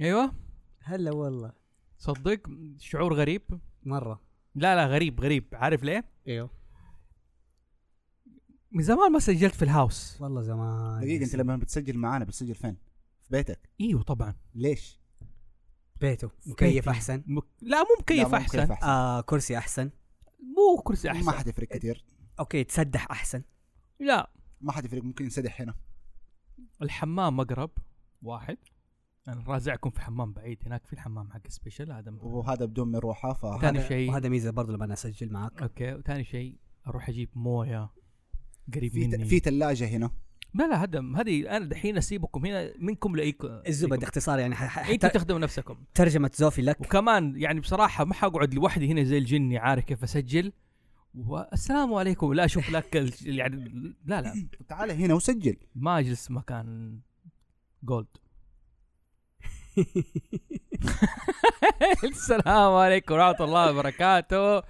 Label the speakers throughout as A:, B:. A: أيوة.
B: ايوه
C: هلا والله
B: صدق شعور غريب
C: مره
B: لا لا غريب غريب عارف ليه؟
C: ايوه
B: من زمان ما سجلت في الهاوس
C: والله زمان
A: دقيقه انت لما بتسجل معانا بتسجل فين؟ في بيتك
B: ايوه طبعا
A: ليش؟
C: بيته
B: بيتي.
C: مكيف احسن
B: مك... لا مو
A: لا،
B: مكيف
A: مو
B: احسن
C: آه كرسي احسن
B: مو كرسي
A: ما
B: احسن
A: حتفرق كثير
C: اوكي تسدح احسن
B: لا
A: ما حتفرق ممكن ينسدح هنا
B: الحمام اقرب واحد انا رازعكم في حمام بعيد هناك في الحمام حق سبيشل هذا م-
A: وهذا بدون مروحه ف
B: ثاني
C: وهذا-
B: شيء
C: وهذا ميزه برضه لما انا اسجل معاك
B: اوكي وثاني شيء اروح اجيب مويه قريب
A: في
B: مني
A: ت- في ثلاجه هنا
B: لا لا هذا هذه انا دحين اسيبكم هنا منكم لايك
C: الزبد
B: ليكم.
C: اختصار يعني ح- ح-
B: انتوا تخدموا نفسكم
C: ترجمه زوفي لك
B: وكمان يعني بصراحه ما حقعد لوحدي هنا زي الجني عارف كيف اسجل والسلام عليكم لا اشوف لك ال- يعني لا لا
A: تعال هنا وسجل
B: ما اجلس مكان جولد السلام عليكم ورحمه الله وبركاته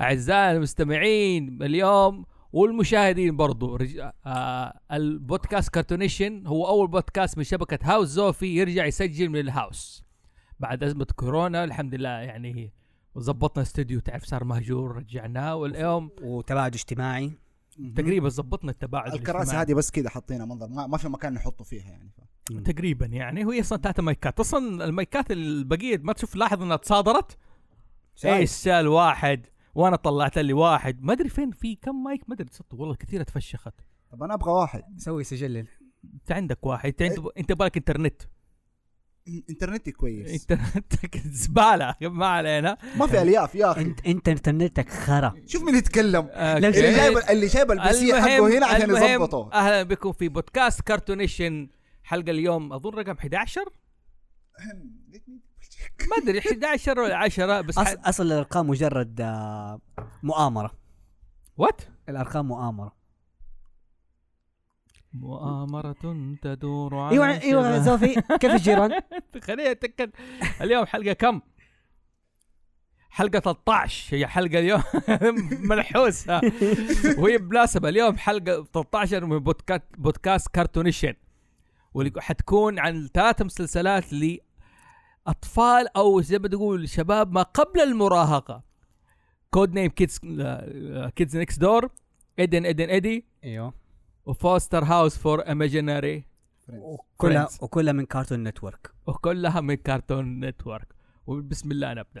B: اعزائي المستمعين اليوم والمشاهدين برضو رج... آه البودكاست كارتونيشن هو اول بودكاست من شبكه هاوس زوفي يرجع يسجل من الهاوس بعد ازمه كورونا الحمد لله يعني ظبطنا استوديو تعرف صار مهجور رجعناه واليوم
C: وتباعد اجتماعي
B: تقريبا ظبطنا التباعد
A: الكراسي
B: الاجتماعي.
A: هذه بس كذا حطينا منظر ما, ما في مكان نحطه فيها يعني
B: إيه.
A: ف...
B: تقريبا يعني هو اصلا ثلاثة مايكات اصلا المايكات البقيه ما تشوف لاحظ انها تصادرت ايش سال واحد وانا طلعت لي واحد ما ادري فين في كم مايك ما ادري صدق والله كثيره تفشخت
A: طب انا ابغى واحد
C: سوي سجل
B: انت عندك واحد انت عند... انت بالك انترنت
A: م- انترنتي كويس
B: انترنتك زباله ما علينا
A: ما في الياف يا اخي
C: انت انت انترنتك خرا
A: شوف مين يتكلم
B: آه،
C: لا،
A: اللي
C: شيء.
A: جايب اللي جايب البسيء حقه هنا عشان
B: المهم،
A: يظبطه
B: اهلا بكم في بودكاست كارتونيشن حلقه اليوم اظن رقم 11 ما ادري 11 ولا 10 بس
C: أص... اصل الارقام مجرد آه، مؤامره
B: وات
C: الارقام مؤامره
B: مؤامرة تدور على
C: ايوه
A: إيوه،
C: ايوه
B: شبه-
C: زوفي كيف الجيران؟
B: خليني اتاكد اليوم حلقة كم؟ حلقة 13 هي حلقة اليوم ملحوسة وهي بمناسبة اليوم حلقة 13 من بودكاست بودكاست كارتونيشن واللي حتكون عن ثلاث مسلسلات لأطفال أو زي ما تقول شباب ما قبل المراهقة كود نيم كيدز كيدز نيكس دور ايدن ايدن ايدي
C: ايوه
B: وفوستر هاوس فور ايماجيناري
C: كلها
B: Friends.
C: وكلها من كارتون نتورك
B: وكلها من كارتون نتورك وبسم الله نبدا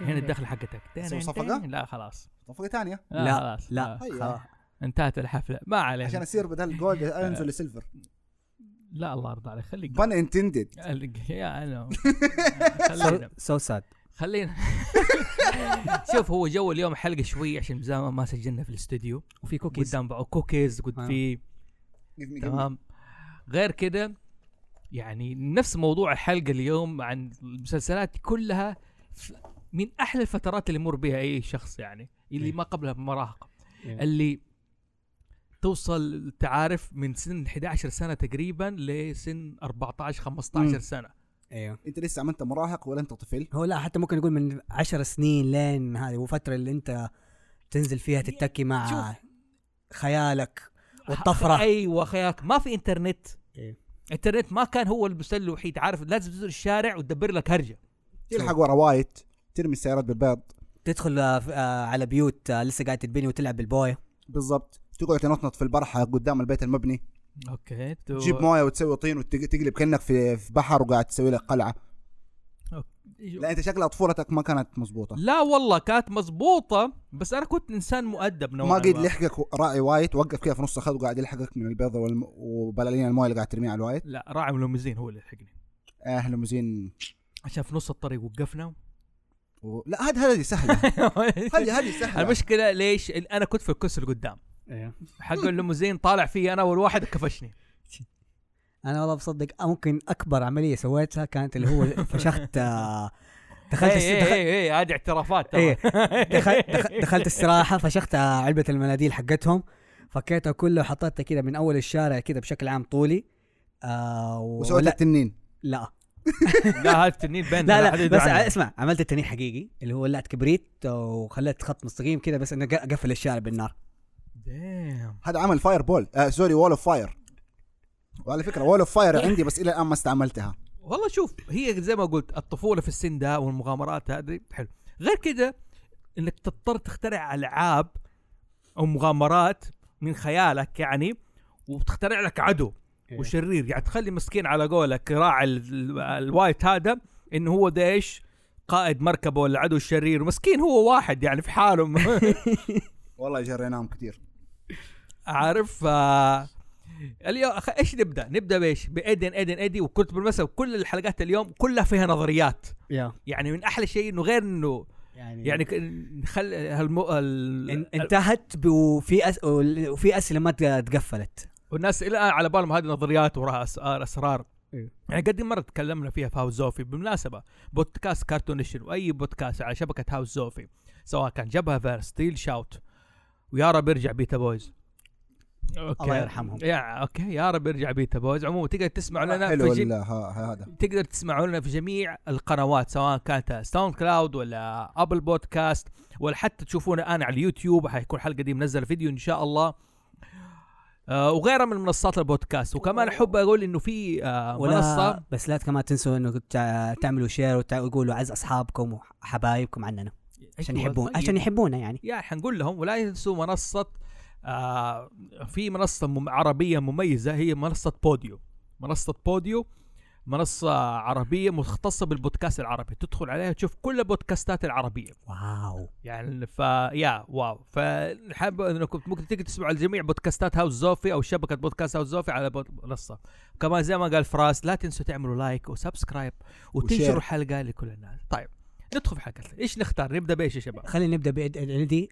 B: هنا الدخله حقتك
A: أسوي صفقة؟
B: لا خلاص
A: طفقة ثانية
B: لا
C: لا،
B: خلاص آه.
C: لا
A: أيوة.
C: خلاص.
B: انتهت الحفله ما
A: عشان
B: علينا
A: اصير بدل جولد انزل لسيلفر
B: لا الله يرضى عليك خليك
A: بان انتندد
B: ال- يا انا
C: سو-
B: خلينا
C: سو ساد
B: خلينا شوف هو جو اليوم حلقه شوي عشان زمان ما سجلنا في الاستوديو
C: وفي كوكيز
B: قدام بعض كوكيز قد
C: آه.
B: في تمام غير كده يعني نفس موضوع الحلقه اليوم عن المسلسلات كلها ف- من احلى الفترات اللي يمر بها اي شخص يعني اللي
C: إيه.
B: ما قبلها بمراهقه
C: إيه.
B: اللي توصل تعارف من سن 11 سنه تقريبا لسن 14 15
A: مم.
B: سنه
C: ايوه
A: انت لسه ما انت مراهق ولا انت طفل
C: هو لا حتى ممكن نقول من عشر سنين لين هذه وفتره اللي انت تنزل فيها تتكي مع خيالك والطفره
B: ايوه خياك ما في انترنت
C: إيه.
B: انترنت ما كان هو المسلي الوحيد عارف لازم تنزل الشارع وتدبر لك هرجه
A: تلحق ورا وايت ترمي السيارات بالبيض
C: تدخل آه، ف- آه، على بيوت آه، لسه قاعد تتبني وتلعب بالبويه
A: بالضبط تقعد تنطنط في البرحه قدام البيت المبني
B: اوكي تو-
A: تجيب مويه وتسوي طين وتقلب كانك في في بحر وقاعد تسوي لك قلعه لا انت شكلها طفولتك ما كانت مزبوطه
B: لا والله كانت مزبوطة بس أنا كنت إنسان مؤدب نوعا
A: ما قد لحقك راعي وايت وقف كذا في نص الخط وقاعد يلحقك من البيضه والم... وبلالين المويه اللي قاعد ترميها على الوايت
B: لا راعي ملومزين هو اللي لحقني
A: اهلا مزين
B: عشان في نص الطريق وقفنا
A: و... لا هذه هذه سهله هذه هذه سهله
B: المشكلة ليش؟ إن أنا كنت في الكرسي اللي قدام
C: ايوه
B: حق الليموزين طالع فيه أنا أول واحد كفشني
C: انا والله بصدق ممكن اكبر عمليه سويتها كانت اللي هو فشخت آه، دخلت
B: اي
C: الس-
B: اي
C: دخل-
B: اي إيه، هذه اعترافات
C: إيه.
B: ترى
C: دخل- دخل- دخلت استراحه فشخت علبه المناديل حقتهم فكيتها كلها وحطيتها كذا من اول الشارع كذا بشكل عام طولي آه و...
A: وسويت
C: لا
A: التنين
C: لا
B: لا هذا التنين بين
C: لا لا بس اسمع عملت التنين حقيقي اللي هو ولعت كبريت وخليت خط مستقيم كذا بس انه ق- اقفل الشارع بالنار
B: دام
A: هذا عمل فاير بول آه سوري وول اوف فاير وعلى فكره وول اوف فاير عندي بس الى الان ما استعملتها
B: والله شوف هي زي ما قلت الطفوله في السن ده والمغامرات هذه حلو غير كده انك تضطر تخترع العاب او مغامرات من خيالك يعني وتخترع لك عدو
C: إيه.
B: وشرير يعني تخلي مسكين على قولك راعي ال- ال- الوايت هذا انه هو ده ايش قائد مركبه ولا عدو الشرير مسكين هو واحد يعني في حاله م-
A: والله جريناهم كثير
B: عارف ف اليوم أخ... ايش نبدا؟ نبدا بايش؟ بايدن ايدن ايدي وكنت بالمثل كل الحلقات اليوم كلها فيها نظريات
C: يا
B: يعني من احلى شيء انه غير انه
C: يعني
B: يعني ك- نخل هالمو... ال...
C: ان-
B: ال...
C: انتهت ب- وفي أس... وفي اسئله ما ت- تقفلت
B: والناس الى الآن على بالهم هذه نظريات وراها آه، أسرار, اسرار
C: إيه.
B: يعني قد إيه مره تكلمنا فيها في هاوس زوفي بالمناسبه بودكاست كارتونيشن واي بودكاست على شبكه هاوس زوفي سواء كان جبهه فيرس ستيل شاوت ويا رب يرجع بيتا بويز اوكي
C: الله يرحمهم.
B: يا اوكي يا رب يرجع بيتا بويز عموما تقدر تسمع لنا في
A: آه، حلو
B: جم-
A: ال- ها- ها- هذا
B: تقدر تسمعوا لنا في جميع القنوات سواء كانت ساوند كلاود ولا ابل بودكاست ولا حتى تشوفونا الان على اليوتيوب حيكون الحلقه دي منزله فيديو ان شاء الله آه وغيرها من منصات البودكاست وكمان احب اقول انه في آه منصه
C: ولا بس لا كمان تنسوا انه تع- تعملوا شير وتقولوا عز اصحابكم وحبايبكم عننا عشان
B: أيوة،
C: يحبون
B: طيب.
C: عشان يحبونا يعني
B: يا حنقول لهم ولا ينسوا منصه آه في منصه مم عربيه مميزه هي منصه بوديو منصه بوديو منصه عربيه مختصه بالبودكاست العربي تدخل عليها تشوف كل البودكاستات العربيه
C: واو
B: يعني ف يا واو فحاب انكم ممكن تقدر تسمعوا على جميع بودكاستات هاوس زوفي او شبكه بودكاست هاوس زوفي على بود- منصه كمان زي ما قال فراس لا تنسوا تعملوا لايك وسبسكرايب وتنشروا
A: وشير.
B: الحلقه لكل الناس طيب ندخل في حلقتنا ايش نختار نبدا بايش يا شباب
C: خلينا نبدا بإد العيدي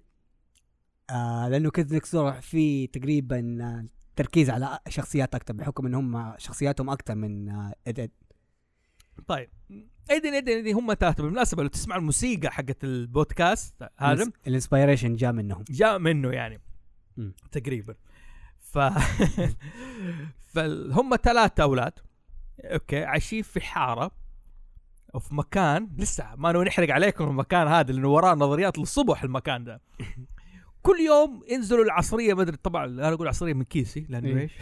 C: آه لانه كيد نكس دور في تقريبا آه، تركيز على شخصيات اكثر بحكم ان هم شخصياتهم اكثر من آه، إد إد.
B: طيب ايدن ايدن ايدن هم ثلاثه بالمناسبه لو تسمع الموسيقى حقت البودكاست هذا
C: الانس- الانسبيريشن جاء منهم
B: جاء منه يعني
C: مم.
B: تقريبا ف فهم ثلاثة أولاد أوكي عايشين في حارة وفي مكان لسه ما نبغى نحرق عليكم المكان هذا لأنه وراه نظريات للصبح المكان ده كل يوم ينزلوا العصرية ما أدري طبعا أنا أقول عصرية من كيسي لأنه
C: إيه.
B: إيش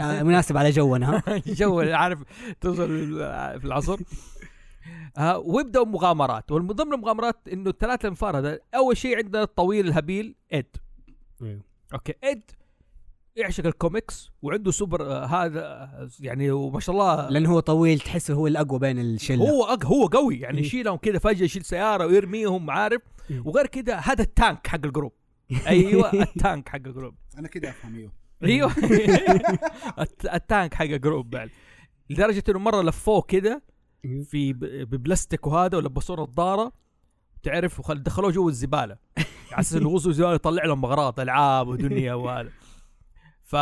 C: آه مناسب على جونا ها؟
B: جو اللي عارف توصل في العصر آه ويبداوا مغامرات ومن ضمن المغامرات انه الثلاثه انفار هذا اول شيء عندنا الطويل الهبيل اد
C: أيوه.
B: اوكي اد يعشق الكوميكس وعنده سوبر آه هذا آه، يعني وما شاء الله
C: لانه هو طويل تحسه هو الاقوى بين الشله
B: هو أق هو قوي يعني
C: إيه.
B: يشيلهم كذا فجاه يشيل سياره ويرميهم عارف
C: إيه.
B: وغير كذا هذا التانك حق الجروب ايوه التانك حق الجروب
A: انا كده افهم ايوه
B: ايوه
C: إيه.
B: الت- التانك حق جروب بعد لدرجه انه مره لفوه كده في ب- ببلاستيك وهذا ولبسوه نظاره تعرف وخل- دخلوه جوا الزباله على اساس انه غزو الزباله يطلع لهم اغراض العاب ودنيا وهذا ف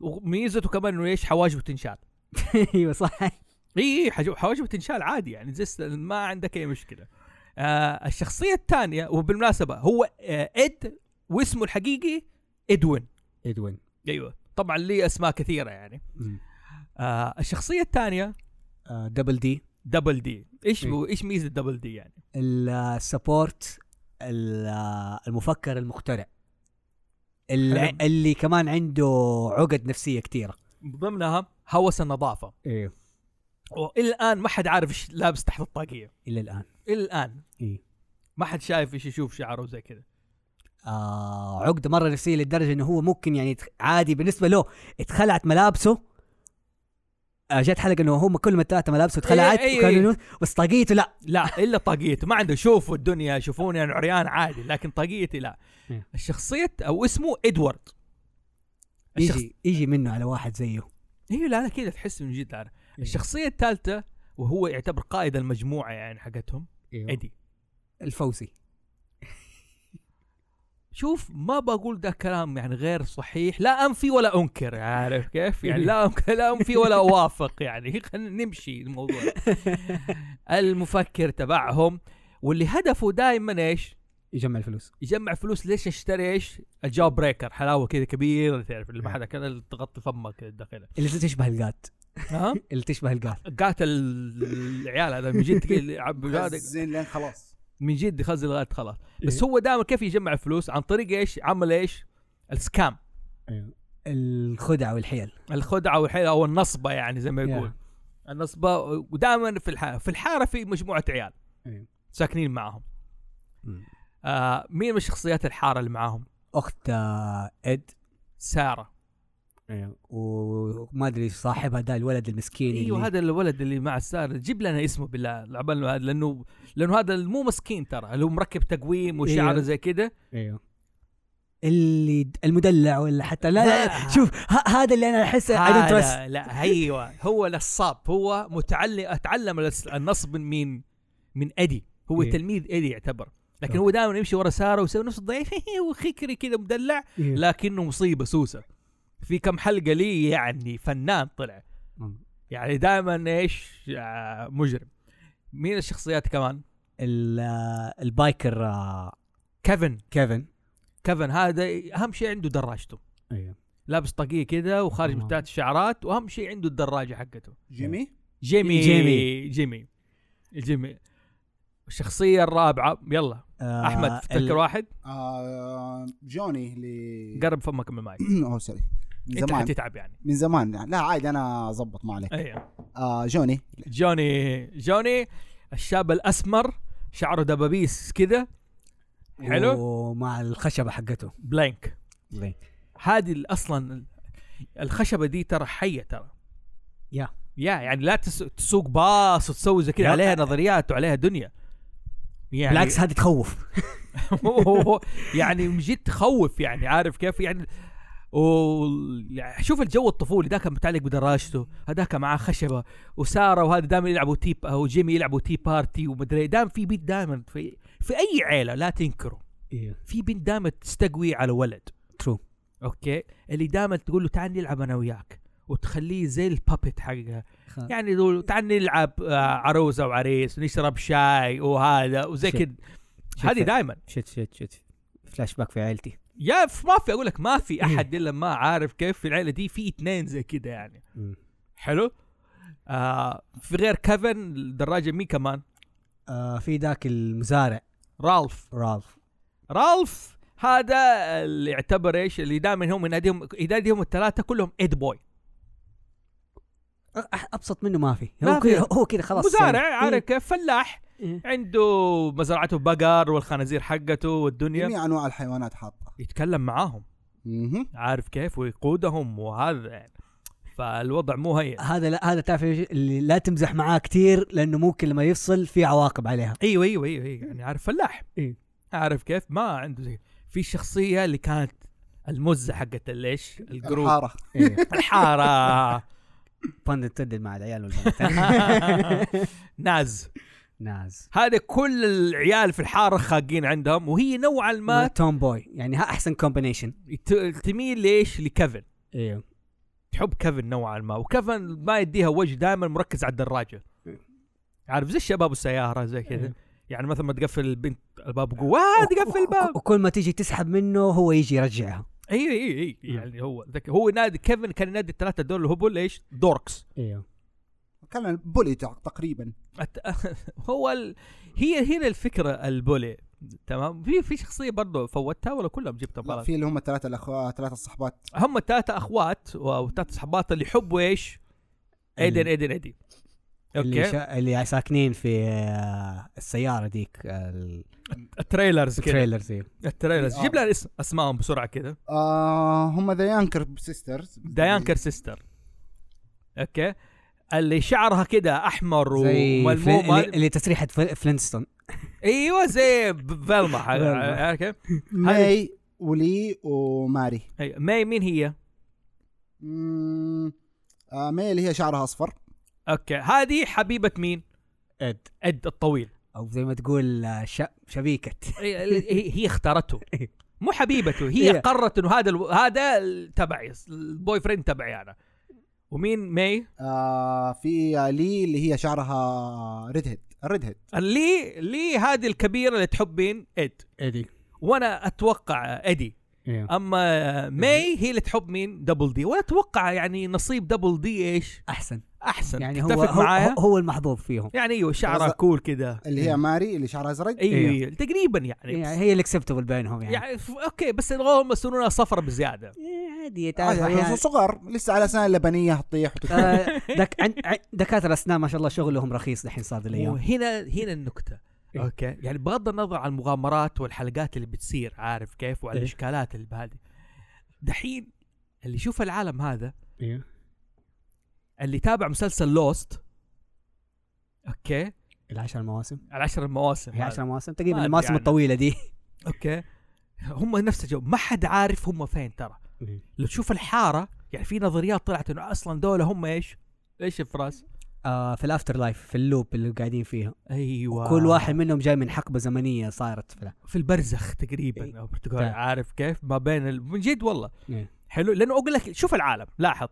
B: وميزته كمان انه ايش حواجبه تنشال
C: ايوه صح
B: اي اي حج- حواجبه تنشال عادي يعني زي الس- ما عندك اي مشكله آه الشخصيه الثانيه وبالمناسبه هو آه اد واسمه الحقيقي ادوين
C: ادوين
B: ايوه طبعا ليه اسماء كثيره يعني آه الشخصيه الثانيه
C: آه دبل دي
B: دبل دي ايش
C: إيه.
B: ايش ميزه دبل دي يعني
C: السبورت آه، ال- آه، المفكر المخترع اللي,
B: حلو.
C: اللي كمان عنده عقد نفسيه كثيره
B: من ضمنها هوس النظافه
C: ايوه
B: والى الان ما حد عارف ايش لابس تحت الطاقيه
C: الى الان
B: الى الان
C: إيه.
B: ما حد شايف ايش يشوف شعره وزي كذا
C: آه عقده مره نفسيه لدرجه انه هو ممكن يعني يتخ- عادي بالنسبه له اتخلعت ملابسه آه جت حلقه انه هم كل ما الثلاثه ملابسه اتخلعت
B: إيه، إيه،
C: وكانوا
B: إيه.
C: ينون- بس طاقيته لا
B: لا الا طاقيته ما عنده شوفوا الدنيا شوفوني انا عريان عادي لكن طاقيتي لا
C: إيه.
B: الشخصيه او اسمه ادوارد الشخص-
C: يجي يجي منه على واحد زيه
B: ايوه لا لا كذا تحس من جد عارف الشخصيه الثالثه وهو يعتبر قائد
C: إيه.
B: المجموعه يعني حقتهم ايدي
C: الفوزي
B: شوف ما بقول ده كلام يعني غير صحيح لا انفي ولا انكر عارف كيف يعني لا أنكر لا انفي ولا اوافق يعني خلينا نمشي الموضوع المفكر تبعهم واللي هدفه دائما ايش
C: يجمع الفلوس
B: يجمع فلوس ليش اشتري ايش الجاو بريكر حلاوه كذا كبيره تعرف اللي ما حدا كان تغطي فمك كذا داخلها
C: اللي تشبه القات
B: ها
C: اللي تشبه القات
B: قاتل العيال هذا من جد تقيل- عب- هذا
A: زين لين خلاص
B: من جد يخزن لغايه خلاص
C: إيه.
B: بس هو دائما كيف يجمع فلوس عن طريق ايش عمل ايش السكام
C: الخدع والحيل
B: الخدعه والحيله او النصبه يعني زي ما
C: Yeah.
B: يقول النصبه ودائما في الحاره في الحاره في مجموعه عيال
C: أيوه.
B: ساكنين معاهم آه مين من شخصيات الحاره اللي معاهم
C: اخت آه، اد
B: ساره
C: إيه. وما ادري صاحبها ده الولد المسكين
B: ايوه
C: اللي-
B: هذا الولد اللي مع ساره جيب لنا اسمه بالله عبال ما- لانه لانه هذا مو مسكين ترى اللي هو مركب تقويم وشعره
C: إيه.
B: زي كده
C: ايوه اللي د- المدلع ولا حتى لا لا شوف ه- هذا اللي انا احس I don't trust.
B: هذا- لا ايوه هو نصاب هو متعلم اتعلم الس- النصب من مين من ادي هو
C: إيه.
B: تلميذ ادي يعتبر لكن
C: أوكي.
B: هو دائما يمشي ورا ساره ويسوي نفسه ضعيف وخكري كذا مدلع
C: لا
B: لكنه مصيبه سوسه في كم حلقه لي يعني فنان طلع يعني دائما ايش آه، مجرم مين الشخصيات كمان
C: ال- آه، البايكر آه،
B: كيفن
C: كيفن
B: كيفن هذا اهم شيء عنده دراجته
C: ايوه
B: لابس طاقيه كذا وخارج
C: تمام.
B: من تحت الشعرات واهم شيء عنده الدراجه حقته
A: جيمي
B: جيمي
C: جيمي.
B: جيمي جيمي جيمي الشخصية الرابعة يلا
C: آه،
B: أحمد تذكر واحد
A: آه جوني ل
B: قرب فمك من المايك
A: اوه سوري من
B: أنت
A: زمان
B: حتتعب يعني
A: من زمان يعني. لا عادي انا اظبط ما عليك
B: أيوة.
A: آه جوني
B: جوني جوني الشاب الأسمر شعره دبابيس كذا حلو.
C: ومع الخشبه حقته
B: بلانك
C: إيه.
B: هذه ال- أصلا ال- الخشبة دي ترى حية ترى
C: يا.
B: يا يعني لا تس- تسوق باص وتسوي زي كذا
C: يا.
B: عليها نظريات وعليها دنيا يعني
C: بالعكس هذه تخوف
B: هو- يعني من جد تخوف يعني عارف كيف يعني و يعني شوف الجو الطفولي ذاك متعلق بدراجته هذاك معاه خشبه وساره وهذا دائما يلعبوا تيب او جيمي يلعبوا تي بارتي ومدري دائما في بنت دائما في في اي عيله لا تنكره
C: إيه.
B: في بنت دائما تستقوي على ولد
C: ترو
B: اوكي اللي دائما تقول له تعال نلعب انا وياك وتخليه زي البابت حقها يعني يقول تعال نلعب آه، عروسه وعريس ونشرب شاي وهذا وزي
C: شيء.
B: كذا هذه دائما
C: شت شت شت فلاش باك في عائلتي
B: يا ف- ما في اقول لك ما في احد الا ما عارف كيف في العيله دي في اثنين زي كده يعني حلو آه في غير كيفن الدراجه مين كمان
C: آه في ذاك المزارع
B: رالف
C: رالف
B: رالف هذا اللي يعتبر ايش اللي دائما هم يناديهم يناديهم الثلاثه كلهم ايد بوي
C: أح- ابسط منه ما في
B: ما
C: هو كذا
B: في.
C: هو كذا خلاص إيه.
B: مزارع
C: سوي.
B: عارف كيف فلاح
C: إيه.
B: عنده مزرعته بقر والخنازير حقته والدنيا
A: جميع انواع الحيوانات حاطه
B: يتكلم معاهم
A: مهم.
B: عارف كيف ويقودهم وهذا يعني فالوضع مو هين
C: هذا لا هذا تعرف إيش؟ اللي لا تمزح معاه كثير لانه ممكن لما يفصل في عواقب عليها
B: ايوه ايوه ايوه, أيوة يعني عارف فلاح
C: إيه.
B: عارف كيف ما عنده زي في شخصيه اللي كانت المزه حقت ليش الجروب
A: الحاره
B: الحاره
C: بند تدل مع العيال والبنات
B: ناز
C: ناز
B: هذا كل العيال في الحاره خاقين عندهم وهي نوعا ما
C: توم بوي يعني ها احسن كومبينيشن
B: ت- تميل ليش لكيفن
C: ايوه
B: تحب كيفن نوعا ما وكيفن ما يديها وجه دائما مركز على الدراجه عارف زي الشباب والسياره زي كذا
C: إيه.
B: يعني مثلا ما تقفل البنت الباب قوه آه، تقفل الباب
C: وكل ما تيجي تسحب منه هو يجي يرجعها
B: اي اي اي يعني هو ذك... هو نادي كيفن كان ينادي الثلاثه دول اللي هو بول ايش؟ دوركس
C: ايوه
A: كان البولي تق- تقريبا
B: أت... هو ال... هي هنا الفكره البولي تمام في في شخصيه برضه فوتها ولا كلهم جبتهم
A: لا
B: خلاص
A: في اللي هم الثلاثه الاخوات ثلاثه الصحبات
B: هم ثلاثه اخوات وثلاثه صحبات اللي يحبوا ايش؟ ايدن ايدن ايدن
C: اللي,
B: اوكي
C: شا... اللي ساكنين في آه، السياره ديك ال-
B: التريلرز كذا
C: التريلر زي
B: التريلرز
A: آه.
B: جيب لنا اسم اسمائهم بسرعه كذا
A: آه هم ذا يانكر سيسترز
B: دايانكر سيستر اوكي اللي شعرها كده احمر
C: زي فلين...
B: وملمومه
C: اللي... اللي تسريحه فل... فلينستون
B: ايوه زي فيلما
C: فيلما.
B: عارف كيف؟
A: ماي ولي وماري
B: أيوة. ماي مين هي؟
A: مم، آه ماي اللي هي شعرها اصفر
B: اوكي هذه حبيبه مين؟
C: اد
B: اد الطويل
C: او زي ما تقول آه، ش... شبيكه
B: هي هي اختارته مو حبيبته هي
C: هي.
B: قررت انه هذا الو... هذا ال- تبعي البوي فريند تبعي انا ومين ماي
A: آه في لي اللي هي شعرها ريد هيد الريد هيد
B: لي لي هذه الكبيره اللي تحبين اد
C: ايدي
B: وانا اتوقع ادي
C: إيه.
B: آه. اما ماي هي اللي تحب مين دبل دي وانا اتوقع يعني نصيب دبل دي ايش
C: احسن
B: احسن
C: يعني هو
B: تتفق
C: هو,
B: معايا
C: هو- هو المحظوظ فيهم
B: يعني ايوه شعرها
A: قصد-
B: كول كده
A: اللي هي ماري اللي شعرها ازرق
B: ايوه
C: أيوه.
B: أيوه. تقريبا يعني
C: يعني هي الاكسبتبل بينهم يعني
B: يعني ف- اوكي بس يلغوهم يصيرونها صفرة بزياده
C: إيه، عادي تعرف
B: يعني
A: آه،
C: احيانا
A: صغر لسه على سنه لبنيه هتطيح وتت-
C: آه، دك عن- عن- دكاتره اسنان ما شاء الله شغلهم رخيص دحين صار ذي الايام
B: وهنا هنا النكته
C: إيه.
B: اوكي يعني بغض النظر عن المغامرات والحلقات اللي بتصير عارف كيف وعلى
C: إيه.
B: الاشكالات اللي بهذه دحين اللي يشوف العالم هذا
C: إيه.
B: اللي تابع مسلسل لوست اوكي
C: العشر مواسم
B: العشر المواسم
C: هي
B: هذا.
C: 10 مواسم
B: ما
C: تقريبا
B: أدري
C: المواسم
B: عنه.
C: الطويله دي
B: اوكي هم نفس الجو ما حد عارف هم فين ترى لو تشوف الحاره يعني في نظريات طلعت انه اصلا دولة هم ايش؟ ايش الفراس؟
C: آه في الافتر لايف في اللوب اللي قاعدين فيها
B: ايوه
C: كل واحد منهم جاي من حقبه زمنيه صارت في
B: في البرزخ تقريبا او برتقال
C: فعلا.
B: عارف كيف ما بين ال... من جد والله
C: إيه.
B: حلو لانه اقول لك شوف العالم لاحظ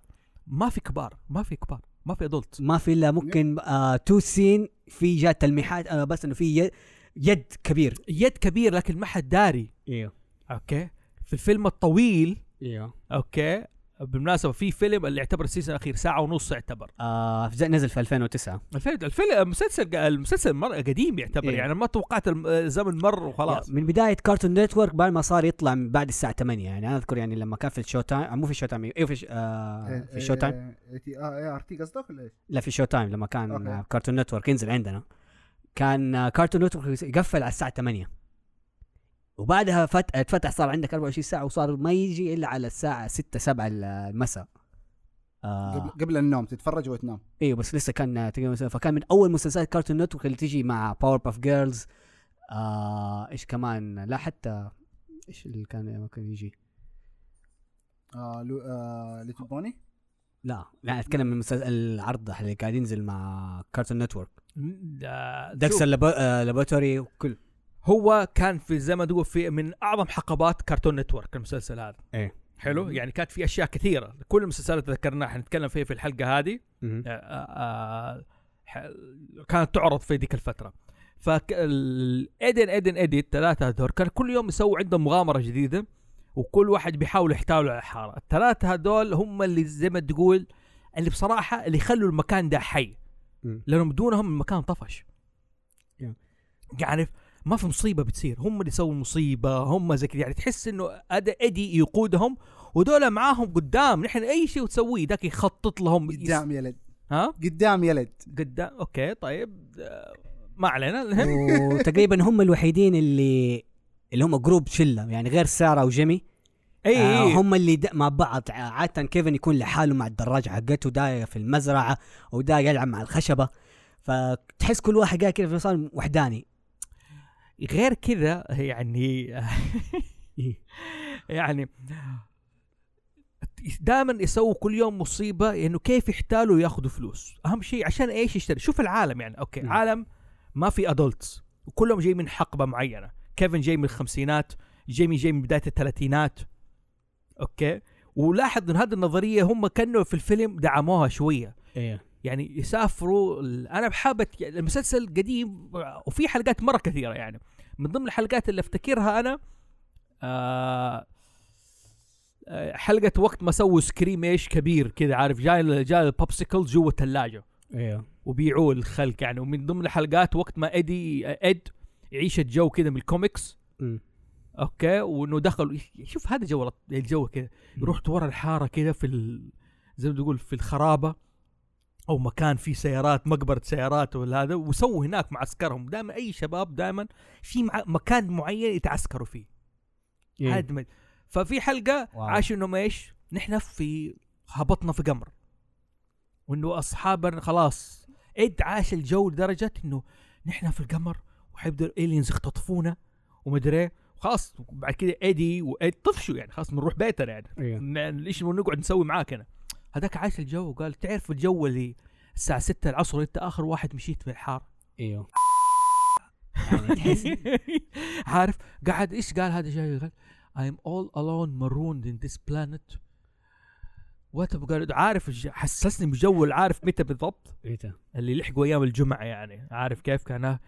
B: ما في كبار ما في كبار ما في ادولت
C: ما في الا ممكن آه تو سين في جات تلميحات آه بس انه في يد, يد كبير
B: يد كبير لكن ما حد داري
C: ايوه
B: اوكي في الفيلم الطويل
C: ايوه
B: اوكي بالمناسبه في فيلم اللي يعتبر السيزون الاخير ساعه ونص يعتبر
C: آه ز- نزل في 2009
B: الفيلم الفيلم المسلسل المسلسل مر قديم يعتبر
C: إيه.
B: يعني ما توقعت الم- الزمن مر وخلاص
C: يعني من بدايه كارتون نتورك بعد ما صار يطلع من بعد الساعه 8 يعني انا اذكر يعني لما كان في الشو تايم آه، مو في الشو تايم ايوه في, ش...
A: إيه،
C: آه في الشو تايم
A: ار تي آه، إيه، قصدك ولا ايش؟
C: لا في شو تايم لما كان
A: أوكي.
C: آه، كارتون نتورك ينزل عندنا كان آه، كارتون نتورك يقفل على الساعه 8 وبعدها فت... اتفتح صار عندك 24 ساعه وصار ما يجي الا على الساعه 6 7 المساء آه
A: قبل قبل النوم تتفرج وتنام
C: ايوه بس لسه كان تقريباً مسلسل- فكان من اول مسلسلات كارتون نتورك اللي تجي مع باور باف جيرلز آه ايش كمان لا حتى ايش اللي كان ممكن يجي
A: آه لو آه ليتل بوني
C: لا لا اتكلم من مسلسل العرض اللي قاعد ينزل مع كارتون نتورك
B: آه، شوف،
C: دكسر لابوتوري وكل
B: هو كان في زي ما تقول في من اعظم حقبات كرتون نتورك المسلسل هذا
C: إيه.
B: حلو يعني كانت في اشياء كثيره كل المسلسلات اللي ذكرناها حنتكلم فيها في الحلقه هذه
C: مهم.
B: آه، آه، ح- كانت تعرض في ذيك الفتره فايدن ايدن ايدي الثلاثه هذول كان كل يوم يسووا عندهم مغامره جديده وكل واحد بيحاول يحتالوا على الحاره الثلاثه هذول هم اللي زي ما تقول اللي بصراحه اللي خلوا المكان ده حي
C: مم.
B: لانه بدونهم المكان طفش
C: يا.
B: عارف ما في مصيبه بتصير هم اللي يسووا مصيبه هم زي كذا يعني تحس انه هذا ايدي يقودهم ودول معاهم قدام نحن اي شيء تسويه ذاك يخطط لهم يس-
A: قدام يلد
B: ها
A: قدام يلد
B: قدام اوكي طيب آه، ما علينا المهم
C: وتقريبا هم الوحيدين اللي اللي هم جروب شله يعني غير ساره وجيمي
B: اي
C: آه
B: آه
C: هم اللي د- مع بعض عاده كيفن يكون لحاله مع الدراجه حقته ده في المزرعه وده يلعب مع الخشبه فتحس كل واحد قاعد كذا صار وحداني
B: إيه، غير كذا يعني يعني دائما يسووا كل يوم مصيبه انه كيف يحتالوا ياخذوا فلوس اهم شيء عشان ايش يشتري شوف العالم يعني اوكي
C: مم.
B: عالم ما في ادولتس وكلهم جاي من حقبه معينه كيفن جاي من الخمسينات جيمي جاي من بدايه الثلاثينات اوكي ولاحظ ان هذه النظريه هم كانوا في الفيلم دعموها شويه
C: ايه
B: يعني يسافروا ال- انا بحابه المسلسل قديم وفي حلقات مره كثيره يعني من ضمن الحلقات اللي افتكرها انا آه آه، حلقه وقت ما سووا سكريم ايش كبير كذا عارف جاي جاي البوبسيكل جوا الثلاجه
C: ايه
B: وبيعوه للخلق يعني ومن ضمن الحلقات وقت ما ايدي آه، اد يعيش الجو كذا من الكوميكس
C: مم.
B: اوكي وانه دخل شوف هذا جو الجو كذا رحت ورا الحاره كذا في ال... زي ما تقول في الخرابه او مكان فيه سيارات مقبره سيارات ولا هذا وسووا هناك معسكرهم دائما اي شباب دائما في مع... مكان معين يتعسكروا فيه
C: إيه.
B: هذا ما- ففي حلقه
C: واو.
B: عاشوا انهم ايش؟ نحن في هبطنا في قمر وانه اصحابنا خلاص اد عاش الجو لدرجه انه نحن في القمر وحيبدا الالينز يختطفونا ومدري إيه. خلاص بعد كده ايدي وايد طفشوا يعني خلاص بنروح بيتنا يعني
C: ايه
B: ن- ايش نبغى نقعد نسوي معاك انا هذاك عايش الجو وقال تعرف الجو اللي الساعة 6 العصر انت اخر واحد مشيت من الحار
C: ايوه يعني تحس
B: عارف قعد ايش قال هذا جاي قال I'm all alone marooned in this planet وات عارف الج- حسسني بجو العارف متى بالضبط
C: متى؟
B: اللي لحقوا ايام الجمعه يعني عارف كيف كان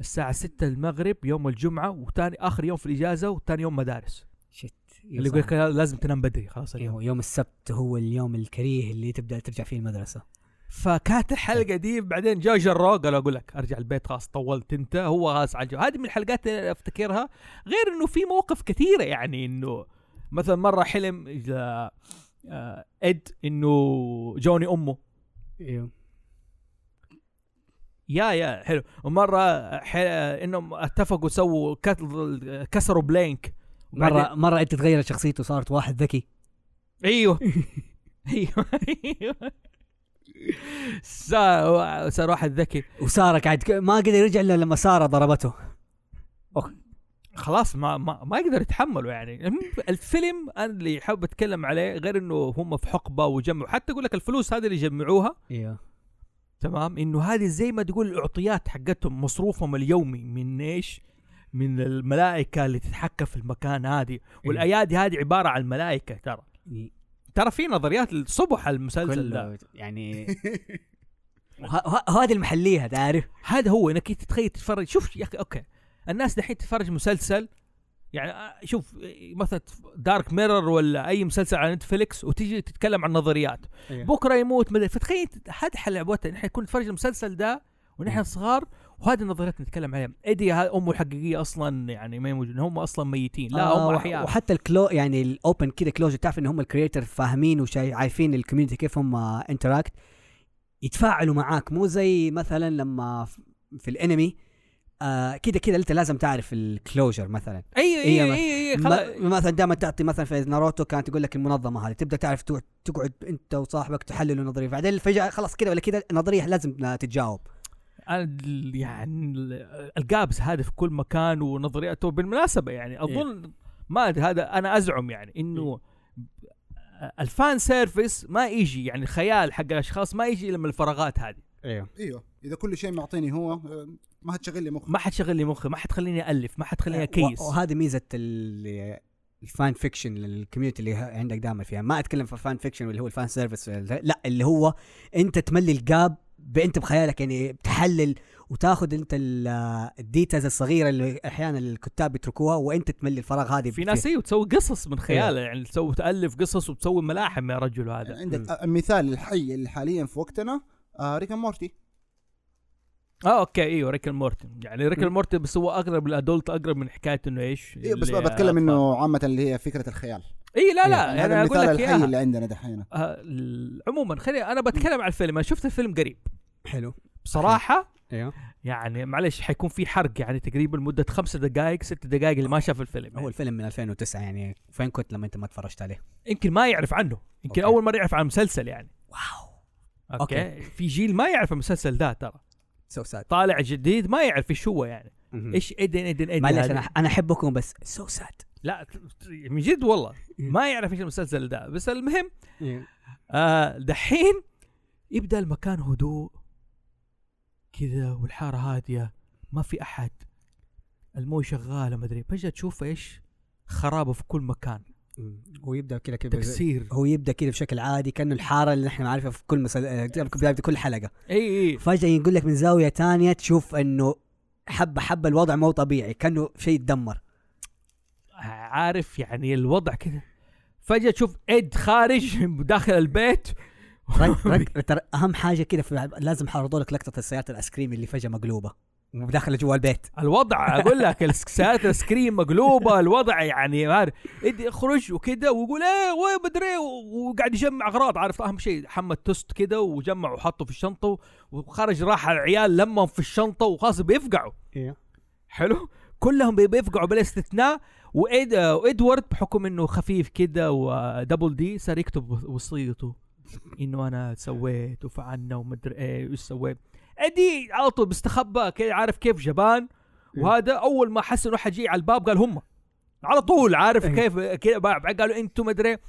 B: الساعه 6 المغرب يوم الجمعه وتاني اخر يوم في الاجازه وتاني يوم مدارس
C: شت
B: اللي يقول لك لازم تنام بدري خلاص اليوم
C: يوم السبت إيه، هو اليوم الكريه اللي تبدا ترجع فيه المدرسه
B: فكانت الحلقه دي بعدين جاء جرو قال اقول لك ارجع البيت خلاص طولت انت هو خلاص على الجو. هذه من الحلقات اللي افتكرها غير انه في مواقف كثيره يعني انه مثلا مره حلم إذا- آه، اد انه جوني امه
C: ايوه
B: يا يا حلو ومره ح- انهم اتفقوا سووا كت- كسروا بلينك
C: مره مره انت تغيرت شخصيته صارت واحد ذكي
B: ايوه ايوه ايوه صار صار واحد ذكي
C: وساره قاعد ك- ما قدر يرجع الا لما ساره ضربته
B: خلاص ما ما, ما يقدر يتحمله يعني الم- الفيلم انا اللي حاب اتكلم عليه غير انه هم في حقبه وجمعوا حتى اقول لك الفلوس هذه اللي جمعوها
C: ايوه
B: تمام انه هذه زي ما تقول الاعطيات حقتهم مصروفهم اليومي من ايش؟ من الملائكه اللي تتحكم في المكان هذه والايادي هذه عباره عن ملائكه ترى ترى في نظريات الصبح المسلسل ده
C: كله يعني وه- وه- وهذه المحليه تعرف
B: هذا هو انك تتخيل تتفرج شوف يا اخي اوكي الناس دحين تتفرج مسلسل يعني آه، شوف آه، مثلا دارك ميرور ولا اي مسلسل على نتفليكس وتيجي تتكلم عن نظريات
C: أيوه.
B: بكره يموت مدري فتخيل هذا حلاوتها نحن كنا نتفرج المسلسل ده
C: إيه.
B: ونحن صغار وهذه النظريات نتكلم عليها ايدي ها- امه الحقيقيه اصلا يعني ما هي موجوده هم اصلا ميتين لا
C: آه،
B: هم
C: وح-
B: احياء
C: وحتى الكلو يعني الاوبن كذا كلوجر تعرف ان هم الكريتر فاهمين وعارفين الكوميونتي كيف هم انتراكت يتفاعلوا معاك مو زي مثلا لما ف- في الانمي آه كذا كذا انت لازم تعرف الكلوجر مثلا
B: ايوه
C: إيه،
B: ايوه
C: ما-
B: ايوه خلاص
C: م- مثلا دائما تعطي مثلا في ناروتو كانت تقول لك المنظمه هذه تبدا تعرف تو- تقعد انت وصاحبك تحللوا نظريه بعدين فجاه خلاص كذا ولا كذا النظريه لازم تتجاوب
B: أنا ال- يعني ال- القابس هذا في كل مكان ونظريته بالمناسبه
A: إيه.
B: يعني اظن ما أدري، هذا انا ازعم يعني انه
A: إيه.
B: الفان سيرفيس ما يجي يعني الخيال حق الاشخاص ما يجي الا من الفراغات هذه
C: ايوه
A: ايوه اذا كل شيء معطيني هو آه، ما هتشغل لي مخي
B: ما حتشغل لي مخي ما حتخليني الف ما
A: آه،
B: حتخليني
C: أه، و-
B: اكيس
C: وهذه ميزه ال- الفان فيكشن الكوميونتي اللي ه- عندك دائما فيها ما اتكلم في فان فيكشن واللي هو الفان سيرفيس لا اللي هو انت تملي الجاب ب- انت بخيالك يعني بتحلل وتاخذ انت ال- الديتاز الصغيره اللي احيانا الكتاب بيتركوها وانت تملي الفراغ هذه
B: في
C: فيه.
B: ناس ايوه وتسوي قصص
A: إيه.
B: من خيالها يعني تسوي تالف قصص وتسوي ملاحم يا رجل
A: يعني
B: هذا
A: عندك آه، المثال الحي اللي حاليا في وقتنا آه ريكا مورتي
B: اه اوكي ايوه ريكل مورتي يعني ريكل
C: م.
B: مورتي بس هو اقرب للادولت اقرب من حكايه انه ايش
A: إيه بس
B: اللي-
A: بتكلم انه عامه اللي هي فكره الخيال
B: اي إيه، لا لا
A: يعني هذا
B: انا اقول
A: المثال
B: لك
A: الحي
B: اياها
A: اللي عندنا دحين
B: آه، ال- عموما خليني انا بتكلم على الفيلم انا شفت الفيلم قريب
C: حلو
B: بصراحه
C: ايوه
B: يعني معلش حيكون في حرق يعني تقريبا مده خمسة دقائق ست دقائق اللي ما شاف الفيلم
C: هو
B: يعني.
C: الفيلم من 2009 يعني فين كنت لما انت ما تفرجت عليه
B: يمكن ما يعرف عنه يمكن
C: أوكي.
B: اول مره يعرف عن المسلسل يعني
C: واو
B: اوكي,
C: أوكي.
B: في جيل ما يعرف المسلسل ده ترى
C: سو ساد
B: طالع جديد ما يعرف ايش هو يعني ايش ايدن ايدن ايدن
C: معلش
B: هذا؟
C: انا انا احبكم بس سو ساد
B: لا ت- ت- من جد والله ما يعرف ايش المسلسل ده بس المهم
C: إيه.
B: آه دحين يبدا المكان هدوء كذا والحاره هاديه ما في احد المويه شغاله ما ادري فجاه تشوف ايش خرابه في كل مكان
C: هو يبدا كذا كذا
B: تكسير
C: هو يبدا كده بشكل عادي كانه الحاره اللي نحن عارفها في كل مسل... آه، في بدايه كل حلقه
B: اي اي
C: فجاه يقول لك من زاويه تانية تشوف انه حبه حبه الوضع مو طبيعي كانه شيء يتدمر
B: عارف يعني الوضع كذا فجاه تشوف اد خارج داخل البيت
C: رك- رك- ترى اهم حاجه كده في لازم حرضوا لك لقطه السيارات الايس كريم اللي فجاه مقلوبه وداخله جوا البيت
B: الوضع اقول لك السيارات السكرين مقلوبه الوضع يعني عارف ادي اخرج وكده ويقول ايه وين مدري وقاعد يجمع اغراض عارف اهم شيء حمد توست كده وجمع وحطه في الشنطه وخرج راح على العيال لمهم في الشنطه وخلاص بيفقعوا حلو كلهم بي- بيفقعوا بلا استثناء وإد... وادوارد بحكم انه خفيف كده ودبل دي صار يكتب وصيته انه انا سويت وفعلنا ومدري ايه وايش سويت ادي على طول بيستخبى كده عارف كيف جبان
C: إيه.
B: وهذا اول ما حس انه حد جاي على الباب قال هم على طول عارف
C: إيه.
B: كيف كده بعد قالوا انتم مدري إيه.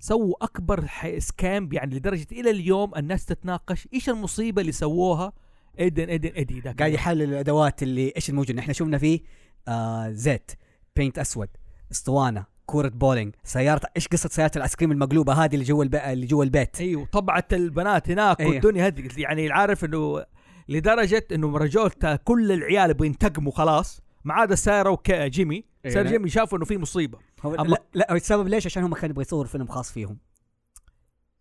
B: سووا اكبر ح- سكام يعني لدرجه الى اليوم الناس تتناقش ايش المصيبه اللي سووها ايدن ايدن ايدي ده
C: قاعد يحلل الادوات اللي ايش الموجود احنا شفنا فيه آه زيت بينت اسود اسطوانه كوره بولينج سياره ايش قصه سياره الايس كريم المقلوبه هذه اللي جوا الب... اللي جوا البيت
B: ايوه طبعت البنات هناك
C: أيوه.
B: والدنيا هذه يعني عارف انه لدرجه انه رجعوا كل العيال بينتقموا خلاص ما عدا ساره وجيمي
C: أيوه.
B: ساره جيمي شافوا انه في مصيبه
C: هو
B: أما-
C: لا, لا السبب ليش عشان هم كانوا يبغوا يصوروا فيلم خاص فيهم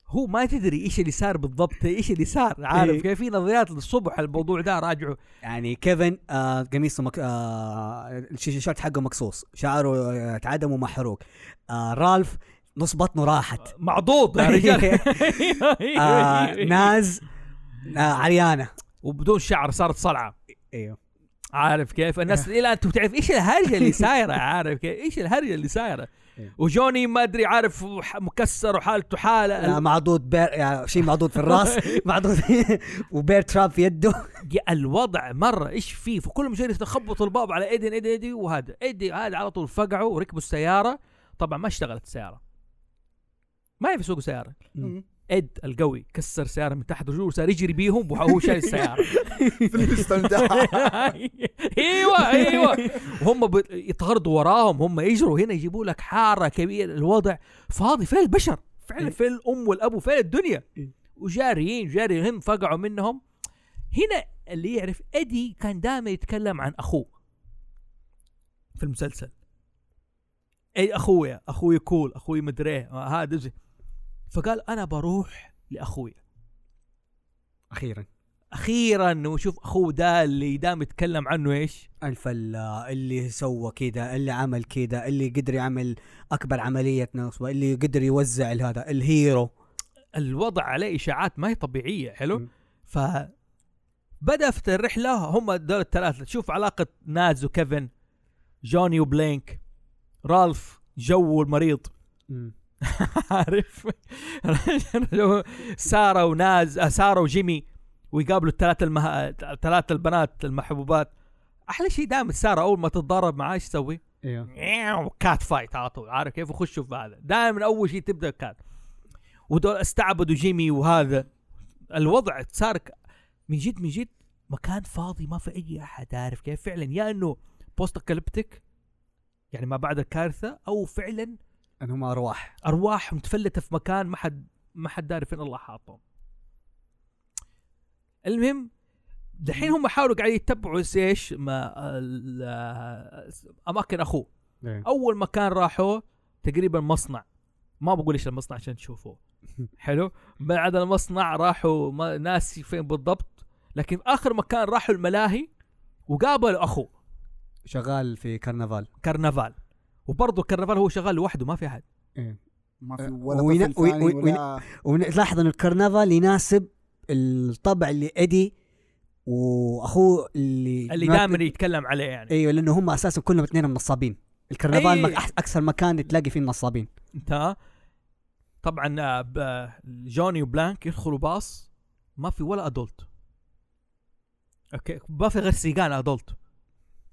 B: هو ما تدري ايش اللي صار بالضبط ايش اللي صار
C: إيه.
B: عارف كيف في نظريات للصبح الموضوع ده راجعه
C: يعني كيفن آه قميصه مك... آه الش- الشورت حقه مقصوص شعره آه، اتعدم ومحروق آه رالف نص بطنه راحت
B: معضوض يا رجال إيه.
C: آه ناز آه عريانه
B: وبدون شعر صارت صلعه
C: ايوه
B: عارف كيف الناس
C: إيه.
B: الى الان انتم تعرف ايش الهرجه اللي سايره عارف كيف ايش الهرجه اللي سايره
C: إيه.
B: وجوني ما ادري عارف وح- مكسر وحالته
C: آه
B: حاله
C: معضود بير يعني شيء معضود في الراس معضود وبير تراب في يده
B: يا الوضع مره ايش فيه فكلهم جايين يخبطوا الباب على ايدن ايدن ايدن وهذا ايدي هذا على طول فقعوا وركبوا السياره طبعا ما اشتغلت السياره ما يعرف يسوقوا سياره
A: مم.
B: اد القوي كسر سياره من تحت رجوله وصار يجري بيهم وهو شايل السياره
A: في الاستمتاع
B: ايوه ايوه وهم ب- يطاردوا وراهم هم يجروا هنا يجيبوا لك حاره كبيره الوضع فاضي فين البشر فعلا فين الام والاب وفين الدنيا وجاريين جاريين هم فقعوا منهم هنا اللي يعرف ادي كان دائما يتكلم عن اخوه في المسلسل اي اخويا اخوي كول اخوي مدري إيه، آه، هذا زي. فقال انا بروح لاخويا
C: اخيرا
B: اخيرا وشوف اخوه ده اللي دام يتكلم عنه ايش
C: الف ال- اللي سوى كده اللي عمل كده اللي قدر يعمل اكبر عمليه نصب اللي قدر يوزع هذا الهيرو
B: الوضع عليه اشاعات ما هي طبيعيه حلو
C: م.
B: ف بدا في الرحله هم دول الثلاثه شوف علاقه ناز وكيفن جوني وبلينك رالف جو المريض عارف ساره وناز آه، ساره وجيمي ويقابلوا الثلاثه المه... الثلاثه البنات المحبوبات احلى شيء دائما ساره اول ما تتضارب معاه ايش تسوي؟ إيوه.
C: ايوه
B: مياو، كات إيه، فايت على طول عارف كيف يخشوا في هذا دائما اول شيء تبدا كات ودول استعبدوا جيمي وهذا الوضع صار ك- من جد من جد مكان فاضي ما في اي احد عارف كيف فعلا يا انه بوست اكاليبتيك يعني ما بعد الكارثه او فعلا
C: انهم ارواح
B: ارواح متفلته في مكان ما حد ما حد داري فين الله حاطهم المهم دحين هم حاولوا قاعد يتبعوا ايش ما ال- آه، اماكن اخوه اول مكان راحوا تقريبا مصنع ما بقول ايش المصنع عشان تشوفوه حلو بعد المصنع راحوا ما ناسي فين بالضبط لكن اخر مكان راحوا الملاهي وقابلوا اخوه
C: شغال في كرنفال
B: كرنفال وبرضه كرنفال هو شغال لوحده ما في احد
A: ما في ولا
C: وين-
A: طفل
C: وين-
A: ثاني
C: وين-
A: ولا
C: ولاحظ ان الكرنفال يناسب الطبع اللي ايدي واخوه اللي
B: اللي
C: ما-
B: دائما يتكلم عليه يعني
C: ايوه لانه هم اساسا كلهم اثنين نصابين الكرنفال
B: أي.
C: مك- أح- اكثر مكان تلاقي فيه النصابين
B: انت طبعا آه، ب- آه، جوني وبلانك يدخلوا باص ما في ولا ادولت اوكي ما في غير سيجان ادولت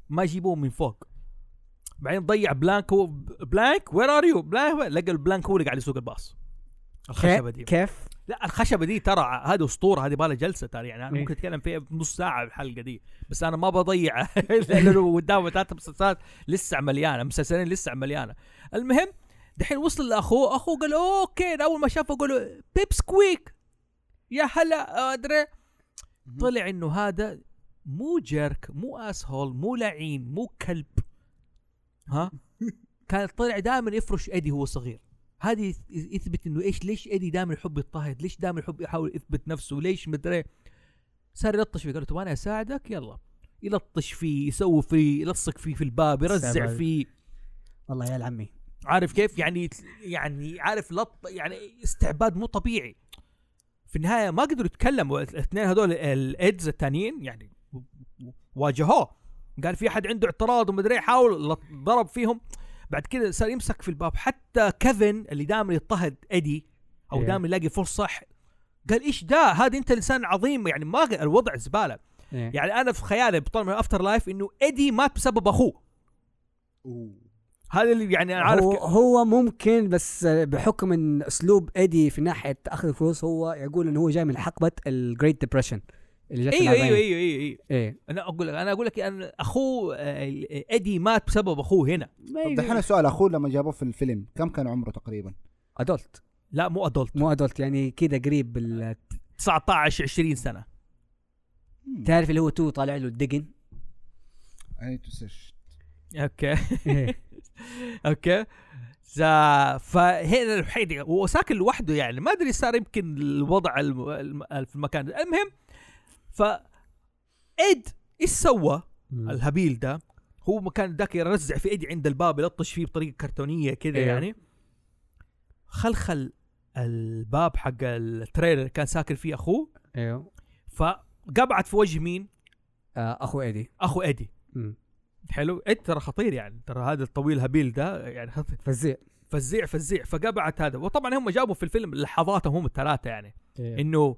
B: ما يجيبوه من فوق بعدين ضيع بلانك هو بلانك وير ار يو بلانك وين؟ لقى البلانك هو اللي قاعد يسوق الباص الخشبه دي
C: كيف؟
B: لا الخشبه دي ترى هذه اسطوره هذه بالها جلسه ترى يعني انا
C: إيه.
B: ممكن اتكلم فيها بنص ساعه الحلقه دي بس انا ما بضيع لانه قدامه ثلاث مسلسلات لسه مليانه مسلسلين لسه مليانه المهم دحين وصل لاخوه اخوه قال اوكي اول ما شافه قال له بيبس كويك يا هلا ادري طلع انه هذا مو جيرك مو اسهول مو لعين مو كلب ها كان طلع دائما يفرش ايدي وهو صغير هذه يث- يثبت انه ايش ليش ايدي دائما يحب يضطهد ليش دائما يحب يحاول يثبت نفسه ليش مدري صار يلطش فيه قال له "طب انا اساعدك يلا يلطش فيه يسوي فيه يلصق فيه في الباب يرزع
C: استعباد.
B: فيه
C: والله يا العمي
B: عارف كيف يعني يعني عارف لط يعني استعباد مو طبيعي في النهايه ما قدروا يتكلموا الاثنين هذول الايدز الثانيين يعني و- و- واجهوه قال في احد عنده اعتراض ومدري إيه، حاول لط- ضرب فيهم بعد كده صار يمسك في الباب حتى كيفن اللي دائما يضطهد ايدي او
C: إيه.
B: دائما يلاقي فرصه ح- قال ايش ده هذا انت انسان عظيم يعني ما الوضع زباله
C: يعني
B: يعني انا في خيالي بطلع من افتر لايف انه ايدي مات بسبب اخوه
A: أوه.
B: هذا اللي يعني أنا عارف
C: هو,
B: ك-
C: هو ممكن بس بحكم ان اسلوب ايدي في ناحيه اخذ الفلوس هو يقول انه هو جاي من حقبه الجريت ديبريشن اللي جت
B: ايوه ايوه
C: الأربعين.
B: ايوه ايوه ايوه
C: ايه
B: انا اقول لك انا اقول لك ان اخوه آه، ادي مات بسبب اخوه هنا
A: طب دحين السؤال اخوه لما جابوه في الفيلم كم كان عمره تقريبا؟
C: ادولت
B: لا مو ادولت
C: مو ادولت يعني كذا قريب بال
B: 19 20 سنه
A: مم.
C: تعرف اللي هو تو طالع له الدقن
A: I need to search.
B: اوكي
C: إيه.
B: اوكي زا فهنا الوحيد وساكن لوحده يعني ما ادري صار يمكن الوضع الم... الم... في المكان ده. المهم ف اد ايش سوى الهبيل ده هو مكان ذاك يرزع في ايدي عند الباب يلطش فيه بطريقه كرتونيه كذا
C: إيه.
B: يعني خلخل الباب حق التريلر اللي كان ساكن فيه اخوه
C: ايوه
B: فقبعت في وجه مين؟
C: آه، اخو ايدي
B: اخو ادي
C: مم.
B: حلو اد ترى خطير يعني ترى هذا الطويل هبيل ده يعني خطير
C: فزيع
B: فزيع فزيع فقبعت هذا وطبعا هم جابوا في الفيلم لحظاتهم هم الثلاثه يعني
C: إيه.
B: انه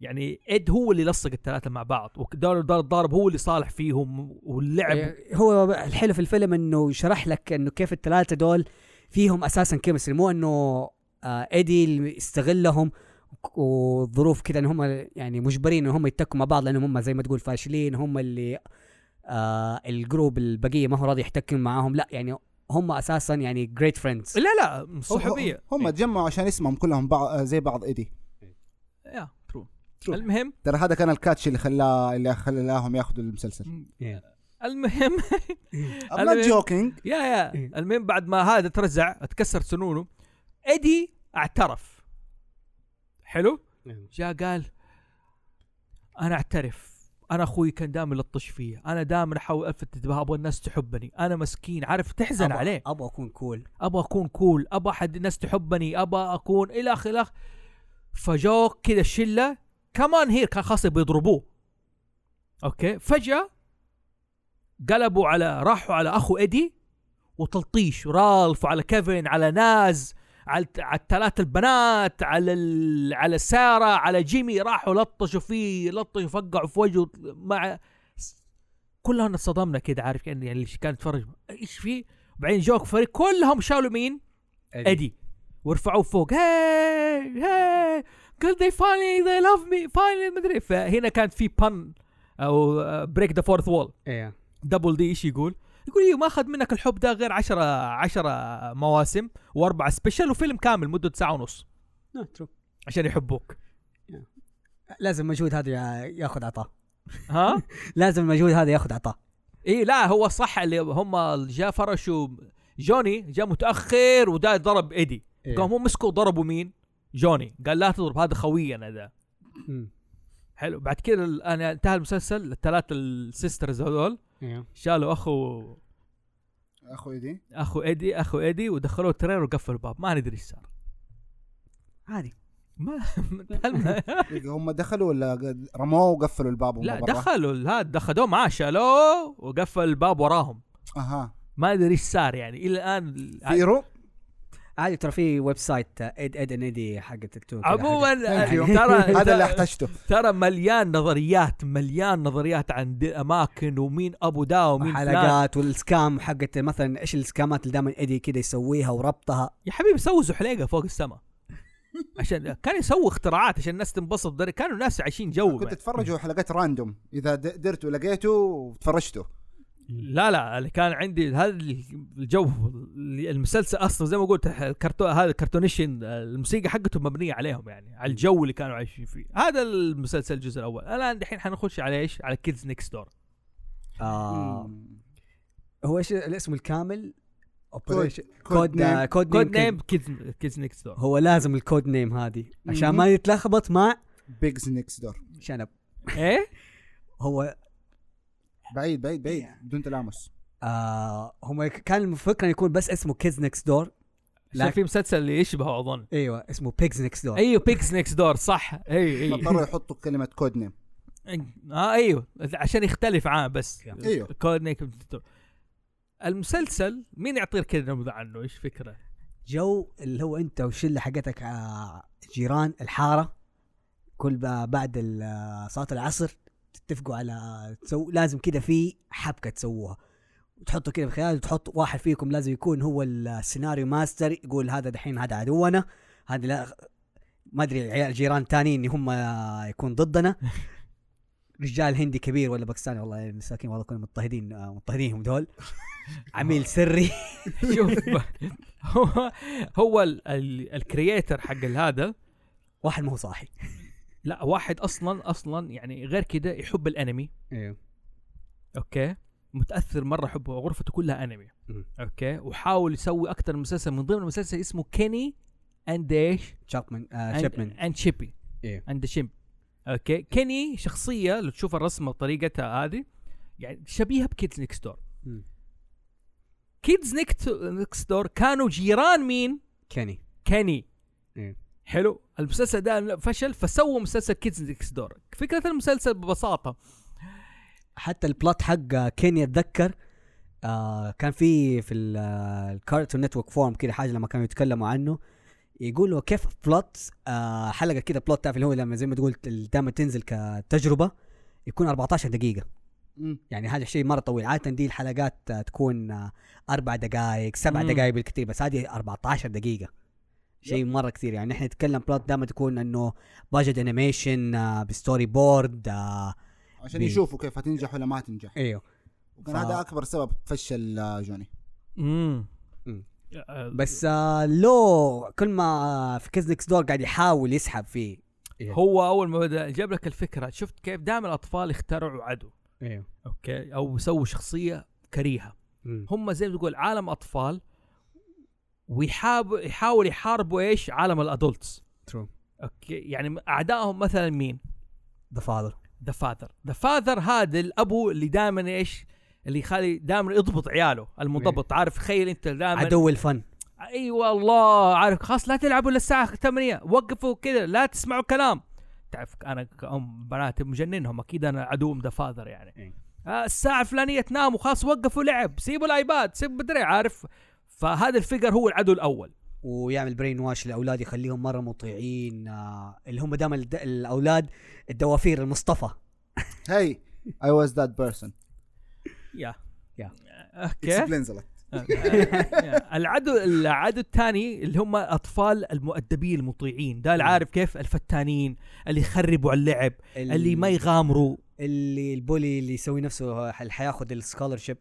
B: يعني اد هو اللي لصق الثلاثه مع بعض ودار دار الضارب هو اللي صالح فيهم واللعب
C: إيه، هو الحلو في الفيلم انه شرح لك انه كيف الثلاثه دول فيهم اساسا كيمستري مو انه آه، ايدي اللي استغلهم وظروف كذا ان هم يعني مجبرين ان هم يتكوا مع بعض لانهم هم زي ما تقول فاشلين هم اللي آه الجروب البقيه ما هو راضي يحتكم معاهم لا يعني هم اساسا يعني جريت فريندز
B: لا لا صحوبيه
A: هم هم
B: إيه.
A: تجمعوا عشان اسمهم كلهم بعض زي بعض ايدي
B: يا ترو
C: True.
B: المهم
A: ترى هذا كان الكاتش اللي خلاه اللي خلاهم ياخذوا المسلسل
B: المهم
A: I'm not
B: أنا-
A: joking
B: يا يا
C: إيه.
B: المهم بعد ما هذا ترزع اتكسر سنونه ادي اعترف حلو
C: نعم.
B: جاء قال انا اعترف انا اخوي كان دائما يلطش فيا انا دائما احاول الفت انتباه ابغى الناس تحبني انا مسكين عارف تحزن
C: أبغى-
B: عليه
C: ابغى اكون كول
B: ابغى اكون كول ابغى احد الناس تحبني ابغى اكون الى اخره الى اخره فجوك كذا الشله كمان هير كان خاصه بيضربوه اوكي فجاه قلبوا على راحوا على اخو ايدي وتلطيش رالف على كيفن على ناز على على الثلاث البنات على ال... على ساره على جيمي راحوا لطشوا فيه لطشوا فقعوا في وجهه مع كلنا انصدمنا كده عارف كان يعني اللي كان يتفرج ايش فيه بعدين جوك فريق كلهم شالوا مين؟
C: إيه.
B: ادي ورفعوه فوق هاي هاي قال they finally they love me finally مدري فهنا كانت في آه، بن او بريك ذا فورث وول
C: ايه
B: دبل دي ايش يقول؟ يقول ايوه ما اخذ منك الحب ده غير 10 10 مواسم واربعه سبيشل وفيلم كامل مدته ساعه ونص
C: No, true.
B: عشان يحبوك
C: لازم المجهود هذا يا- ياخذ عطاء
B: ها؟
C: لازم المجهود هذا ياخذ عطاء
B: اي لا هو صح اللي هم جاء فرشوا جوني جاء متاخر ودا ضرب ايدي
C: إيه.
B: قام هم مسكوا ضربوا مين؟ جوني قال لا تضرب هذا خوينا ذا
C: مم.
B: حلو بعد كذا ال- انا انتهى المسلسل الثلاث السيسترز هذول
A: إيه.
B: شالوا اخو
A: اخو ايدي
B: اخو ايدي اخو ايدي ودخلوه التريلر وقفلوا الباب ما ندري ايش صار
C: عادي
B: ما الم-
A: إيه، هم دخلوا ولا قد- رموه وقفلوا الباب وهم
B: لا
A: برا؟
B: دخلوا هذا دخلوه معاه شالوه وقفل الباب وراهم
A: اها
B: ما ادري ايش صار يعني الى الان
A: فيرو
B: آه،
C: عادي ترى في ويب سايت اد اد ان ايدي حقت التو كده،
B: عموما
A: Thank you.
B: يعني ترى
A: هذا اللي احتجته
B: ترى مليان نظريات مليان نظريات عن دي- اماكن ومين ابو دا ومين
C: حقت
B: فلان
C: حلقات والسكام حقت مثلا ايش السكامات اللي دائما ادي كده يسويها وربطها
B: يا حبيبي سووا زحليقه فوق السماء عشان كان يسووا اختراعات عشان الناس تنبسط بدري كانوا الناس عايشين جو
A: كنت اتفرجوا حلقات راندوم اذا د- درت ولقيته تفرجته
B: لا لا اللي كان عندي هذا الجو المسلسل اصلا زي ما قلت الكرتون هذا الكرتونيشن الموسيقى حقته مبنيه عليهم يعني على الجو اللي كانوا عايشين فيه هذا المسلسل الجزء الاول الان دحين حنخش على ايش على كيدز نيكست دور
C: آه
A: مم.
C: هو ايش الاسم الكامل؟ Operation-
A: كود
C: كود آه،
A: نيم.
C: كود
B: كود
C: نيم
B: نيم
C: كد-
B: كيدز كيدز نيكست دور
C: هو لازم الكود نيم هذه عشان
A: مم.
C: ما يتلخبط مع
A: بيجز نيكس دور
C: شنب
B: ايه
C: هو
A: بعيد بعيد بعيد بدون تلامس
C: آه هم كان الفكره يكون بس اسمه كيدز نكست دور
B: عشان
C: لكن-
B: في مسلسل اللي يشبهه اظن
C: ايوه اسمه بيجز نكست دور
B: ايوه بيكس نيكست دور صح ايوه ايوه
A: اضطروا يحطوا كلمه كود نيم
B: اه ايوه عشان يختلف عام بس
A: أيوه.
B: كود نيم المسلسل مين يعطيك كذا نبذه عنه ايش فكره؟
C: جو اللي هو انت والشله حقتك آه، جيران الحاره كل ب- بعد ال- آه، صلاه العصر تتفقوا على تسو لازم كده في حبكه تسووها وتحطوا كده بخيال وتحط واحد فيكم لازم يكون هو السيناريو ماستر يقول هذا دحين هذا عدونا هذا لا ما ادري عيال جيران تانيين هم آه، يكون ضدنا رجال هندي كبير ولا باكستاني والله يعني مساكين والله كنا مضطهدين آه، مضطهدينهم دول عميل سري
B: شوف هو هو ال- ال- الكرييتر حق هذا
C: واحد ما هو صاحي
B: لا واحد اصلا اصلا يعني غير كده يحب الانمي
C: ايوه
B: اوكي متاثر مره حبه غرفته كلها انمي
C: مم.
B: اوكي وحاول يسوي اكثر من مسلسل من ضمن مسلسل اسمه كيني اند ايش
C: شابمان آه شابمان
B: اند شيبي
C: إيه.
B: اند شيب اوكي كيني شخصيه لو تشوف الرسمه وطريقتها هذه يعني شبيهه بكيدز نيكست دور
C: مم.
B: كيدز نيكست دور كانوا جيران مين
C: كيني
B: كيني
C: إيه.
B: حلو المسلسل ده فشل فسووا مسلسل كيدز نيكست دور فكره المسلسل ببساطه
C: حتى البلوت حق uh, كيني اتذكر آه كان في في ال- آه، الكارتون نتورك فورم كده حاجه لما كانوا يتكلموا عنه يقولوا كيف بلوت آه حلقه كده بلوت تعرف اللي هو لما زي ما تقول دائما تنزل كتجربه يكون 14 دقيقه
A: مم.
C: يعني هذا الشيء مره طويل عاده دي الحلقات آه، تكون آه، اربع دقائق سبع
B: مم.
C: دقائق بالكثير بس هذه 14 دقيقه شيء مره كثير يعني نحن نتكلم بلوت دائما تكون انه باجت انيميشن آه بستوري بورد آه
A: عشان
C: بي.
A: يشوفوا كيف هتنجح ولا ما هتنجح
C: ايوه
A: وكان
C: ف-
A: هذا اكبر سبب فشل آه، جوني
B: امم
C: مم.
B: أه،
C: بس آه لو كل ما في كيزنكس دور قاعد يحاول يسحب فيه
B: هو اول ما بدا جاب لك الفكره شفت كيف دائما الاطفال يخترعوا عدو
C: ايوه
B: اوكي او يسووا شخصيه كريهه هم زي ما تقول عالم اطفال ويحاب يحاول يحاربوا ايش عالم الادولتس
C: ترو
B: اوكي يعني اعدائهم مثلا مين
C: ذا فاذر
B: ذا فاذر ذا فاذر هذا الابو اللي دائما ايش اللي يخلي دائما يضبط عياله المضبط عارف تخيل انت دائما
C: عدو الفن
B: ايوه الله عارف خلاص لا تلعبوا الا الساعه 8 وقفوا كذا لا تسمعوا كلام تعرف انا كأم بناتي مجننهم اكيد انا عدوهم ذا فاذر
C: إيه.
B: يعني آه الساعه الفلانيه تناموا خلاص وقفوا لعب سيبوا الايباد سيبوا مدري عارف فهذا الفيجر هو العدو الاول
C: ويعمل برين واش لاولاد يخليهم مره مطيعين آه اللي هم دائما الد- الاولاد الدوافير المصطفى
A: هاي اي واز ذات بيرسون
B: يا
C: يا.
B: اوكي
A: اكسبلينز لك
B: آه، آه، العدو العدو الثاني اللي هم اطفال المؤدبين المطيعين ده اللي عارف كيف الفتانين اللي يخربوا على اللعب
C: ال-
B: اللي ما يغامروا
C: اللي البولي اللي يسوي نفسه ح- حياخذ السكولرشيب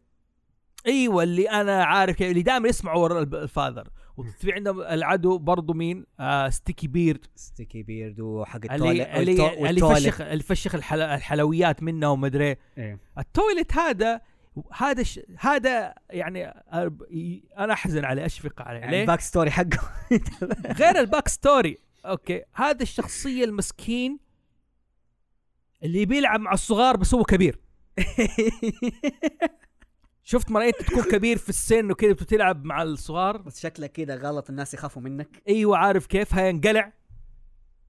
B: ايوه اللي انا عارف اللي دائما يسمعوا ورا الب- الفاذر وفي عندهم العدو برضو مين آه ستيكي بيرد
C: ستيكي بيرد وحق التواليت
B: اللي اللي اللي يفشخ اللي يفشخ الحل- الحلويات منه ومدري التويلت هذا هذا ش... هذا يعني أرب- ي- انا احزن عليه اشفق عليه ليه؟
C: الباك ستوري يعني حقه
B: غير الباك ستوري اوكي هذا الشخصيه المسكين اللي بيلعب مع الصغار بس هو كبير شفت مرأيت تكون كبير في السن وكذا بتلعب مع الصغار
C: بس شكلك كذا غلط الناس يخافوا منك
B: ايوه عارف كيف هينقلع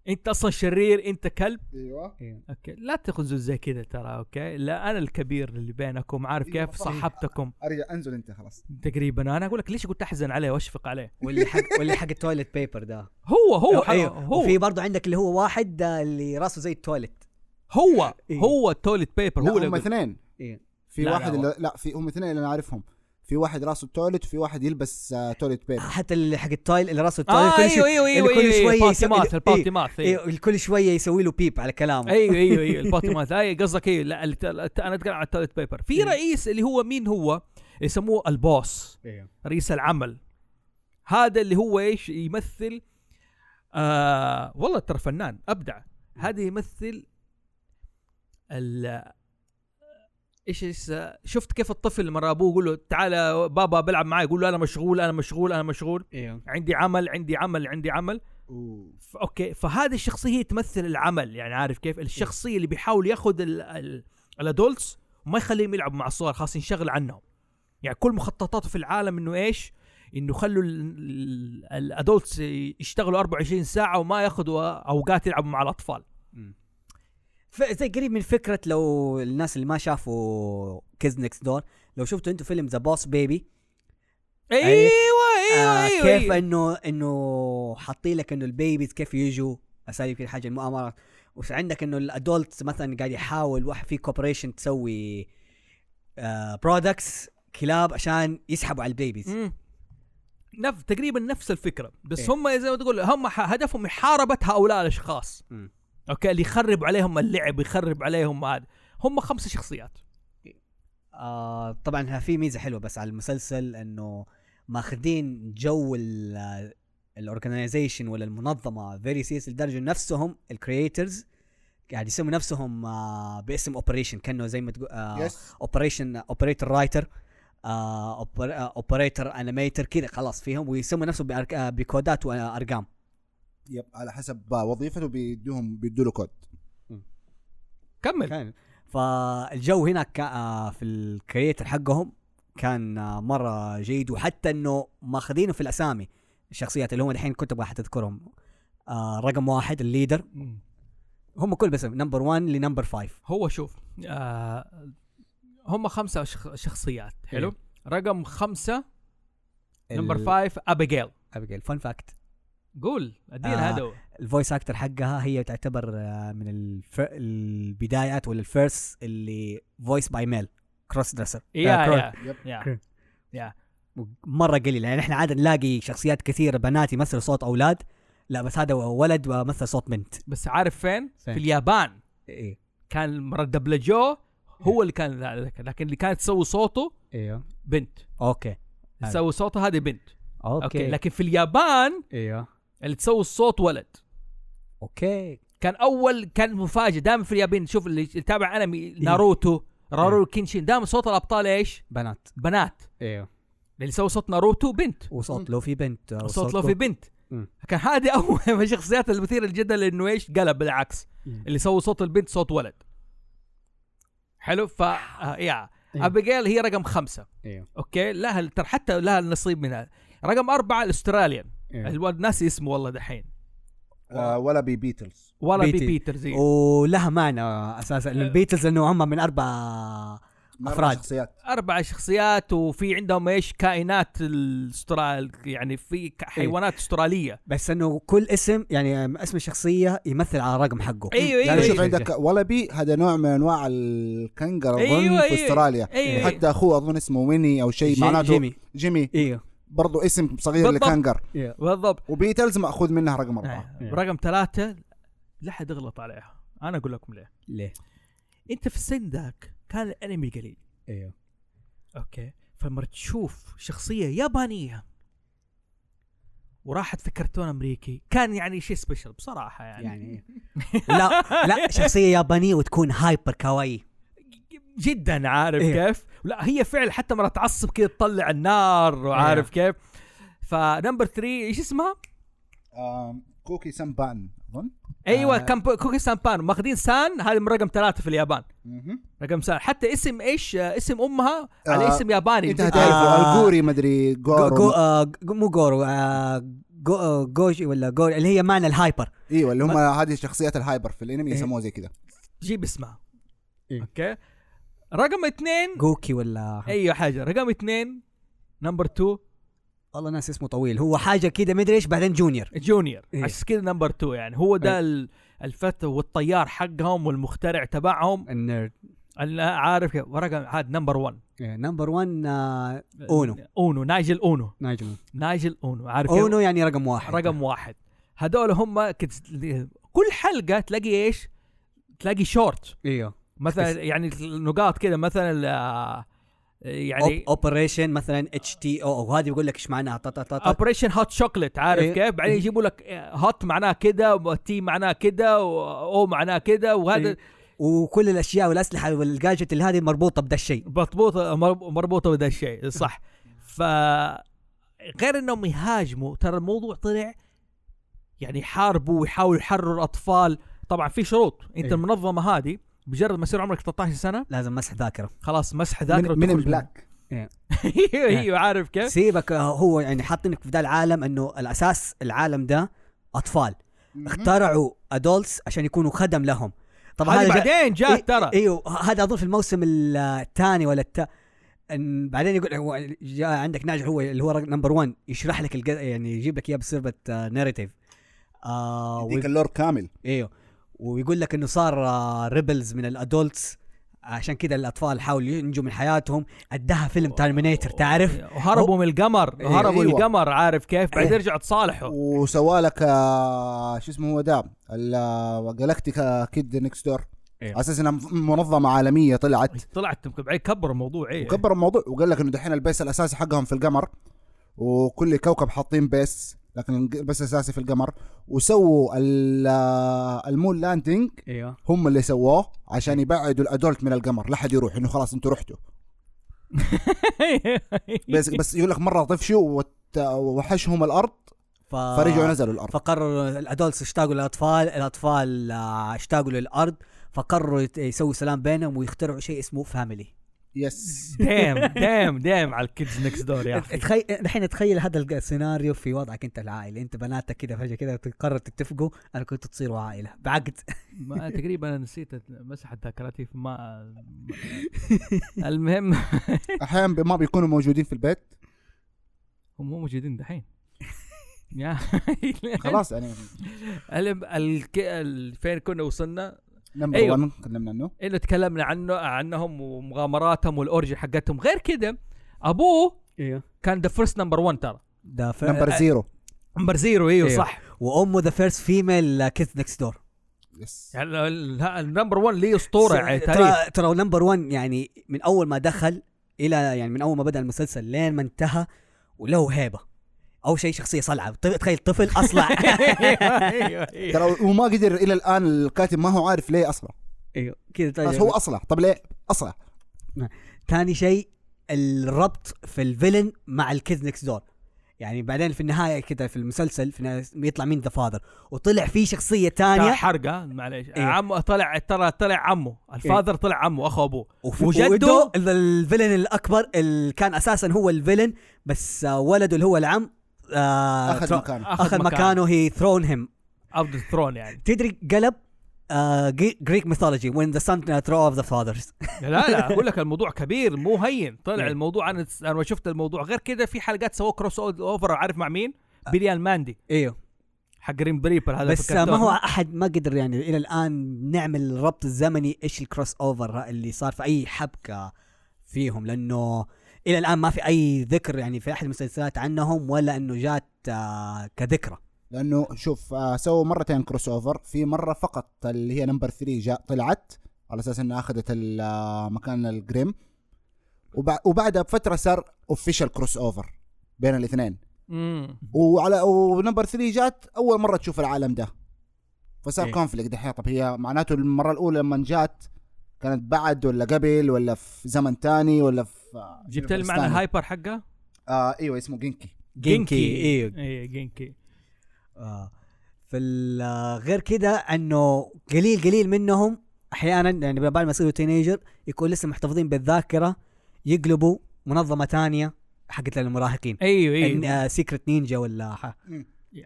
B: انت اصلا شرير انت كلب
A: ايوه
B: اوكي لا تخنزوا زي كذا ترى اوكي لا انا الكبير اللي بينكم عارف
A: أيوة،
B: كيف
A: صحيح.
B: صاحبتكم
A: ارجع انزل انت خلاص
B: تقريبا انا اقول لك ليش قلت احزن عليه واشفق عليه
C: واللي حق واللي حق التويلت بيبر ده
B: هو هو
C: أو-
B: أيوه هو
C: أيوة، وفي برضه عندك اللي هو واحد آه، اللي راسه زي التويلت
B: هو
C: إيه.
B: هو التويلت بيبر هو
A: لا هم
B: اللي قلت-
A: اثنين
C: إيه.
A: في
B: لا، لا،
A: واحد
B: هو-
A: اللي لا في هم اثنين اللي انا عارفهم في واحد راسه تواليت وفي واحد يلبس آه، تواليت بيبر
C: حتى اللي حق التويلت اللي راسه التويلت
B: اه
C: طيب، كل شوي
B: ايوه ايوه
C: اللي
B: ايوه
C: كل
B: ايوه
C: شوية
B: الباتي
C: يسوي-
B: ماث
C: إيه.
B: الباتي ماث ايوه
C: إيه، الكل شويه يسوي له بيب على كلامه
B: ايوه ايوه ايوه الباتي ماث اي قصدك ايوه لا الت- الت- انا اتكلم عن التويلت بيبر في
C: إيه.
B: رئيس اللي هو مين هو يسموه البوس
C: ايوه
B: رئيس العمل هذا اللي هو ايش يمثل آه والله ترى فنان ابدع هذا يمثل ال ايش إيش- شفت كيف الطفل لما ابوه يقول له تعال بابا بلعب معي يقول له انا مشغول انا مشغول انا مشغول
C: ايوه
B: عندي عمل عندي عمل عندي عمل ف- اوكي فهذه الشخصيه هي تمثل العمل يعني عارف كيف الشخصيه اللي بيحاول ياخذ ال- ال- الادولتس وما يخليهم يلعبوا مع الصغار خلاص ينشغل عنهم يعني كل مخططاته في العالم انه ايش انه خلوا ال- ال- الادولتس يشتغلوا 24 ساعه وما ياخذوا اوقات يلعبوا مع الاطفال
C: ف- زي قريب من فكره لو الناس اللي ما شافوا كيز نكس دور لو شفتوا انتم فيلم ذا بوس بيبي
B: ايوه
C: أي-
B: ايوه
C: آه
B: ايوه
C: كيف
B: أيوة.
C: انه انه حاطين لك انه البيبيز كيف يجوا اساليب كل حاجه المؤامرات وعندك انه الادولتس مثلا قاعد يحاول واحد في كوبريشن تسوي آه برودكتس كلاب عشان يسحبوا على البيبيز
B: مم. نف تقريبا نفس الفكره بس
C: إيه.
B: هم زي ما تقول هم ح- هدفهم محاربه هؤلاء الاشخاص
C: مم.
B: اوكي اللي يخرب عليهم اللعب يخرب عليهم هذا هم خمسة شخصيات
C: آه طبعا في ميزه حلوه بس على المسلسل انه ماخذين جو الاورجنايزيشن ولا المنظمه فيري سيس لدرجه نفسهم الكرييترز قاعد يسموا نفسهم آه باسم اوبريشن كانه زي ما تقول آه
A: يس
C: اوبريشن اوبريتور رايتر آه، اوبريتور انيميتر كذا خلاص فيهم ويسموا نفسهم بأرك- آه، بكودات وارقام
A: يب على حسب آه، وظيفته بيدوهم بيدوا له كود
B: كمل
C: كان فالجو هناك كا- آه، في الكرييتر حقهم كان آه، مره جيد وحتى انه ماخذينه في الاسامي الشخصيات اللي هم الحين كنت ابغى حتذكرهم آه رقم واحد الليدر
B: مم.
C: هم كل باسم نمبر 1 لنمبر 5
B: هو شوف آه هم خمسة شخ- شخصيات حلو
C: إيه.
B: رقم خمسة نمبر فايف أبيجيل
C: ابيجيل فان فاكت
B: قول ادينا
C: آه.
B: هذا هو.
C: الفويس اكتر حقها هي تعتبر آه، من الف... البدايات ولا الفيرس اللي فويس باي ميل كروس دريسر
B: يا يا
A: يب.
B: يا
C: كر- مره قليل يعني احنا عاده نلاقي شخصيات كثيره بنات يمثلوا صوت اولاد لا بس هذا هو ولد ومثل صوت بنت
B: بس عارف فين؟
C: فين؟
B: في اليابان إيه،
C: ايه
B: كان مرة دبلجوه هو اللي كان ذلك لكن اللي كانت تسوي صوته
C: ايوه
B: بنت
C: اوكي أيوة.
B: تسوي صوته هذه بنت
C: اوكي,
B: اوكي لكن في اليابان
C: ايوه
B: اللي تسوي الصوت ولد
C: اوكي
B: كان اول كان مفاجاه دائما في اليابان شوف اللي يتابع انمي ناروتو رارو كينشين دائما صوت الابطال ايش؟
C: بنات
B: بنات
C: ايوه
B: اللي سوى صوت ناروتو بنت
C: وصوت لوفي بنت
B: صوت لوفي بنت
C: مم.
B: كان هذه اول من الشخصيات المثيره للجدل انه ايش قلب بالعكس اللي سوى صوت البنت صوت ولد حلو ف آه، يا
C: إيه.
B: ابيجيل هي رقم خمسة
C: ايوه
B: اوكي لها ترى حتى لها النصيب منها رقم أربعة الاستراليان
C: إيه.
B: الولد ناسي اسمه والله دحين
A: آه ولا بي بيتلز
B: ولا بي
C: بيتي.
B: بيتر زي
C: ولها معنى
B: إيه.
C: اساسا انه البيتلز انه هم من اربع
A: ما
C: أفراد.
A: أعرف شخصيات
B: أربع شخصيات وفي عندهم ايش كائنات الاسترال يعني في ك- حيوانات استرالية
C: بس انه كل اسم يعني اسم الشخصيه يمثل على الرقم حقه
B: أيوة،
C: يعني
B: أيوة،
C: شوف
A: شوف عندك ولا بي هذا نوع من انواع الكنجر اظن
B: أيوة،
A: في
B: أيوة.
A: استراليا
B: أيوة.
A: إيه. حتى اخوه اظن اسمه ويني او شيء
C: جي-
A: معناته
C: جيمي
A: جيمي
C: ايوه
A: برضه اسم صغير
B: بالضبط.
A: لكنجر
B: بالضبط
A: وبيتلز ماخوذ منها رقم اربعه
B: آه. رقم ثلاثة لا حد يغلط عليها أنا أقول لكم ليه
C: ليه
B: أنت في السن ذاك كان الأنمي قليل
C: ايوه
B: اوكي فلما تشوف شخصيه يابانيه وراحت في كرتون امريكي كان يعني شيء سبيشل بصراحه يعني, يعني.
C: يعني لا لا شخصيه يابانيه وتكون هايبر كواي
B: جدا عارف
C: إيه.
B: إيه. كيف لا هي فعل حتى مرة تعصب كذا تطلع النار وعارف إيه. كيف فنمبر 3 ايش اسمها
A: آم، كوكي سمبان اظن
B: ايوه
C: آه.
B: آه. كان كوكي سامبان ماخذين سان هذه من رقم ثلاثة في اليابان
A: مهم.
B: رقم سان حتى اسم ايش آه، اسم امها على
A: آه،
B: اسم ياباني
A: انت
B: جداً.
A: هتعرف
C: آه.
A: الجوري مدري
C: جو, جو,
A: جورو
C: آه جو- مو جورو آه جو آه جوجي ولا جوري اللي هي معنى الهايبر
A: ايوه اللي هم هذه شخصيات الهايبر في الانمي يسموها زي كذا
B: جيب اسمها
C: إيه.
B: اوكي رقم اثنين
C: جوكي ولا
B: ايوه حاجه رقم اثنين نمبر 2
C: والله ناس اسمه طويل هو حاجه كده مدري ايش بعدين جونيور
B: جونيور
C: إيه.
B: عشان كذا نمبر 2 يعني هو ده ال- الفتى والطيار حقهم والمخترع تبعهم
C: النيرد
B: أنا عارف كيف ورقم عاد نمبر 1
C: إيه، نمبر آه، 1
B: Uh,
C: اونو
B: اونو نايجل اونو
C: نايجل
B: نايجل اونو عارف كيف؟
C: اونو يعني رقم واحد
B: رقم واحد هذول هم كت... كل حلقه تلاقي ايش؟ تلاقي شورت
C: ايوه
B: مثلا يعني نقاط كذا مثلا آه، يعني
C: اوبريشن مثلا اتش تي او وهذه بيقول لك ايش معناها طا- طا- طا- طا.
B: اوبريشن هوت شوكليت عارف
C: إيه.
B: كيف؟ بعدين
C: إيه.
B: يجيبوا لك آه، هوت معناه كذا وتي معناه كذا او معناه كذا وهذا
C: إيه. وكل الاشياء والاسلحه والجاجت اللي هذه مربوطه بدا الشيء
B: مربوطه مرب- مربوطه بهذا الشيء صح ف غير انهم يهاجموا ترى الموضوع طلع يعني يحاربوا ويحاولوا يحرروا الاطفال طبعا في شروط انت
C: إيه.
B: المنظمه هذه بمجرد ما يصير عمرك 13 سنه
C: لازم مسح ذاكره
B: خلاص مسح ذاكره
A: من
B: وتخرج
A: من بلاك
B: منها. ايوه ايوه عارف كيف
C: سيبك آه، هو يعني حاطينك في ذا العالم انه الاساس العالم ده اطفال اخترعوا ادولتس عشان يكونوا خدم لهم طبعا
B: هذه
C: هذا جا-
B: بعدين
C: إيه-
B: جاء ترى
C: ايوه هذا اظن في الموسم الثاني ولا التا إن بعدين يقول هو جاء عندك ناجح هو اللي هو نمبر 1 يشرح لك الج... يعني يجيب لك اياه بصيغه ناريتيف آه
A: يديك اللور كامل
C: ايوه ويقول لك انه صار ريبلز من الادولتس عشان كذا الاطفال حاولوا ينجوا من حياتهم اداها فيلم ترمينيتر إيه، تعرف
B: وهربوا من القمر
C: إيه،
B: هربوا
A: أيوة.
B: القمر عارف كيف بعدين
C: إيه.
B: رجعوا تصالحوا
A: آه، وسوالك آه، شو اسمه هو ده جالاكتيكا كيد نيكست دور
B: إيه.
A: على اساس انها منظمه عالميه طلعت
B: طلعت بعدين كبروا الموضوع ايه
A: وكبروا الموضوع وقال لك انه دحين البيس الاساسي حقهم في القمر وكل كوكب حاطين بيس لكن البيس الاساسي في القمر وسووا ال- المون لاندنج
B: أيوه.
C: ايوه
A: هم اللي سووه عشان يبعدوا الادولت من القمر لا حد يروح انه خلاص انتوا رحتوا
B: إيه،
A: بس بس يقول لك مره طفشوا وت- وحشهم الارض
C: ف...
A: فرجعوا نزلوا الارض
C: فقرروا الادولتس اشتاقوا للاطفال الاطفال آه، اشتاقوا للارض فقرروا يت- يسووا سلام بينهم ويخترعوا شيء اسمه فاميلي
A: يس
B: دام دام دام على الكيدز نكس دور يا اخي
C: تخيل الحين تخيل هذا الج- السيناريو في وضعك انت العائله انت بناتك كذا فجاه كذا تقرر تتفقوا انا كنت تصيروا عائله بعقد
B: ما تقريبا انا نسيت أت- مسحت ذاكرتي فما المهم
A: احيانا ما بيكونوا موجودين في البيت
B: هم مو موجودين دحين يا
A: خلاص يعني
B: الم الك... ال- فين كنا وصلنا؟
A: نمبر
B: أيوة.
A: 1 تكلمنا عنه
B: انه تكلمنا عنه عنهم ومغامراتهم والاورجن حقتهم غير كده ابوه
C: ايوه
B: كان ذا فيرست نمبر 1 ترى
C: ده ف... آه.
A: نمبر زيرو
B: نمبر زيرو ايوه
C: إيوه.
B: صح
C: وامه ذا فيرست فيميل كيد نكست دور
A: يس
B: يعني ال- ها- النمبر 1 ليه اسطوره يعني تاريخ
C: ترى ترى نمبر 1 يعني من اول ما دخل الى يعني من اول ما بدا المسلسل لين ما انتهى وله هيبه اول شيء شخصيه صلعه طف- تخيل طفل اصلع
B: أيوه، أيوه.
A: ترى وما قدر الى الان الكاتب ما هو عارف ليه اصلا
C: ايوه كذا
A: بس هو اصلا طب ليه اصلا
C: ثاني شيء الربط في الفيلن مع الكيد نكست دور يعني بعدين في النهايه كده في المسلسل في النهاية يطلع مين ذا فاذر وطلع في شخصيه
B: ترى
C: تانية
B: حرقه معليش
C: إيه.
B: عمه طلع ترى طلع عمه الفاذر طلع عمه اخو ابوه
C: وفي
B: وجده-
C: وجده ال- الفيلن الاكبر اللي كان اساسا هو الفيلن بس آه، ولده اللي هو العم آه،
A: اخذ
C: ترا-
A: مكانه
C: اخذ مكانه هي ثرون هيم
B: اوف ذا ثرون يعني
C: تدري قلب آه، جريك ميثولوجي وين ذا سان ثرو اوف ذا فاذرز
B: لا لا اقول لك الموضوع كبير مو هين طلع
C: إيه.
B: الموضوع انا انا شفت الموضوع غير كده في حلقات سووا كروس اوفر عارف مع مين؟ بيلي الماندي
C: ايوه
B: حق ريم بريبر هذا
C: بس
B: في
C: آه، ما
B: الكرتون.
C: هو احد ما قدر يعني الى الان نعمل الربط الزمني ايش الكروس اوفر اللي صار في اي حبكه فيهم لانه الى الان ما في اي ذكر يعني في احد المسلسلات عنهم ولا انه جات آه، كذكرى
A: لانه شوف آه سووا مرتين كروس اوفر في مره فقط اللي هي نمبر 3 جاء طلعت على اساس انها اخذت ال- آه، مكان الجريم وبع- وبعدها بفتره صار اوفيشال كروس اوفر بين الاثنين
B: مم.
A: وعلى ونمبر 3 جات اول مره تشوف العالم ده فصار
B: إيه.
A: إيه؟ كونفليكت دحين طب هي معناته المره الاولى لما جات كانت بعد ولا قبل ولا في زمن تاني ولا في آه،
B: جبت لي
A: universe
B: معنى
A: تاني.
B: الهايبر حقه؟
A: آه ايوه اسمه جينكي
C: ايوه
B: ايه جينكي
C: آه. في ال- آه، غير كده انه قليل قليل منهم احيانا يعني بعد ما يصيروا تينيجر يكون لسه محتفظين بالذاكره يقلبوا منظمه تانية حقت المراهقين
B: ايوه ايوه
C: أيوه. سيكرت نينجا ولا ح...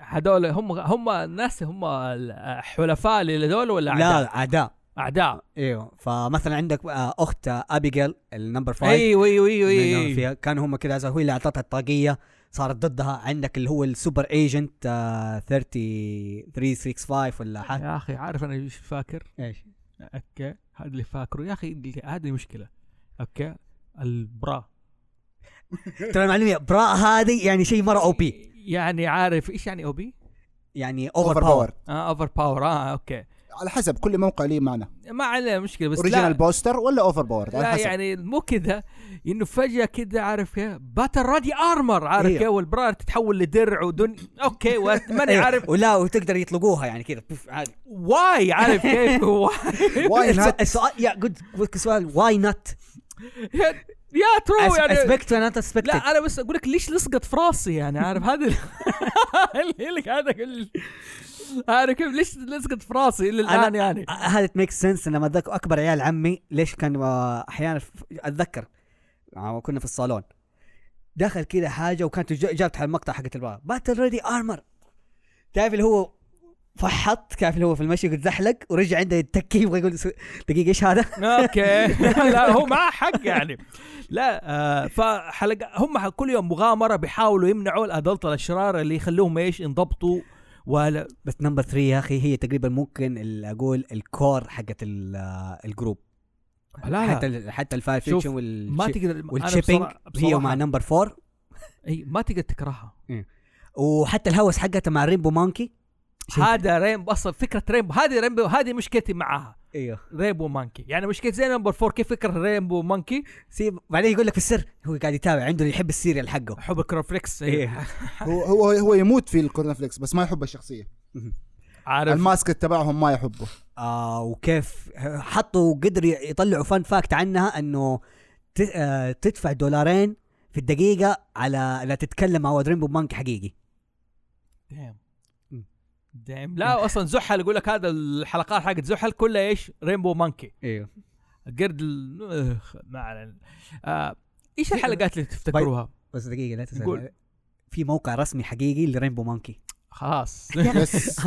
B: هذول هم هم الناس هم الحلفاء لهذول ولا اعداء؟
C: لا اعداء
B: اعداء
C: ايوه فمثلا عندك آه، اخت ابيجيل النمبر 5
B: ايوه ايوه ايوه
C: منهم
B: ايوه
C: فيها كانوا هم كذا هو اللي اعطتها الطاقيه صارت ضدها عندك اللي هو السوبر ايجنت آه 30365 ولا حاجه
B: يا اخي عارف انا ايش فاكر؟
C: ايش
B: اوكي هذا اللي فاكره يا اخي اللي- هذه مشكله اوكي البرا
C: ترى معلومه براء هذه يعني شيء مره او بي
B: يعني عارف ايش يعني او بي؟
C: يعني اوفر باور
B: اه اوفر باور اه اوكي
A: على حسب كل موقع ليه معنى
B: ما عليه مشكله بس
A: اوريجينال
B: لا,
A: بوستر ولا اوفر باور على
B: لا
A: حسب
B: يعني مو كذا انه فجاه كذا عارف كيف باتل رادي ارمر عارف
C: إيه.
B: كيف والبرار تتحول لدرع ودن اوكي وات- ماني عارف
C: ولا وتقدر يطلقوها يعني كذا بوف عادي
B: واي عارف كيف واي
A: واي
C: السؤال-
A: نات
C: السؤال يا جود سؤال واي نوت
B: يا ترو يعني
C: اسبكت نوت
B: لا
C: اسبكت
B: انا بس اقول لك ليش لصقت في راسي يعني عارف هذا اللي لك هذا كل- عارف كيف ليش لصقت في راسي الى الان يعني
C: هذا ميك سنس لما ذاك اكبر عيال عمي ليش كان آه، احيانا ف- اتذكر آه، كنا في الصالون دخل كذا حاجه وكانت جا- جابت على المقطع حقت البار باتل ريدي ارمر تعرف اللي هو فحط كيف اللي هو في المشي قلت زحلق ورجع عنده يتكي يبغى يقول س- دقيقه ايش هذا؟
B: اوكي لا هو معاه حق يعني لا آه فحلقه هم كل يوم مغامره بيحاولوا يمنعوا الادلت الاشرار اللي يخلوهم ايش ينضبطوا ولا
C: بس نمبر 3 يا اخي هي تقريبا ممكن ال- اقول الكور حقت ال- آه، الجروب
B: لا
C: حتى
B: لا
C: ال- حتى الفاير
B: شوف،
C: فيكشن وال
B: ما تقدر أنا
C: والشيبينج
B: بصراحة-
C: هي مع
B: بصراحة،
C: نمبر 4
B: إي، ما تقدر تكرهها
C: وحتى الهوس حقتها مع ريمبو مانكي شيء-
B: هذا ريمبو اصلا فكره ريمبو هذه ريمبو هذه مشكلتي معاها
C: ايوه
B: ريمبو مانكي يعني مشكله زي نمبر 4 كيف فكره ريمبو مانكي
C: سيب بعدين يقول لك في السر هو قاعد يتابع عنده اللي يحب السيريال حقه
B: حب الكرافليكس
C: إيه.
A: هو هو هو يموت في الكورن فليكس بس ما يحب الشخصيه
B: عارف
A: الماسك تبعهم ما يحبه
C: آه وكيف حطوا قدر يطلعوا فان فاكت عنها انه ت- آه، تدفع دولارين في الدقيقة على لا تتكلم مع ريمبو مانك حقيقي
B: دايم
C: مم.
B: دايم لا اصلا زحل يقول لك هذا الحلقات حقت زحل كلها ايش؟ ريمبو مانكي
C: ايوه
B: قرد ال... آخ، ما علينا آه، ايش الحلقات اللي تفتكروها؟
C: بس دقيقة لا تسأل
B: قول.
C: في موقع رسمي حقيقي لريمبو مانكي
B: خلاص
A: بس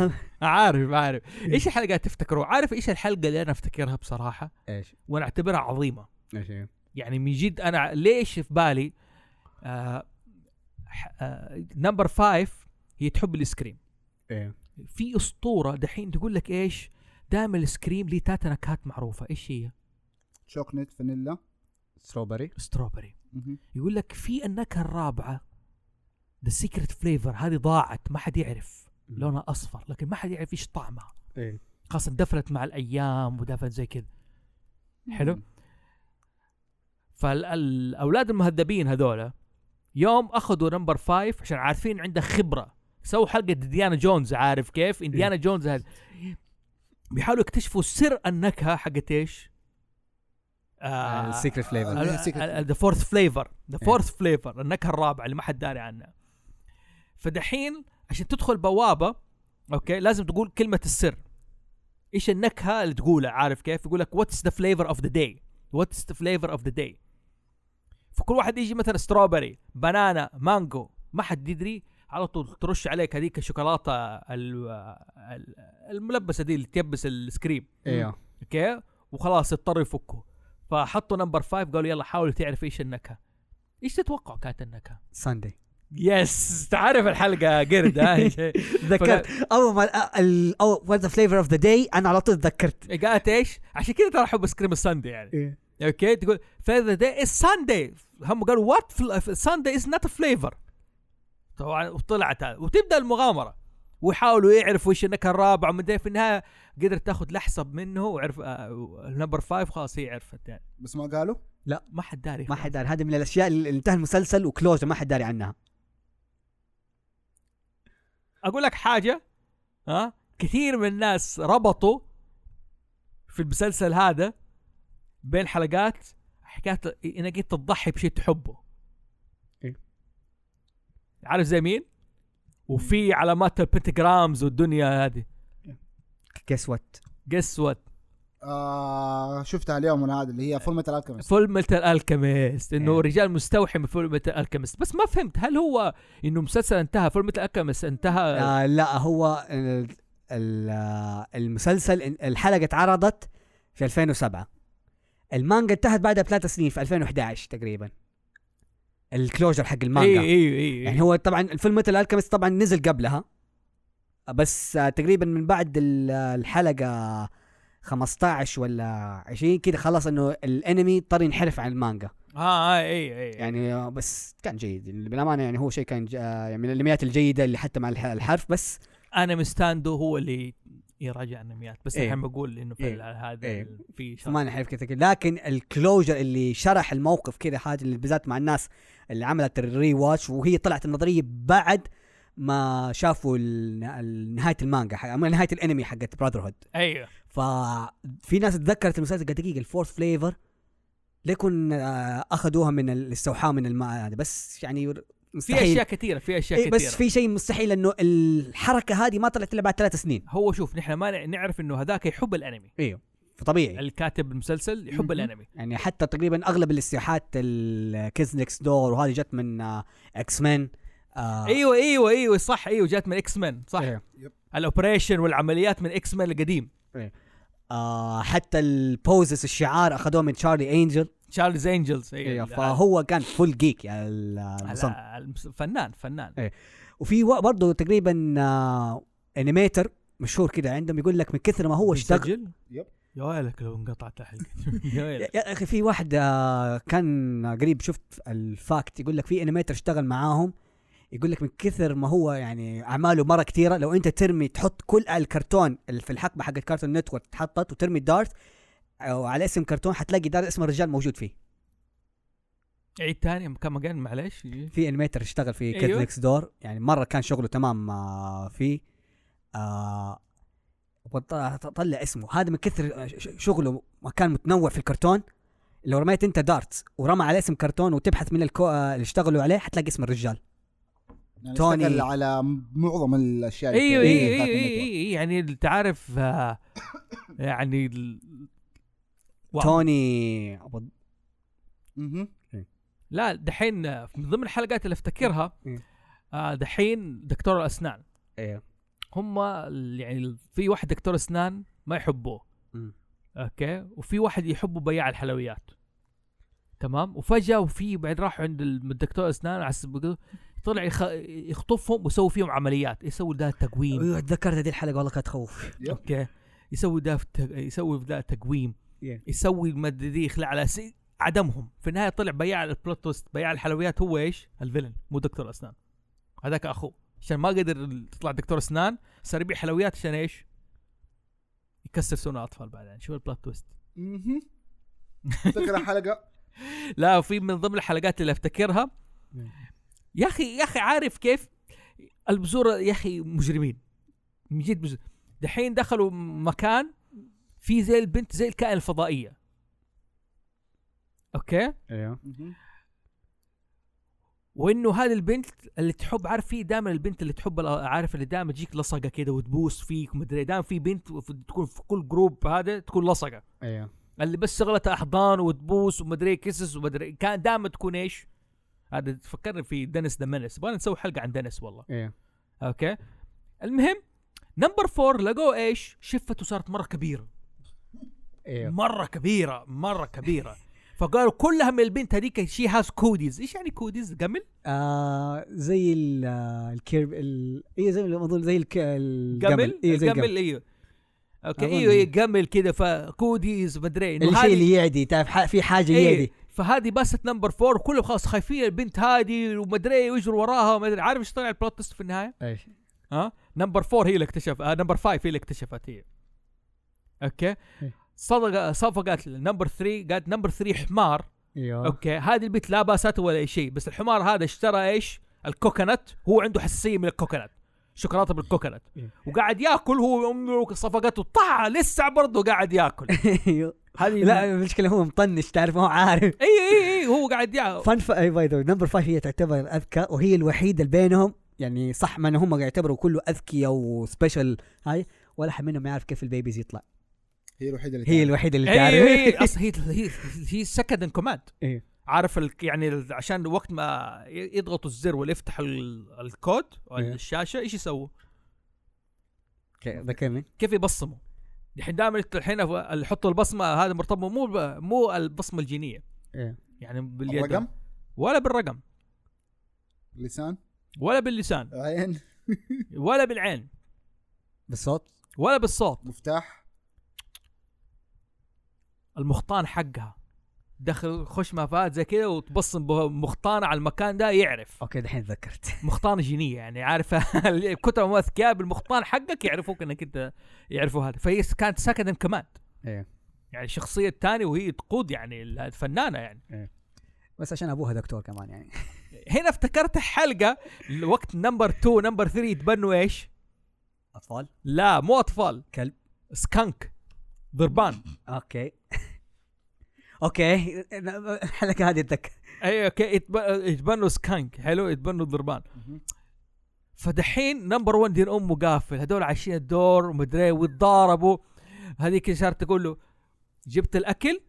B: عارف عارف ايش الحلقات تفتكروها؟ عارف ايش الحلقه اللي انا افتكرها بصراحه
C: ايش
B: وانا اعتبرها عظيمه
C: ايش
B: يعني من جد انا ليش في بالي آه ح- آه نمبر فايف هي تحب السكريم
C: ايوه
B: في اسطوره دحين تقول لك ايش دائما السكريم ليه تاتا نكهات معروفه ايش هي
A: شوكنت فانيلا
C: ستروبري
B: ستروبري
A: مهم.
B: يقول لك في النكهه الرابعه ذا سيكريت فليفر هذه ضاعت ما حد يعرف لونها اصفر لكن ما حد يعرف ايش طعمها
C: ايه
B: خاصة دفلت مع الايام ودفلت زي كذا حلو فالاولاد المهذبين هذولا يوم اخذوا نمبر فايف عشان عارفين عنده خبره سووا حلقه ديانا جونز عارف كيف انديانا جونز هذا بيحاولوا يكتشفوا سر النكهه حقت ايش آه،
C: السيكريت فليفر
A: ال- secret.
B: ذا فورث فليفر ذا فورث فليفر النكهه الرابعه اللي ما حد داري عنها فدحين عشان تدخل بوابه اوكي لازم تقول كلمه السر ايش النكهه اللي تقولها عارف كيف يقول لك واتس ذا فليفر اوف ذا داي واتس ذا فليفر اوف ذا داي فكل واحد يجي مثلا ستروبري بنانا مانجو ما حد يدري على طول ترش عليك هذيك الشوكولاته ال- ال- الملبسه دي اللي تيبس السكريم
C: ايوه
B: اوكي وخلاص اضطروا يفكوا فحطوا نمبر فايف قالوا يلا حاول تعرف ايش النكهه ايش تتوقع كانت النكهه
C: ساندي
B: يس تعرف الحلقه قرد ها
C: تذكرت اول ما اول وات ذا فليفر اوف ذا داي انا على طول تذكرت
B: قالت ايش عشان كذا ترى احب سكريم الساندي يعني
C: ايه
B: اوكي تقول فذا داي از ساندي هم قالوا وات ساندي از نوت فليفر طبعا وطلعت هذا وتبدا المغامره ويحاولوا يعرفوا ايش النكهه الرابعه ومدري في النهايه قدرت تاخذ لحسب منه وعرف النمبر فايف خلاص هي عرفت يعني
A: بس ما قالوا
B: ما حد داري
C: ما حد داري هذه من الاشياء اللي انتهى المسلسل وكلوزه ما حد داري عنها
B: اقول لك حاجه ها كثير من الناس ربطوا في المسلسل هذا بين حلقات حكايه انك انت تضحي بشيء تحبه
C: إيه.
B: عارف زي مين؟ وفي علامات البنتجرامز والدنيا هذه
C: جيس وات
B: جس وات
A: آه شفتها اليوم انا هذا اللي هي فول ميتال الكيمست
B: فول ميتال الكيميست انه
C: إيه.
B: رجال مستوحي من فول ميتال الكيميست بس ما فهمت هل هو انه مسلسل انتهى فول ميتال الكيميست انتهى
C: آه لا هو ال- ال- آه، المسلسل الحلقه اتعرضت في 2007 المانجا انتهت بعدها بثلاث سنين في 2011 تقريبا الكلوجر حق المانجا
B: ايوه ايوه ايوه
C: يعني هو طبعا الفيلم ميتال الكيمست طبعا نزل قبلها بس آه، تقريبا من بعد ال- الحلقه 15 ولا 20 كده خلاص انه الانمي اضطر ينحرف عن المانجا
B: اه ايوه ايوه
C: يعني آه، بس كان جيد يعني بالامانه يعني هو شيء كان ج- آه، يعني من الانميات الجيده اللي حتى مع الح- الحرف بس
B: انمي ستاندو هو اللي يراجع الانميات بس
C: إيه.
B: الحين بقول انه في
C: إيه.
B: ال- هذا
C: إيه.
B: ال- في شرط.
C: ما نعرف كذا كده. لكن الكلوجر اللي شرح الموقف كذا حاجه اللي بالذات مع الناس اللي عملت الري واتش وهي طلعت النظريه بعد ما شافوا ال- ال- نهايه المانجا حق- أما نهايه الانمي حقت براذر هود
B: ايوه
C: ففي ناس تذكرت المسلسل قالت دقيقه الفورث فليفر ليكن آه، اخذوها من الاستوحاء من الماء هذا بس يعني
B: في
C: مستحيل
B: اشياء كثيره في اشياء
C: إيه
B: كثيره
C: بس في شيء مستحيل انه الحركه هذه ما طلعت الا بعد ثلاث سنين
B: هو شوف نحن ما نع- نعرف انه هذاك يحب الانمي
C: ايوه فطبيعي
B: الكاتب المسلسل يحب
C: مهم.
B: الانمي
C: يعني حتى تقريبا اغلب الاستيحات الكيز نكس دور وهذه جت من آه، اكس مان
B: ايوه ايوه ايوه صح ايوه جات من اكس مان صح
C: آه. إيه.
A: يب.
B: الاوبريشن والعمليات من اكس مان القديم
C: آه حتى البوزس الشعار اخذوه من تشارلي انجل
B: تشارلز انجلز
C: إيه،
B: ايوه ال-
C: فهو كان فول جيك يعني ال-
B: ال-
C: المصمم
B: المس- فنان فنان
C: إيه. وفي و- برضه تقريبا آه انيميتر مشهور كده عندهم يقول لك من كثر ما هو اشتغل
B: مسجل؟
A: يب.
B: يا ويلك لو انقطعت الحلقه يا
C: يا
B: ويلك
C: يا اخي في واحد آه، كان قريب شفت الفاكت يقول لك في انيميتر اشتغل معاهم يقول لك من كثر ما هو يعني اعماله مره كثيره لو انت ترمي تحط كل الكرتون اللي في الحقبه حقت كارتون نتورك تحطت وترمي دارت او على اسم كرتون حتلاقي دار اسم الرجال موجود فيه
B: عيد تاني كم again معليش
C: في انيميتر اشتغل في كيد
B: أيوه.
C: نيكس دور يعني مره كان شغله تمام آه، فيه آه، وط- طلع اسمه هذا من كثر آه، ش- شغله ما كان متنوع في الكرتون لو رميت انت دارت ورمى على اسم كرتون وتبحث من الكو... آه، اللي اشتغلوا عليه حتلاقي اسم الرجال
A: يعني
C: توني.
A: اشتغل على معظم الاشياء اللي
C: أيوة،
B: ايوه
A: في
B: ايوه
C: إيه،
B: ايوه
A: كارتون
B: ايوه ايوه يعني انت عارف آه، يعني ال- واو.
C: توني أبو-
A: نتورك. مهم.
B: لا دحين آه، من ضمن الحلقات اللي افتكرها
C: إيه.
B: آه، دحين دكتور الاسنان
C: ايوه
B: هم ال- يعني ال- في واحد دكتور اسنان ما يحبوه
C: مم.
B: اوكي وفي واحد يحبه بياع الحلويات تمام وفجاه وفي بعد راحوا عند الم- الدكتور اسنان على السب- طلع يخ... يخطفهم ويسوي فيهم عمليات يسوي ده تقويم
C: ايوه تذكرت هذه الحلقه والله كانت تخوف
B: اوكي يسوي ده في الت- يسوي في ده تقويم
C: Yeah.
B: يسوي المدري يخلع على س... عدمهم في النهايه طلع بياع البلوت تويست بياع الحلويات هو ايش؟ الفيلن مو دكتور اسنان هذاك اخوه عشان ما قدر يطلع دكتور اسنان صار يبيع حلويات عشان ايش؟ يكسر سون الاطفال بعدين شوف البلوت تويست
A: مهم. تفتكر الحلقه
B: لا في من ضمن الحلقات اللي افتكرها
C: مم.
B: يا اخي يا اخي عارف كيف البزوره يا اخي مجرمين من جد مجرمين دحين دخلوا مكان في زي البنت زي الكائن الفضائيه اوكي
C: ايوه
A: مهم.
B: وانه هذه البنت اللي تحب عارف في دائما البنت اللي تحب ال- عارف اللي دائما تجيك لصقه كده وتبوس فيك ومدري دائما في بنت في- تكون في كل جروب هذا تكون لصقه
C: ايوه
B: اللي بس شغلتها احضان وتبوس ومدري إيه كيسس ومدري إيه. كان دائما تكون ايش؟ هذا تفكرني في دنس ذا منس يبغى نسوي حلقه عن دنس والله
C: ايوه
B: اوكي المهم نمبر فور لقوا ايش؟ شفته صارت مره كبيره مره كبيره مره كبيره فقالوا كلها من البنت هذيك شي هاز كوديز ايش يعني كوديز جمل
C: آه زي ال- آه، الكيرب ال... ايوه زي ما اظن زي الك... الجمل
B: جمل
C: ايوه زي الجمل
B: جمل ايوه اوكي
C: أظن
B: ايوه
C: إيه.
B: جمل كذا فكوديز مدري إيه. إنه
C: الشيء
B: هذه-
C: اللي يعدي تعرف ح- في حاجه
B: ايه
C: يعدي
B: فهذه باست نمبر فور وكلهم خلاص خايفين البنت هذه ومدري ايه ويجروا وراها ومدري عارف ايش طلع البلوت تويست في النهايه؟
C: ايش
B: ها نمبر فور هي اللي اكتشف آه نمبر فايف هي اللي اكتشفت هي اوكي
C: إيه.
B: صدق صفقت نمبر 3 قالت نمبر 3 حمار
C: ايوه
B: اوكي هذه البنت لا باسته ولا أي شيء بس الحمار هذا اشترى ايش؟ الكوكونات هو عنده حساسيه من الكوكونات شوكولاته بالكوكونات
C: إيه.
B: وقاعد ياكل هو امه صفقته طع لسه برضه قاعد ياكل
C: ايوه
B: هذه
C: لا المشكله هو مطنش تعرف ما هو عارف
B: اي اي اي إيه، هو قاعد ياكل
C: فان فا اي باي ذا نمبر 5 هي تعتبر اذكى وهي الوحيده اللي بينهم يعني صح ما ان هم يعتبروا كله اذكياء وسبيشل هاي ولا حد منهم يعرف كيف البيبيز يطلع
A: هي الوحيده اللي
C: هي
A: تعرف.
C: الوحيده اللي
B: اي اي
C: تعرف
B: اي اصلا هي هي هي سكند ان كوماند
C: إيه.
B: عارف ال... يعني ال- عشان وقت ما ي- يضغطوا الزر ولا يفتحوا ال... الكود على
C: إيه.
B: الشاشه ايش يسووا؟
C: أوكي، ذكرني
B: كيف يبصموا؟ الحين دائما الحين أف- اللي يحطوا البصمه هذا مرتبط مو ب... مو البصمه الجينيه
C: إيه.
B: يعني باليد
A: الرقم
B: ولا بالرقم
A: لسان
B: ولا باللسان
A: عين
B: ولا بالعين
C: بالصوت
B: ولا بالصوت
A: مفتاح
B: المخطان حقها دخل خش ما فات زي كذا وتبصم بمخطانه على المكان ده يعرف
C: اوكي دحين تذكرت
B: مخطانه جينيه يعني عارفه اللي- كتر ما اذكياء بالمخطان حقك يعرفوك انك انت يعرفوا هذا فهي س- كانت سكن كمان
C: إيه.
B: يعني الشخصيه الثانيه وهي تقود يعني ال- الفنانه يعني
C: بس عشان ابوها دكتور كمان يعني
B: هنا افتكرت حلقه وقت نمبر 2 نمبر 3 يتبنوا ايش؟
C: اطفال
B: لا مو اطفال
C: كلب
B: سكانك ضربان
C: اوكي اوكي الحلقه هذه اتذكر
B: اي اوكي يتب- يتبنوا سكانك حلو يتبنوا ضربان
A: مهم.
B: فدحين نمبر 1 دين امه قافل هذول عايشين الدور ومدري إيه ويتضاربوا هذيك صارت تقول له جبت الاكل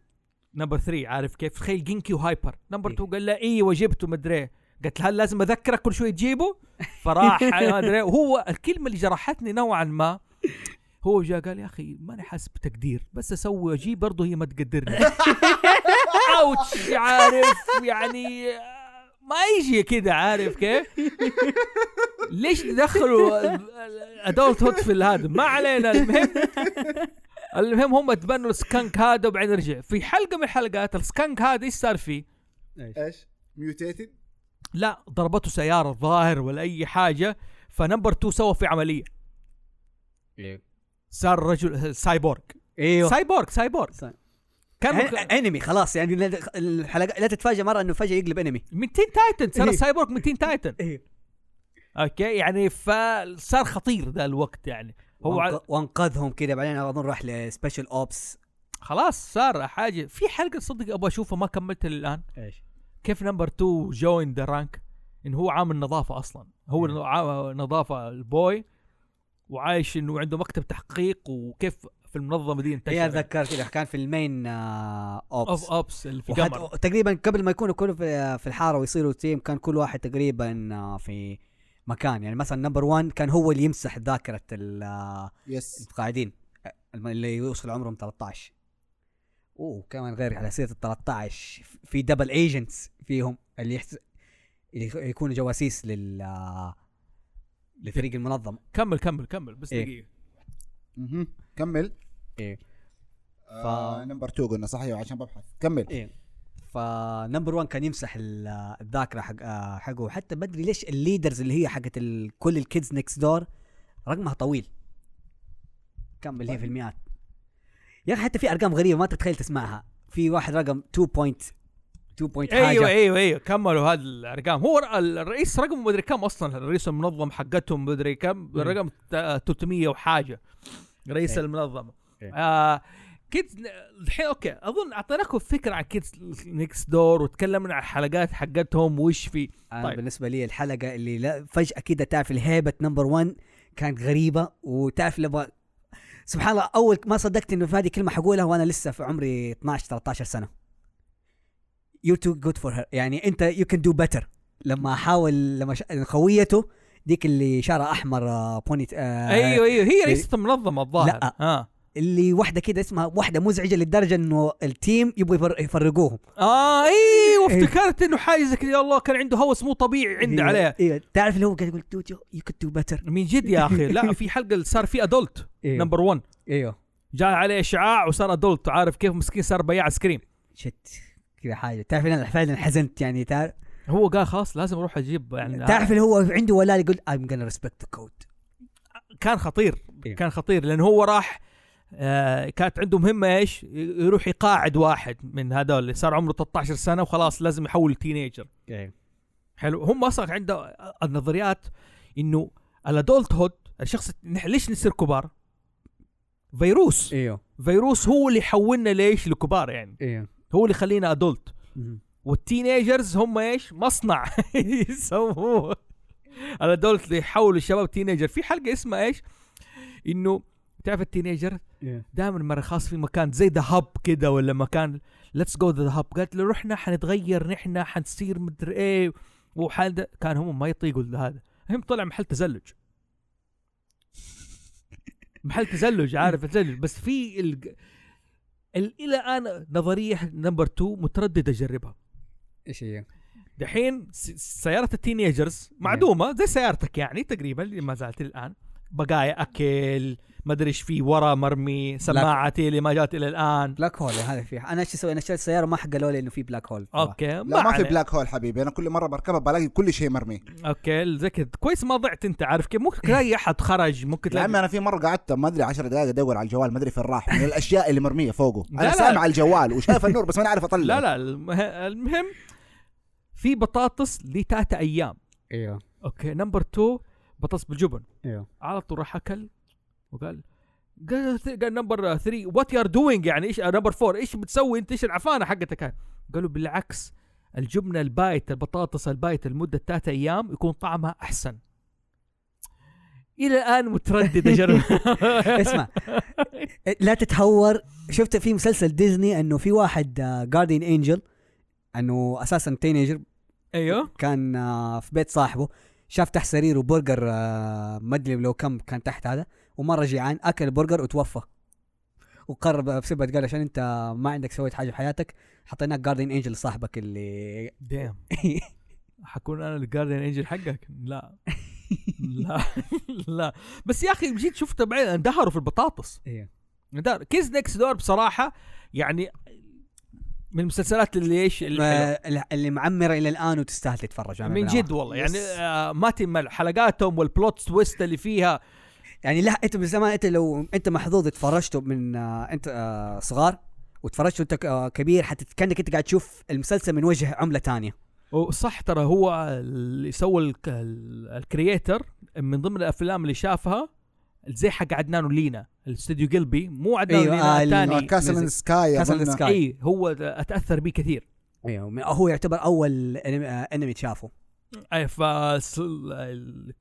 B: نمبر 3 عارف كيف تخيل جينكي وهايبر نمبر
C: إيه.
B: 2 قال لها ايوه جبته مدري إيه. قالت له هل لازم اذكرك كل شوي تجيبه فراح ما ادري إيه. وهو الكلمه اللي جرحتني نوعا ما هو جاء قال يا اخي ماني حاسس بتقدير بس اسوي اجيب برضه هي ما تقدرني اوتش عارف يعني ما يجي كده عارف كيف ليش تدخلوا ادولت هوت في هذا ما علينا المهم المهم هم تبنوا السكنك هذا وبعدين رجع في حلقه من الحلقات السكنك هذا ايش صار فيه؟
A: ايش ميوتيتد
B: لا ضربته سياره ظاهر ولا اي حاجه فنمبر 2 سوى في عمليه صار رجل سايبورغ
C: ايوه
B: سايبورغ سايبورغ
C: ساي-
B: كان
C: يعني انمي خلاص يعني لا- الحلقه لا تتفاجئ مره انه فجاه يقلب انمي
B: 200 تايتن صار
C: إيه.
B: سايبورغ 200 تايتن
C: ايوه
B: اوكي يعني فصار خطير ذا الوقت يعني هو ع-
C: وانقذهم كذا بعدين اظن راح لسبيشال اوبس
B: خلاص صار حاجه في حلقه صدق ابغى اشوفها ما كملتها للان
C: ايش
B: كيف نمبر 2 جوين ذا رانك ان هو عامل نظافه اصلا هو
C: إيه.
B: عا- نظافه البوي وعايش انه عنده مكتب تحقيق وكيف في المنظمه دي انتشر
C: اي اتذكر إيه، كذا كان في المين آه، اوبس
B: اوف اوبس اللي في
C: وحد-
B: قمر
C: تقريبا قبل ما يكونوا كلهم في في الحاره ويصيروا تيم كان كل واحد تقريبا آه، في مكان يعني مثلا نمبر 1 كان هو اللي يمسح ذاكره ال- آه،
A: يس
C: القاعدين آه، الم- اللي يوصل عمرهم 13 اوه كمان غير على سيره ال 13 في دبل ايجنتس فيهم اللي يحس... اللي يخ- يكونوا جواسيس لل آه، لفريق المنظم
B: كمل كمل كمل بس
C: إيه.
B: دقيقه
A: مهم. كمل
C: ايه
A: آه نمبر 2 قلنا صحيح عشان ببحث كمل
C: ايه فنمبر 1 كان يمسح ال- الذاكره حق آه، حقه حتى ما ادري ليش الليدرز اللي هي حقت ال- كل الكيدز نكست دور رقمها طويل كم اللي هي في المئات يا اخي حتى في ارقام غريبه ما تتخيل تسمعها في واحد رقم 2 بوينت 2 بوينت حاجه
B: ايوه ايوه ايوه كملوا هذه الارقام هو ر- الرئيس رقم مدري كم اصلا الرئيس المنظم حقتهم مدري كم
C: مم.
B: رقم تا- 300 وحاجه رئيس
C: إيه.
B: المنظمه
C: إيه.
B: آه كيدز الحين اوكي اظن اعطيناكم فكره عن كيدز نيكس دور وتكلمنا عن الحلقات حقتهم وش في
C: انا
B: طيب.
C: طيب. بالنسبه لي الحلقه اللي لا فجاه كده تعرف الهيبه نمبر 1 كانت غريبه وتعرف لما سبحان الله اول ما صدقت انه في هذه كلمه حقولها وانا لسه في عمري 12 13 سنه يو تو جود فور هير يعني انت يو كان دو بيتر لما احاول لما ش... خويته ديك اللي شعرها احمر آه، بوني آه
B: ايوه ايوه هي رئيسه المنظمه الظاهر
C: لا.
B: اه
C: اللي واحده كده اسمها واحده مزعجه لدرجه انه التيم يبغوا يفر- يفرقوهم
B: اه ايوه
C: إيه.
B: افتكرت انه حاجه زي كذا يا الله كان عنده هوس مو طبيعي عنده
C: أيوة،
B: عليه
C: ايوه تعرف اللي هو قاعد يقول دود يو كود دو بيتر
B: من جد يا اخي لا في حلقه صار في ادولت نمبر 1
C: ايوه
B: جاء عليه اشعاع وصار ادولت عارف كيف مسكين صار بياع ايس كريم
C: شت كذا حاجه تعرف إن انا فعلا حزنت يعني تعرف
B: هو قال خلاص لازم اروح اجيب يعني
C: تعرف اللي هو عنده ولاء يقول I'm gonna respect the code
B: كان خطير
C: إيه.
B: كان خطير لان هو راح آه كانت عنده مهمه ايش؟ يروح يقاعد واحد من هذول اللي صار عمره 13 سنه وخلاص لازم يحول تينيجر حلو هم اصلا عنده النظريات انه الادولت هود الشخص نح- ليش نصير كبار؟ فيروس
C: ايوه
B: فيروس هو اللي يحولنا ليش لكبار يعني
C: ايوه
B: هو اللي يخلينا ادولت والتينيجرز هم ايش؟ مصنع يسووه الادولت اللي يحولوا الشباب تينيجر في حلقه اسمها ايش؟ انه تعرف التينيجر دائما مره خاص في مكان زي ذا هاب كده ولا مكان ليتس جو ذا هاب قالت له رحنا حنتغير نحن حنصير مدري ايه وحد كان هم ما يطيقوا هذا هم طلع محل تزلج محل تزلج عارف تزلج بس في ال... ال... الى الان نظريه نمبر 2 متردد اجربها
C: ايش هي؟
B: دحين س- سيارة التينيجرز معدومة زي سيارتك يعني تقريبا اللي ما زالت الآن بقايا أكل ما أدري إيش في ورا مرمي سماعتي اللي ما جات إلى الآن
C: بلاك هول يعني هذا في انا ايش اسوي؟ انا اشتريت سياره ما حقلوا لي انه في بلاك هول
B: أوكي ما,
A: لا ما في
B: عليه.
A: بلاك هول حبيبي انا كل مره بركبها بلاقي كل شيء مرمي
B: أوكي زي كذا كويس ما ضعت أنت عارف كيف ممكن تلاقي أحد خرج ممكن
A: يا
B: تلاقي
A: عمي انا في مره قعدت ما ادري 10 دقائق ادور على الجوال ما ادري فين راح من الاشياء اللي مرميه فوقه
B: لا، لا.
A: انا سامع الجوال وشايف النور بس ماني عارف اطلع
B: لا لا المه- المهم في بطاطس لتلاتة أيام
C: ايوه
B: أوكي نمبر 2 بطاطس بالجبن
C: ايوه
B: على طول راح اكل وقال قال قال نمبر 3 وات يو ار دوينج يعني ايش نمبر 4 ايش بتسوي انت ايش العفانه حقتك هاي قالوا بالعكس الجبنه البايت البطاطس البايت لمده ثلاثة ايام يكون طعمها احسن الى الان متردد اجرب
C: اسمع لا تتهور شفت في مسلسل ديزني انه في واحد آه، جاردين انجل انه اساسا تينيجر
B: ايوه
C: كان آه، في بيت صاحبه شاف تحت سريره برجر آه، ما ادري لو كم كان تحت هذا ومره جيعان اكل برجر وتوفى وقرب بسبب قال عشان انت ما عندك سويت حاجه في حياتك حطيناك جاردين انجل صاحبك اللي
B: دام حكون انا الجاردن انجل حقك لا لا لا بس يا اخي جيت شفته بعدين
C: إيه.
B: اندهروا في البطاطس
C: ايه
B: دار كيز نكس دور بصراحه يعني من المسلسلات اللي ايش الحلوة.
C: ما- اللي معمره الى الان وتستاهل تتفرج
B: من جد والله يعني آه، ما تمل حلقاتهم والبلوت تويست اللي فيها
C: يعني لا انت من زمان انت لو انت محظوظ اتفرجته من آه، انت آه، صغار وتفرجته انت ك- آه، كبير حتى كانك انت قاعد تشوف المسلسل من وجه عمله تانية
B: وصح ترى هو اللي سوى الك- ال- الكرييتر من ضمن الافلام اللي شافها زي حق عدنان ولينا الاستوديو قلبي مو عدنان
C: أيوة،
B: ولينا
C: آه،
B: الثاني
C: ال-
A: كاسل ان
C: نزل.
A: سكاي
C: Castle in
A: أظن.
C: Sky.
B: اي هو اتاثر به كثير
C: ايوه من- هو يعتبر اول انمي, آه، انمي تشافه
B: اي إيه، ف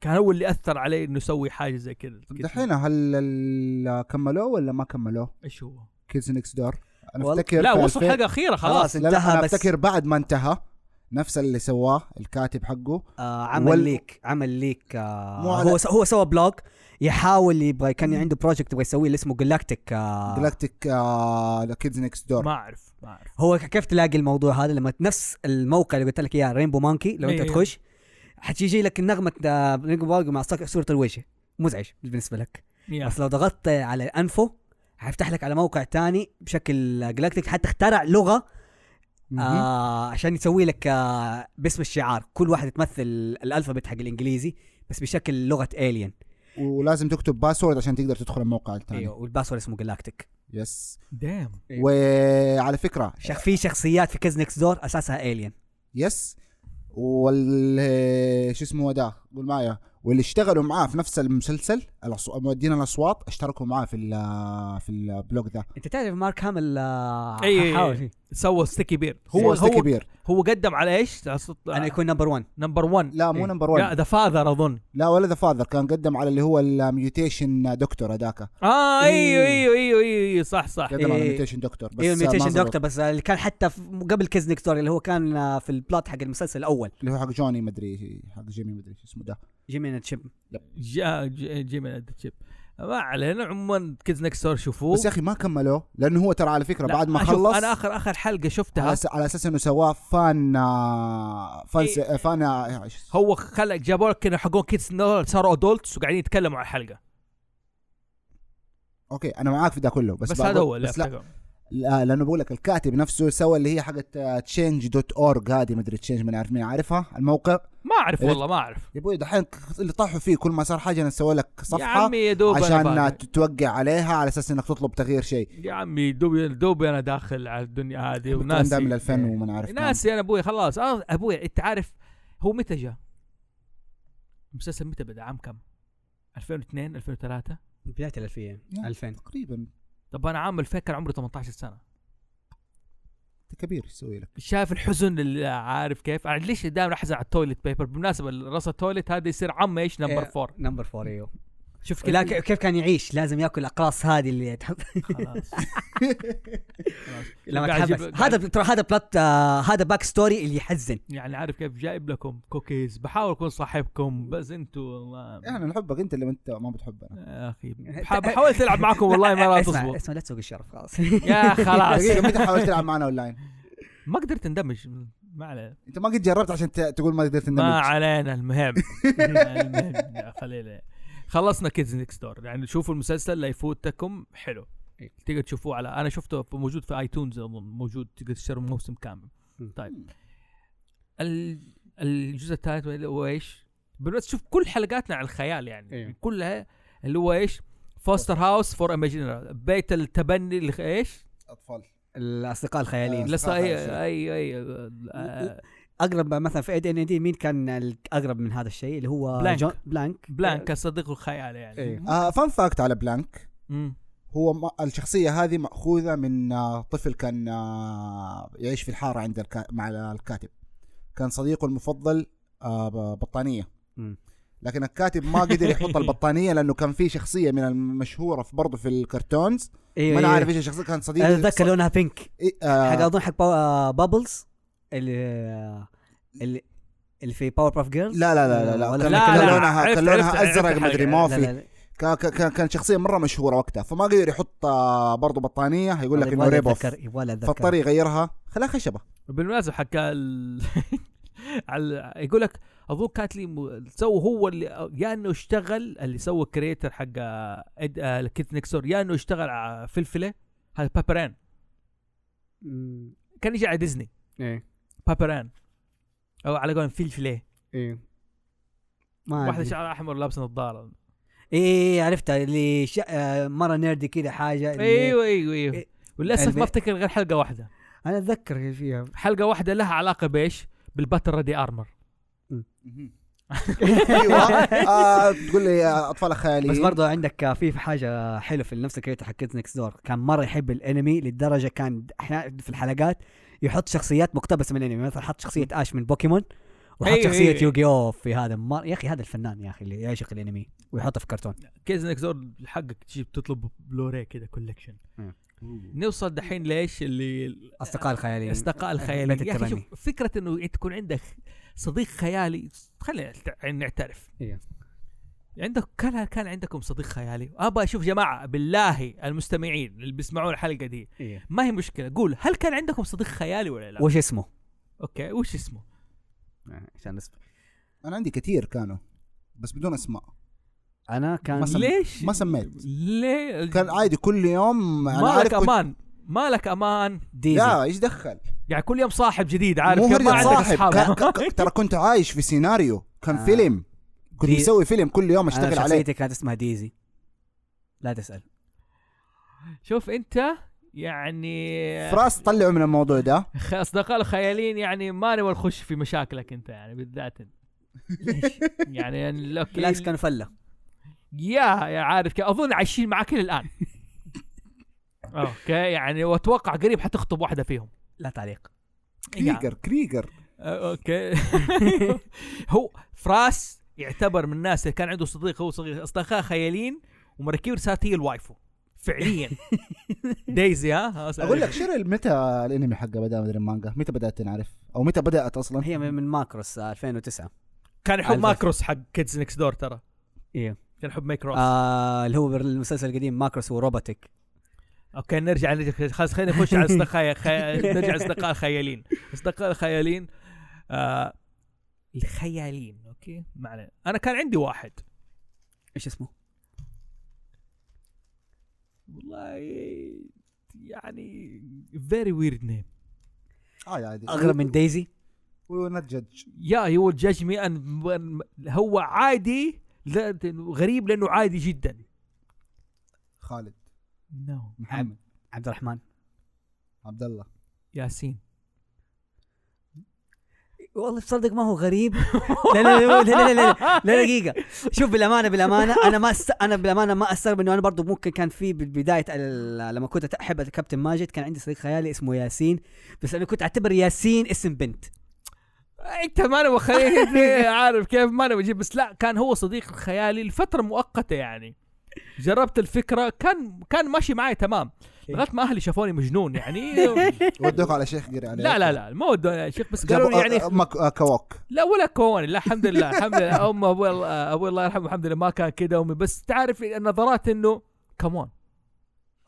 B: كان هو اللي اثر عليه انه يسوي حاجه زي كذا
A: طب دحين هل ال- كملوه ولا ما كملوه؟
B: ايش هو؟
A: كيدز نكس دور انا
C: والله-
A: افتكر
B: لا
A: في
B: وصل
A: 2000
B: حلقه اخيره خلاص
A: لا لا
C: انتهى
A: انا
C: بس
A: افتكر بعد ما انتهى نفس اللي سواه الكاتب حقه
C: آه عمل
A: وال-
C: ليك عمل ليك آه
A: مو
C: هو
A: على-
C: س- هو سوى بلوج يحاول يبغى كان عنده بروجكت يبغى يسويه اللي اسمه جلاكتيك آه
A: جلاكتيك كيدز نكس دور
B: ما اعرف ما اعرف
C: هو كيف تلاقي الموضوع هذا لما نفس الموقع اللي قلت لك اياه رينبو مانكي لو انت
B: إيه.
C: تخش حتيجي لك نغمه آه، رينبو مانكي مع صك- صوره الوجه مزعج بالنسبه لك
B: يا.
C: بس لو ضغطت على انفه حيفتح لك على موقع تاني بشكل جلاكتيك حتى اخترع لغه
A: مهم.
C: آه عشان يسوي لك آه باسم الشعار كل واحد يتمثل الالفابت حق الانجليزي بس بشكل لغه الين
A: ولازم تكتب باسورد عشان تقدر تدخل الموقع الثاني
B: أيوه.
C: ايوه والباسورد اسمه جلاكتيك
A: آه. يس
B: دام
C: أيوه.
A: وعلى فكره
C: شخ في شخصيات في كيز نكس دور اساسها الين
A: يس وال شو اسمه ده قول معايا واللي اشتغلوا معاه في نفس المسلسل الأصو- مودين الاصوات اشتركوا معاه في ال- في البلوج ده
C: انت تعرف مارك هامل آه
B: أي- أي-
C: حاول
B: أي.
C: فيه
B: سوى ستيكي بيرد
A: هو
B: هو
A: هو
B: هو
A: كبير
B: هو قدم على آه، ايش؟
C: انا يكون نمبر 1
B: نمبر 1
A: لا مو
C: إيه.
A: نمبر 1
B: لا ذا فاذر اظن
A: لا ولا ذا فاذر كان قدم على اللي هو الميوتيشن دكتور هذاك
B: اه
C: إيه.
B: ايوه ايوه ايوه ايوه صح صح
A: قدم على
C: إيه.
A: ميوتيشن دكتور بس
C: ايوه
A: ما
C: الميوتيشن
A: ظبط.
C: دكتور بس اللي كان حتى في- قبل كيز نكس دور اللي هو كان آه، في البلوت حق المسلسل الاول
A: اللي هو حق جوني مدري حق جيمي مدري شو اسمه ده
C: جيمينا تشيب
B: جا ج- جيمي اد تشيب ما علينا عموما كيدز نكست دور شوفوه
A: بس يا اخي ما كملوه لانه هو ترى على فكره
B: لا،
A: بعد ما
B: أشوف،
A: خلص
B: انا اخر اخر حلقه شفتها
A: على, س... على اساس انه سواه فان آه، فان س...
B: إيه.
A: فان آه، إيش اسمه؟
B: هو خلق جابوا لك كذا حقون كيدز صاروا ادولتس وقاعدين يتكلموا عن الحلقه
A: اوكي انا معاك في ده كله بس
B: بس,
A: بقول-
B: هذا هو اللي
A: بس لا
B: أفتكره.
A: لا لانه بقول لك الكاتب نفسه سوى اللي هي حقت آه، تشينج دوت اورج هذه مدري تشينج من عارف مين عارفها الموقع
B: ما اعرف
A: إيه.
B: والله ما اعرف
A: يا ابوي دحين اللي طاحوا فيه كل ما صار حاجه سوى لك
B: يا
A: صفحه
B: عمي يا دوب أنا
A: عشان
B: فاهم.
A: تتوقع عليها على اساس انك تطلب تغيير شيء
B: يا عمي دوبي دوبي انا داخل على الدنيا هذه
A: الكلام ده من
B: وناسي
A: 2000 وما عارف كم.
B: ناسي انا ابوي خلاص آه ابوي انت عارف هو متى جاء؟ المسلسل متى بدا عام كم؟ 2002 2003
C: بدايه الالفيه
A: نعم.
C: 2000
A: تقريبا انت
B: طب انا عام الفكر عمري 18 سنه
A: كبير ايش يسوي لك؟
B: شايف الحزن اللي عارف كيف انا ليش دائما احزن على التويلت بيبر بالمناسبه راس التويلت هذا يصير عم ايش نمبر
C: إيه.
B: 4
C: نمبر 4
A: أيوه.
C: ايوه
B: شوف كيف
C: لا ك- كيف كان يعيش لازم ياكل الاقراص هذه اللي تحط
B: خلاص خلاص.
C: لما
B: قاعد
C: تحبس
B: يجيب-
C: هذا ترى هذا بلات آه، هذا باك ستوري اللي يحزن
B: يعني عارف كيف جايب لكم كوكيز بحاول اكون صاحبكم بس انتوا والله
A: احنا نحبك انت اللي انت ما بتحبنا
B: يا اخي بح- حاولت العب معكم والله ما راح
C: اسمع
B: تظبط
C: اسمع لا تسوق الشرف خلاص
B: يا خلاص
A: دقيقه متى حاولت تلعب معنا اونلاين؟
B: ما قدرت اندمج ما علينا
A: انت ما قد جربت عشان ت- تقول ما قدرت
B: ما
A: اندمج
B: علينا المهم المهم يا خلينا خلصنا كيدز نيكست دور يعني شوفوا المسلسل لا يفوتكم حلو
C: إيه.
B: تقدر تشوفوه على انا شفته في- موجود في ايتونز اظن موجود تقدر تشتري موسم كامل
C: مم.
B: طيب ال... الجزء الثالث وال- هو ايش؟ بالنسبه شوف كل حلقاتنا على الخيال يعني
C: إيه.
B: كلها اللي هو ايش؟ فوستر هاوس فور ايماجينر بيت التبني اللي ايش؟
A: اطفال
C: الاصدقاء الخياليين
A: آه.
B: لسه
A: أصدقاء
B: اي
A: هاوس.
B: اي اي آه،
C: اقرب مثلا في اي ان دي مين كان الاقرب من هذا الشيء اللي هو
B: بلانك.
C: جون بلانك
B: بلانك الصديق الخيال يعني
C: إيه.
A: آه فان فاكت على بلانك
B: مم.
A: هو ما الشخصيه هذه ماخوذه من آه طفل كان آه يعيش في الحاره عند الكا... مع الكاتب كان صديقه المفضل آه ب- بطانيه
C: مم.
A: لكن الكاتب ما قدر يحط البطانيه لانه كان في شخصيه من المشهوره في برضه في الكرتونز
C: إيه،
A: ما انا عارف ايش الشخصيه كان صديق
C: انا اتذكر لونها بينك
A: إيه، آه،
C: حق اظن حق بابلز اللي آه، اللي اللي في باور باف جيرلز
A: لا لا لا لا لا
C: ولا
A: كان
C: لا،
A: كان
C: لا،
A: لونها
B: عرفت-
A: كان لونها
B: عرفت- عرفت
A: ازرق
B: الحلقة.
A: مدري
C: لا
A: موفي
C: لا،
A: كان كان كان شخصيه مره مشهوره وقتها فما قدر يحط آه، برضه بطانيه يقول لك
C: يبغالي
A: انه ريب اوف
C: أتذكر- يبغالي اتذكر
A: فاضطر يغيرها خلاها خشبه
B: بالمناسبه حق ال... على يقول لك اظن كانت لي م... سو هو اللي يا انه اشتغل اللي سوى الكريتر حق آه، إد... كيت نكسور يا انه اشتغل على فلفله هذا بابرين
C: مم.
B: كان يجي على ديزني
C: ايه
B: بابران او على قولهم فلفليه
C: ايه ما
B: واحده
C: واحده
B: شعرها احمر لابسه نظاره
C: ايه عرفتها اللي ش... آه مره نيردي كذا حاجه اللي-
B: ايوه ايوه ايوه
C: إيه.
B: وللاسف
C: الب-
B: ما افتكر غير حلقه واحده
C: انا اتذكر فيها
B: حلقه واحده لها علاقه بايش؟ بالباتل دي ارمر
A: ايوه آه، تقول لي آه، اطفال خياليين
C: بس برضه عندك آه، في في حاجه حلوه في نفس الكريتر حق كيدز نكس دور كان مره يحب الانمي لدرجه كان احيانا في الحلقات يحط شخصيات مقتبسه من الانمي مثلا حط شخصيه اش من بوكيمون وحط
B: أيوه،
C: شخصيه
B: أيوه.
C: يوغي اوف في هذا مر... يا اخي هذا الفنان يا اخي اللي يعشق الانمي ويحطه في كرتون
B: كيز انك زور حقك تجيب تطلب بلوري كذا كولكشن
C: مم.
B: نوصل دحين ليش اللي
C: اصدقاء الخياليين
B: اصدقاء
A: يعني
C: بيت
B: الخيالي يا اخي
C: التبني.
B: شوف فكره انه تكون عندك صديق خيالي خلينا نعت- يعني نعترف
C: إيه.
B: عندك كان كان عندكم صديق خيالي ابغى اشوف جماعه بالله المستمعين اللي بيسمعون الحلقه دي
C: إيه.
B: ما هي مشكله قول هل كان عندكم صديق خيالي ولا لا
C: وش اسمه؟
B: اوكي وش اسمه
C: عشان نسمع
A: انا عندي كثير كانوا بس بدون اسماء
C: انا كان
A: مثلا- سم-
B: ليش
A: ما سميت.
B: ليه
A: كان عادي كل يوم انا
B: مالك
A: عارف كنت-
B: امان مالك امان
C: ديزي
A: لا ايش دخل
B: يعني كل يوم صاحب جديد عارف
A: مو
B: كيف ما
A: هرجة
B: عندك
A: صاحب
B: اصحاب
A: ك- ك- ترى كنت عايش في سيناريو كان
C: آه.
A: فيلم كنت
C: دي-
A: مسوي فيلم كل يوم
C: انا
A: اشتغل عليه
C: شخصيتي كانت اسمها ديزي لا تسال
B: شوف انت يعني
A: فراس طلعوا من الموضوع ده
B: خ- اصدقاء الخياليين يعني ما نبغى نخش في مشاكلك انت يعني بالذات انت. يعني لك
C: بالعكس كانوا فله
B: يا يا عارف كيف اظن عايشين معاك الى الان اوكي يعني واتوقع قريب حتخطب واحده فيهم
C: لا تعليق
B: يعني.
A: كريجر كريجر
B: أه، اوكي هو فراس يعتبر من الناس اللي كان عنده صديق هو صغير اصدقاء خياليين ومركبين رسالتي الوايفو فعليا دايزي ها ها،
A: اقول لك شير متى الانمي حقه بدا مدري المانجا متى بدات تنعرف او متى بدات اصلا
C: هي من من ماكروس آه، 2009
B: كان يحب
C: عارف.
B: ماكروس حق كيدز نكس دور ترى
C: ايوه
B: كان يحب ماكروس
C: آه اللي هو المسلسل القديم ماكروس وروبوتك
B: اوكي نرجع نرجع خلاص خلينا نخش على اصدقاء خي... نرجع اصدقاء الخيالين اصدقاء الخيالين آه... الخيالين اوكي معنى انا كان عندي واحد
C: ايش اسمه؟
B: والله يعني فيري ويرد نيم
A: اه عادي
C: اغرب من دايزي
A: ونت جدج
B: يا هو جاج مي ان هو عادي لا- غريب لانه عادي جدا
A: خالد
B: نو no.
A: محمد
C: عبد الرحمن
A: عبد الله
B: ياسين
C: والله تصدق ما هو غريب لا لا لا لا لا, لا, لا, لا دقيقه شوف بالامانه بالامانه انا ما است... انا بالامانه ما استغرب انه انا برضو ممكن كان في بدايه ال... لما كنت احب الكابتن ماجد كان عندي صديق خيالي اسمه ياسين بس انا كنت اعتبر ياسين اسم بنت
B: انت ما انا بخليك عارف كيف ما انا بجيب بس لا كان هو صديق خيالي لفتره مؤقته يعني جربت الفكره كان كان ماشي معي تمام لغايه ما اهلي شافوني مجنون يعني
A: ودوك على شيخ قري عليه
B: لا لا لا ما ودوني يا شيخ بس
A: جابوا-
B: قالوا لي
A: آه، آه،
B: يعني
A: مك- آه، كوك
B: لا ولا كوني لا الحمد لله الحمد لله ام ابوي الله ابوي الله يرحمه الحمد لله ما كان كذا امي بس تعرف النظرات انه كمون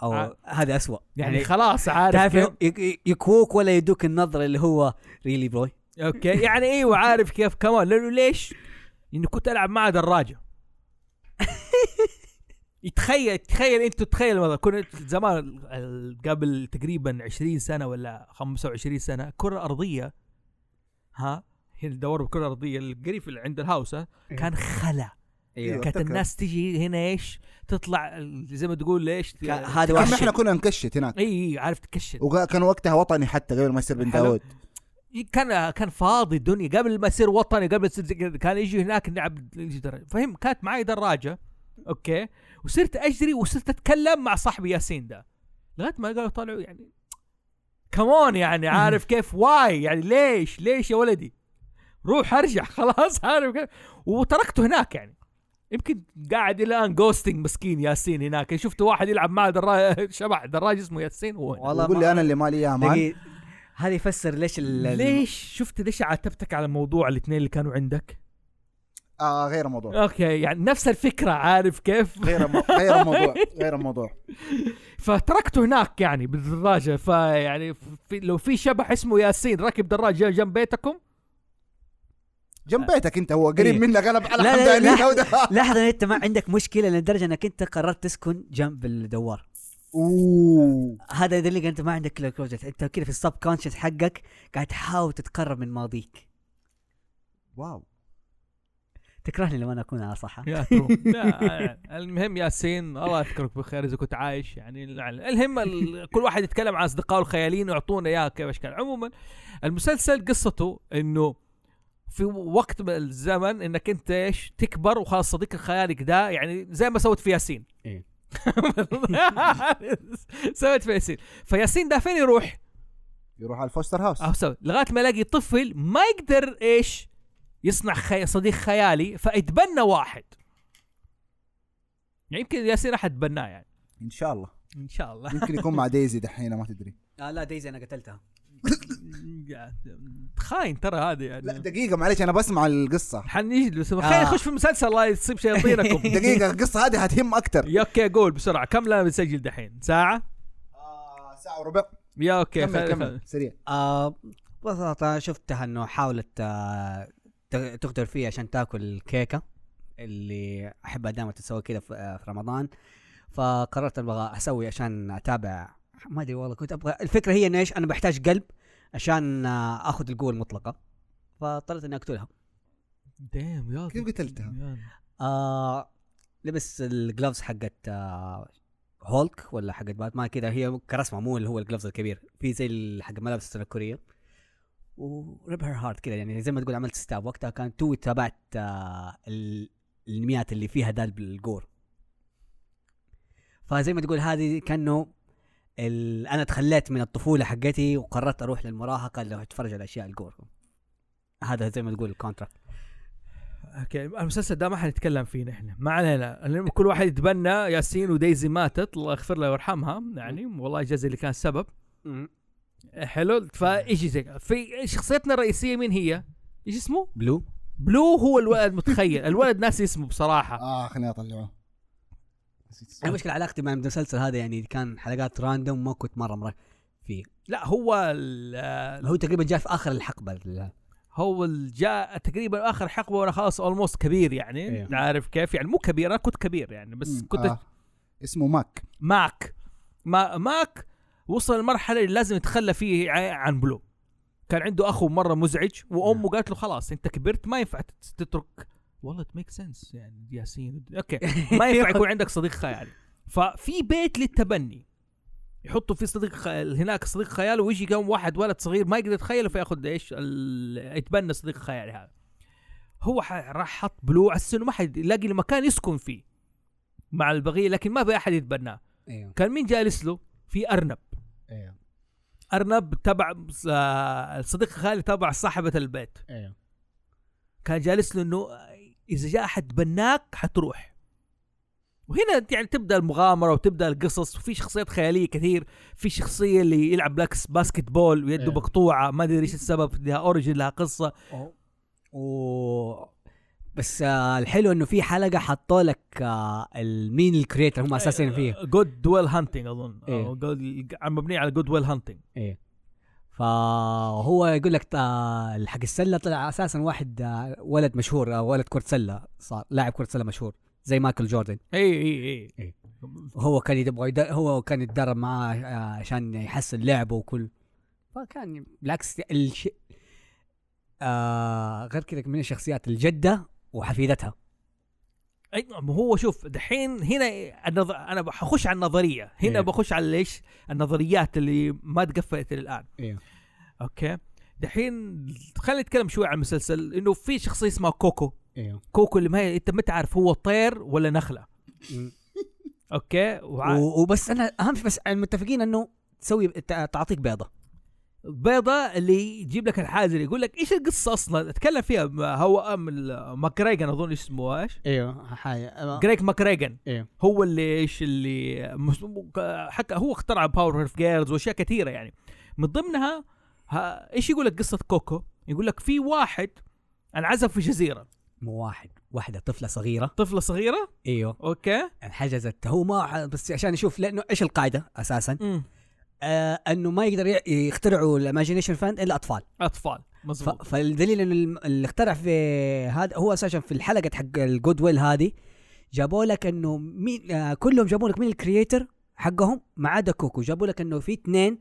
C: او
B: ع-
C: هذا أسوأ
B: يعني خلاص عارف
C: تعرف
B: كيف؟
C: ي- ي- يكوك ولا يدوك النظره اللي هو ريلي بوي
B: اوكي يعني ايوه عارف كيف كمان لانه ليش؟ لانه كنت العب مع دراجه يتخيل تخيل انت تخيل والله كنت زمان ال- ال- قبل تقريبا 20 سنه ولا 25 سنه كره ارضيه ها هي الدور بكره ارضيه القريب اللي عند الهاوس ها، كان خلا
C: إيه.
A: أيوة.
B: كانت
A: أتذكر.
B: الناس تجي هنا ايش تطلع ال- زي ما تقول ايش
C: كان- هذا
A: كم
C: وحش
A: احنا كنا نكشت هناك
B: اي اي عارف تكشن
A: وكان وقتها وطني حتى قبل ما يصير بن
B: حلو.
A: داود
B: كان كان فاضي الدنيا قبل ما يصير وطني قبل ما يصير زي كذا، كان يجي هناك نلعب يجي درا- فهم كانت معي دراجه اوكي وصرت اجري وصرت اتكلم مع صاحبي ياسين ده لغايه ما قالوا طلعوا يعني كمون يعني عارف كيف واي يعني ليش ليش يا ولدي روح ارجع خلاص عارف كيف وتركته هناك يعني يمكن قاعد الى الان جوستنج مسكين ياسين هناك شفت واحد يلعب مع دراجه شبح دراجه اسمه ياسين هو هنا.
C: والله
A: يقول لي
C: ما-
A: انا اللي مالي اياه مان
C: دقيقة. هذا يفسر ليش ال- ال-
B: ليش شفت ليش عاتبتك على موضوع الاثنين اللي كانوا عندك
A: آه غير الموضوع
B: اوكي يعني نفس الفكره عارف كيف
A: غير مو- غير الموضوع غير الموضوع
B: فتركته هناك يعني بالدراجه فيعني في لو في شبح اسمه ياسين راكب دراجه جنب بيتكم
A: جنب بيتك انت هو قريب
C: إيه.
A: منك انا
C: لا،
A: انا
C: لا،
A: حمداني
C: لا.
A: وده
C: لحظة انت ما عندك مشكلة لدرجة انك انت قررت تسكن جنب الدوار
A: اوه
C: هذا يدلك انت ما عندك كلير كلوجر انت كذا في السب كونشس حقك قاعد تحاول تتقرب من ماضيك
A: واو
C: تكرهني لما انا اكون على صحة
B: يا ترو لا، المهم ياسين الله يذكرك بالخير اذا كنت عايش يعني لعل- المهم ال- كل واحد يتكلم عن اصدقائه الخياليين ويعطونا اياها كيف اشكال عموما المسلسل قصته انه في وقت من الزمن انك انت ايش تكبر وخلاص صديق خيالك ده يعني زي ما سوت في ياسين
C: إيه.
B: سويت في ياسين فياسين ده فين يروح؟
A: يروح على الفوستر هاوس
B: أو سوي لغايه ما الاقي طفل ما يقدر ايش يصنع خي... صديق خيالي فاتبنى واحد يعني يمكن ياسين راح اتبناه يعني
A: ان شاء الله
B: ان شاء الله
A: يمكن يكون مع دايزي دحين ما تدري
C: آه لا دايزي انا قتلتها
B: خاين ترى هذه
A: لا
B: يعني
A: دقيقه معليش انا بسمع القصه
B: حنيجي بس
C: آه.
B: خلينا نخش في المسلسل الله يصيب شياطينكم
A: دقيقه القصه هذه حتهم اكثر
B: يا اوكي قول بسرعه كم لنا بنسجل دحين ساعه
A: آه، ساعه وربع
B: يا اوكي
A: كمل
B: خل-
A: كمل سريع
C: آه ببساطة شفتها انه حاولت آه ت- تغدر فيه عشان تاكل الكيكة اللي احبها دائما تسوي كذا في, آه في رمضان فقررت ابغى اسوي عشان اتابع ما ادري والله كنت ابغى الفكرة هي انه ايش انا بحتاج قلب عشان آه اخذ القوة المطلقة فاضطريت اني اقتلها
B: ديم يا
A: كيف قتلتها؟
C: آه لبس الجلوفز حقت آه هولك ولا حقت باتمان كذا هي كرسمه مو اللي هو الجلوفز الكبير في زي ال- حق ملابس السنه الكوريه وريب هير هارد كذا يعني زي ما تقول عملت ستاب وقتها كان توي تابعت آه ال- الانميات اللي فيها ده بالجور فزي ما تقول هذه كانه ال... انا تخليت من الطفوله حقتي وقررت اروح للمراهقه اللي اتفرج على اشياء الجور هذا زي ما تقول الكونتراكت
B: اوكي المسلسل ده ما حنتكلم فيه نحن ما علينا لأن كل واحد يتبنى ياسين ودايزي ماتت الله يغفر لها ويرحمها يعني والله يجازي اللي كان السبب حلو فايجي زي في شخصيتنا الرئيسيه مين هي؟ ايش اسمه؟
C: بلو
B: بلو هو الولد متخيل الولد ناسي اسمه بصراحه
A: اه خليني اطلعه نعم.
C: المشكلة علاقتي مع المسلسل هذا يعني كان حلقات راندوم ما كنت مرة مرة فيه
B: لا هو ال-
C: هو تقريبا جاء في آخر الحقبة ال-
B: هو ال- جاء تقريبا اخر حقبه وانا خلاص اولموست كبير يعني
C: إيه.
B: أنت عارف كيف يعني مو كبير انا كنت كبير يعني بس
A: مم،
B: كنت
A: آه. اسمه ماك
B: ماك ما ماك وصل لمرحله اللي لازم يتخلى فيه ع- عن بلو كان عنده اخو مره مزعج وامه قالت له خلاص انت كبرت ما ينفع تت- تترك والله ميك سنس يعني ياسين اوكي ما ينفع يكون عندك صديق خيالي ففي بيت للتبني يحطوا فيه صديق خيال هناك صديق خيال ويجي يوم واحد ولد صغير ما يقدر يتخيله فياخذ ايش ال- يتبنى صديق خيالي هذا هو ح- راح حط بلوع السن ما حد يلاقي له مكان يسكن فيه مع البقيه لكن ما في احد يتبناه
C: ايوه
B: كان مين جالس له؟ في ارنب
C: إيه.
A: ايوه
B: ارنب تبع آه، صديق خالي تبع صاحبه البيت
C: ايوه
B: كان جالس له انه اذا جاء احد بناك حتروح وهنا يعني تبدا المغامره وتبدا القصص وفي شخصيات خياليه كثير في شخصيه اللي يلعب باكس باسكت بول ويده
C: إيه.
B: مقطوعه ما ادري ايش السبب لها اوريجن لها قصه
C: و... بس آه الحلو انه في حلقة حطوا لك آه ال- مين الكريتر
B: إيه،
C: هم
B: آه،
C: اساسيين فيه
B: جود ويل هانتنج اظن
C: إيه.
B: أو good- مبني على جود ويل هانتنج
C: فهو يقول لك آه حق السلة طلع اساسا واحد آه ولد مشهور آه ولد كرة سلة صار لاعب كرة سلة مشهور زي مايكل جوردن
B: اي اي اي
C: إيه. هو كان يبغى يد- هو كان يتدرب معاه آه، عشان يحسن لعبه وكل فكان بالعكس الشيء آه غير كذا من الشخصيات الجده وحفيدتها
B: اي ما نعم، هو شوف دحين هنا النظ... انا بخش على النظريه هنا
C: إيه.
B: بخش على ايش النظريات اللي ما تقفلت الى الان
C: ايوه
B: اوكي دحين خلينا نتكلم شوي عن المسلسل انه في شخصيه اسمها كوكو
C: ايوه
B: كوكو اللي ما هي انت ما تعرف هو طير ولا نخله اوكي وع...
C: و- وبس انا اهم شيء بس المتفقين انه تسوي تع- تعطيك بيضه
B: بيضة اللي يجيب لك الحاجه يقول لك ايش القصه اصلا اتكلم فيها ما هو ام ال- ماكريجن اظن إيش اسمه ايش
C: ايوه حاجه
B: جريك ماكريجن
C: ايوه
B: هو اللي ايش اللي مس- حكى هو اخترع باور هيرف جيرلز واشياء كثيره يعني من ضمنها ها ايش يقول لك قصه كوكو؟ يقول لك في واحد انعزف في جزيره،
C: مو واحد واحده طفله صغيره
B: طفله صغيره
C: ايوه
B: اوكي؟
C: انحجزت هو ما بس عشان يشوف لانه ايش القاعده اساسا
B: امم
C: آه انه ما يقدر ي- يخترعوا الايماجينيشن فاند الا اطفال
B: اطفال مظبوط
C: ف- فالدليل انه الم- اللي اخترع في هذا هو اساسا في الحلقه حق الجود ويل هذه جابوا لك انه مين آه كلهم جابوا لك مين الكرييتر حقهم ما عدا كوكو جابوا لك انه في اثنين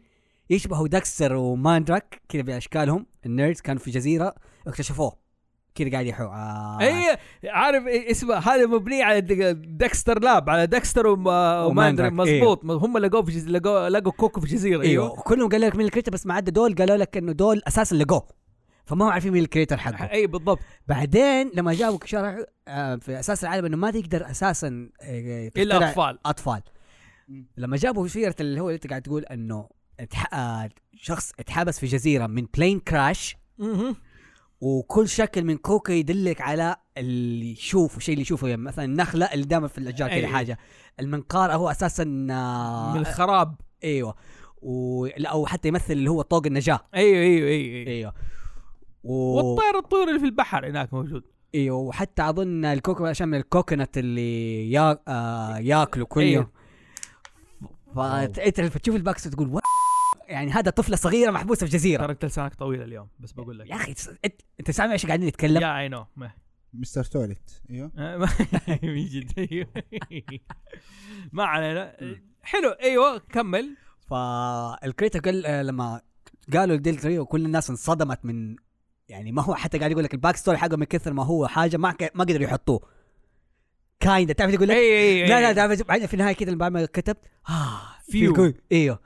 C: يشبهوا داكستر وماندراك كذا باشكالهم النيردز كانوا في جزيره اكتشفوه كذا قاعد يحو آه
B: اي عارف إيه اسمه هذا مبني على د- داكستر لاب على داكستر وما- وماندرين
C: وماندرين،
B: مظبوط هم لقوه في جز... لقوه لقوا كوكو في أيوه. جزيره
C: ايوه كلهم قالوا لك مين الكريتر بس ما عدا دول قالوا لك انه دول اساسا لقوه فما هم عارفين مين الكريتر حقه
B: اي إيه، بالضبط
C: بعدين لما جابوا شرح آه، في اساس العالم انه ما تقدر اساسا آه،
B: الا
C: تخترع
B: اطفال
C: اطفال لما جابوا سيره اللي هو اللي انت قاعد تقول انه اتح... آه، شخص اتحبس في جزيره من بلين كراش
B: مهم.
C: وكل شكل من كوكا يدلك على اللي يشوفه الشيء اللي يشوفه يعني مثلا النخله اللي دائما في الاشجار كذا
B: أيوة.
C: حاجه المنقار هو اساسا آه،
B: من الخراب
C: ايوه و... لا، او حتى يمثل اللي هو طوق النجاه
B: ايوه ايوه ايوه, أيوه.
C: ايوه و...
B: والطير الطيور اللي في البحر هناك موجود
C: ايوه وحتى اظن الكوكو عشان من الكوكونات اللي يا... آه ياكلوا كل
B: أيوة.
C: يوم فانت لما تشوف الباكس تقول "What?" يعني هذا طفلة صغيرة محبوسة في جزيرة
B: ترى انت لسانك طويل اليوم بس بقول
C: يا
B: لك
C: اخي تس- انت, انت سامع ايش قاعدين نتكلم؟
B: يا اي نو
A: مستر تويلت ايوه
B: من جد ايوه ما علينا حلو ايوه كمل
C: فالكريتر قال آه، لما قالوا ديل تريو كل الناس انصدمت من يعني ما هو حتى قاعد يقول لك الباك ستوري حقه من كثر ما هو حاجة ما ك- ما قدروا يحطوه كايند تعرف يقول لك
B: اي
C: لا لا تعرف بعدين في النهايه كده بعد ما كتبت اه
B: Few.
C: في جود ايوه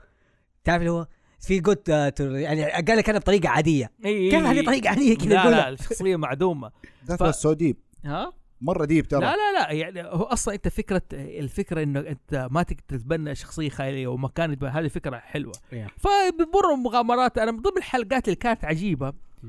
C: تعرف اللي هو في جود يعني قال لك انا بطريقه عاديه كيف هذه طريقه عاديه كذا
B: إيه. لا لا
C: اقولها
B: الشخصيه معدومه
A: ذات
B: ف-
A: واز سو ديب
B: ها
A: مره ديب ترى
B: لا لا لا يعني هو اصلا انت فكره الفكره انه انت ما تقدر تتبنى شخصيه خياليه ومكان يتبنى هذه فكره حلوه
C: Yeah.
B: فبمر مغامرات انا من ضمن الحلقات اللي كانت عجيبه
C: Mm.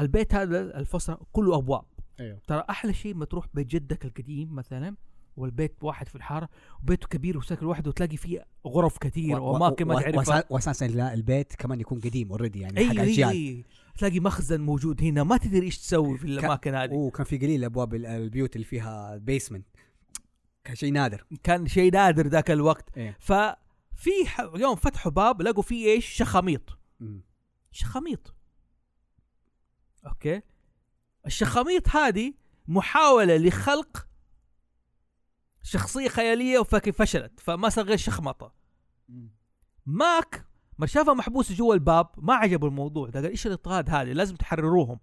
B: البيت هذا الفصل كله ابواب
C: أيوه.
B: ترى احلى شيء ما تروح بيت جدك القديم مثلا والبيت واحد في الحاره وبيته كبير وساكن لوحده وتلاقي فيه غرف كثير واماكن ما تعرفها
C: واساسا لا، البيت كمان يكون قديم اوريدي يعني حق
B: ايوه
C: اجيال
B: أيوه. تلاقي مخزن موجود هنا ما تدري ايش تسوي في الاماكن هذه
C: وكان في قليل ابواب ال- البيوت اللي فيها بيسمنت كان شيء نادر
B: كان شيء نادر ذاك الوقت
C: إيه.
B: ففي ح- يوم فتحوا باب لقوا فيه ايش شخاميط شخاميط اوكي الشخاميط هذه محاوله لخلق شخصيه خياليه وفك- فشلت فما صار غير شخمطه ماك ما شافها محبوس جوا الباب ما عجبه الموضوع ده قال ايش الاضطهاد هذا لازم تحرروهم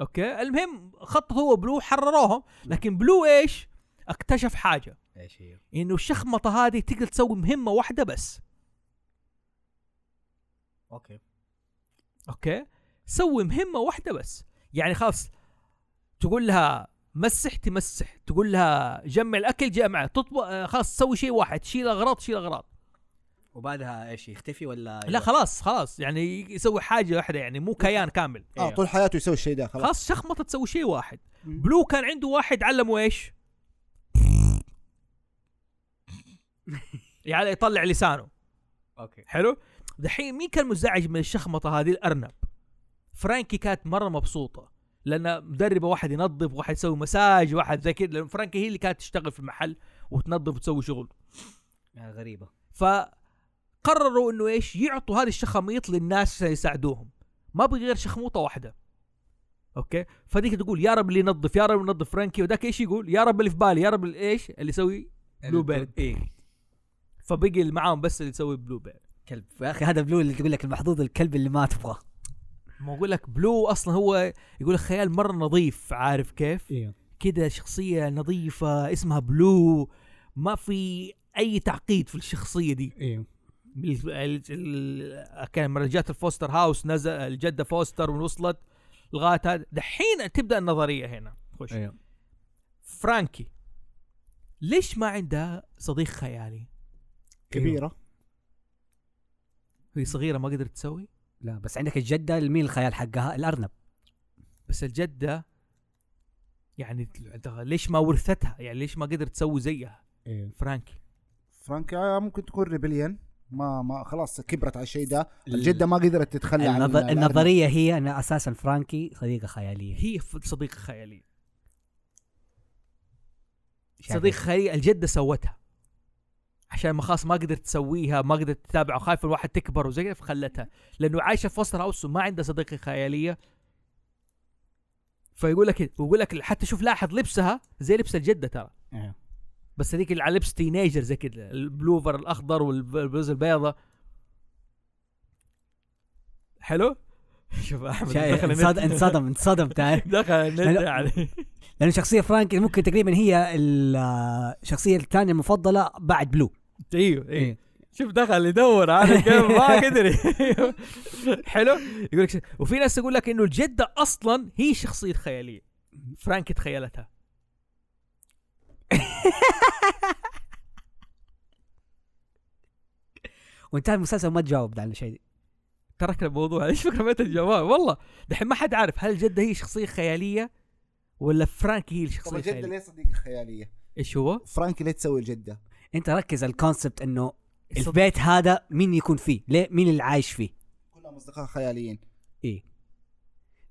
B: اوكي المهم خطط هو بلو حرروهم لكن بلو ايش اكتشف حاجه
C: ايش هي؟
B: انه الشخمطه هذه تقدر تسوي مهمه واحده بس
C: اوكي
B: اوكي سوي مهمه واحده بس يعني خلاص تقول لها مسح تمسح تقول لها جمع الاكل جمع تطبخ آه، خلاص تسوي شيء واحد تشيل اغراض تشيل اغراض
C: وبعدها ايش يختفي ولا
A: أيوة.
B: لا خلاص خلاص يعني يسوي حاجه واحده يعني مو كيان كامل
A: اه طول حياته يسوي الشيء ده خلاص
B: إيه. خلاص شخمطه تسوي شيء واحد
A: مم.
B: بلو كان عنده واحد علمه ايش يعني يطلع لسانه
C: اوكي
B: حلو دحين مين كان مزعج من الشخمطه هذه الارنب فرانكي كانت مره مبسوطه لان مدربه واحد ينظف واحد يسوي مساج واحد زي كذا لان فرانكي هي اللي كانت تشتغل في المحل وتنظف وتسوي شغل
C: غريبه
B: فقرروا انه ايش يعطوا هذه الشخاميط للناس عشان يساعدوهم ما بغي غير شخموطه واحده اوكي فديك تقول يا رب اللي ينظف يا رب اللي ينظف فرانكي وذاك ايش يقول يا رب اللي في بالي يا رب اللي ايش اللي يسوي بلو بيرد
C: ايه
B: فبقي اللي معاهم بس اللي يسوي بلو بيرد
C: كلب يا اخي هذا بلو اللي تقول لك المحظوظ الكلب اللي ما تبغاه
B: ما اقول لك بلو اصلا هو يقول لك خيال مره نظيف عارف كيف؟
C: ايوه
B: كده شخصيه نظيفه اسمها بلو ما في اي تعقيد في الشخصيه دي
C: ايوه
B: ال- ال- ال- كان لما جات الفوستر هاوس نزل الجده فوستر ووصلت لغايه هذا دحين تبدا النظريه هنا خش
C: ايوه
B: فرانكي ليش ما عندها صديق خيالي؟
A: كبيره
B: هي صغيره ما قدرت تسوي
C: لا بس عندك الجده مين الخيال حقها الارنب
B: بس الجده يعني ليش ما ورثتها؟ يعني ليش ما قدرت تسوي زيها؟
C: ايوه
B: فرانكي
A: فرانك آه، ممكن تكون ريبليون ما ما خلاص كبرت على الشيء ده الجده ما قدرت تتخلى عن
C: النظر...
A: الأرنب.
C: النظريه هي ان اساسا فرانكي صديقه خياليه
B: هي ف- صديقه خياليه
C: شايف؟
B: صديقه خياليه الجده سوتها عشان ما خلاص ما قدرت تسويها ما قدرت تتابع وخايف الواحد تكبر وزي كذا فخلتها لانه عايشه في وسط هاوس وما عندها صديقه خياليه فيقول لك ويقول لك حتى شوف لاحظ لبسها زي لبس الجده ترى بس هذيك اللي على لبس تينيجر زي كذا البلوفر الاخضر والبلوزه البيضاء حلو شوف احمد
C: شا-
B: دخل النت
C: انصدم انصدم انصدم تعرف
B: دخل النت
C: لأنه-
B: يعني
C: لانه شخصيه فرانك ممكن تقريبا هي الشخصيه الثانيه المفضله بعد بلو
B: ايوه ايوه
C: إيه.
B: شوف دخل يدور عارف كيف ما قدر حلو يقول لك ش- وفي ناس تقول لك انه الجده اصلا هي شخصيه خياليه فرانك تخيلتها
C: وانتهى المسلسل ما تجاوب على شيء
B: تركنا الموضوع ايش فكره متى الجواب والله دحين ما حد عارف هل الجده هي شخصيه خياليه ولا فرانك هي
A: طب
B: الشخصيه
A: الجده
B: الخياليه
A: ليه صديقه خياليه؟
B: ايش هو
A: فرانكي ليه تسوي الجده؟
C: انت ركز الكونسبت انه البيت هذا مين يكون فيه ليه مين اللي عايش فيه
A: كلهم اصدقاء خياليين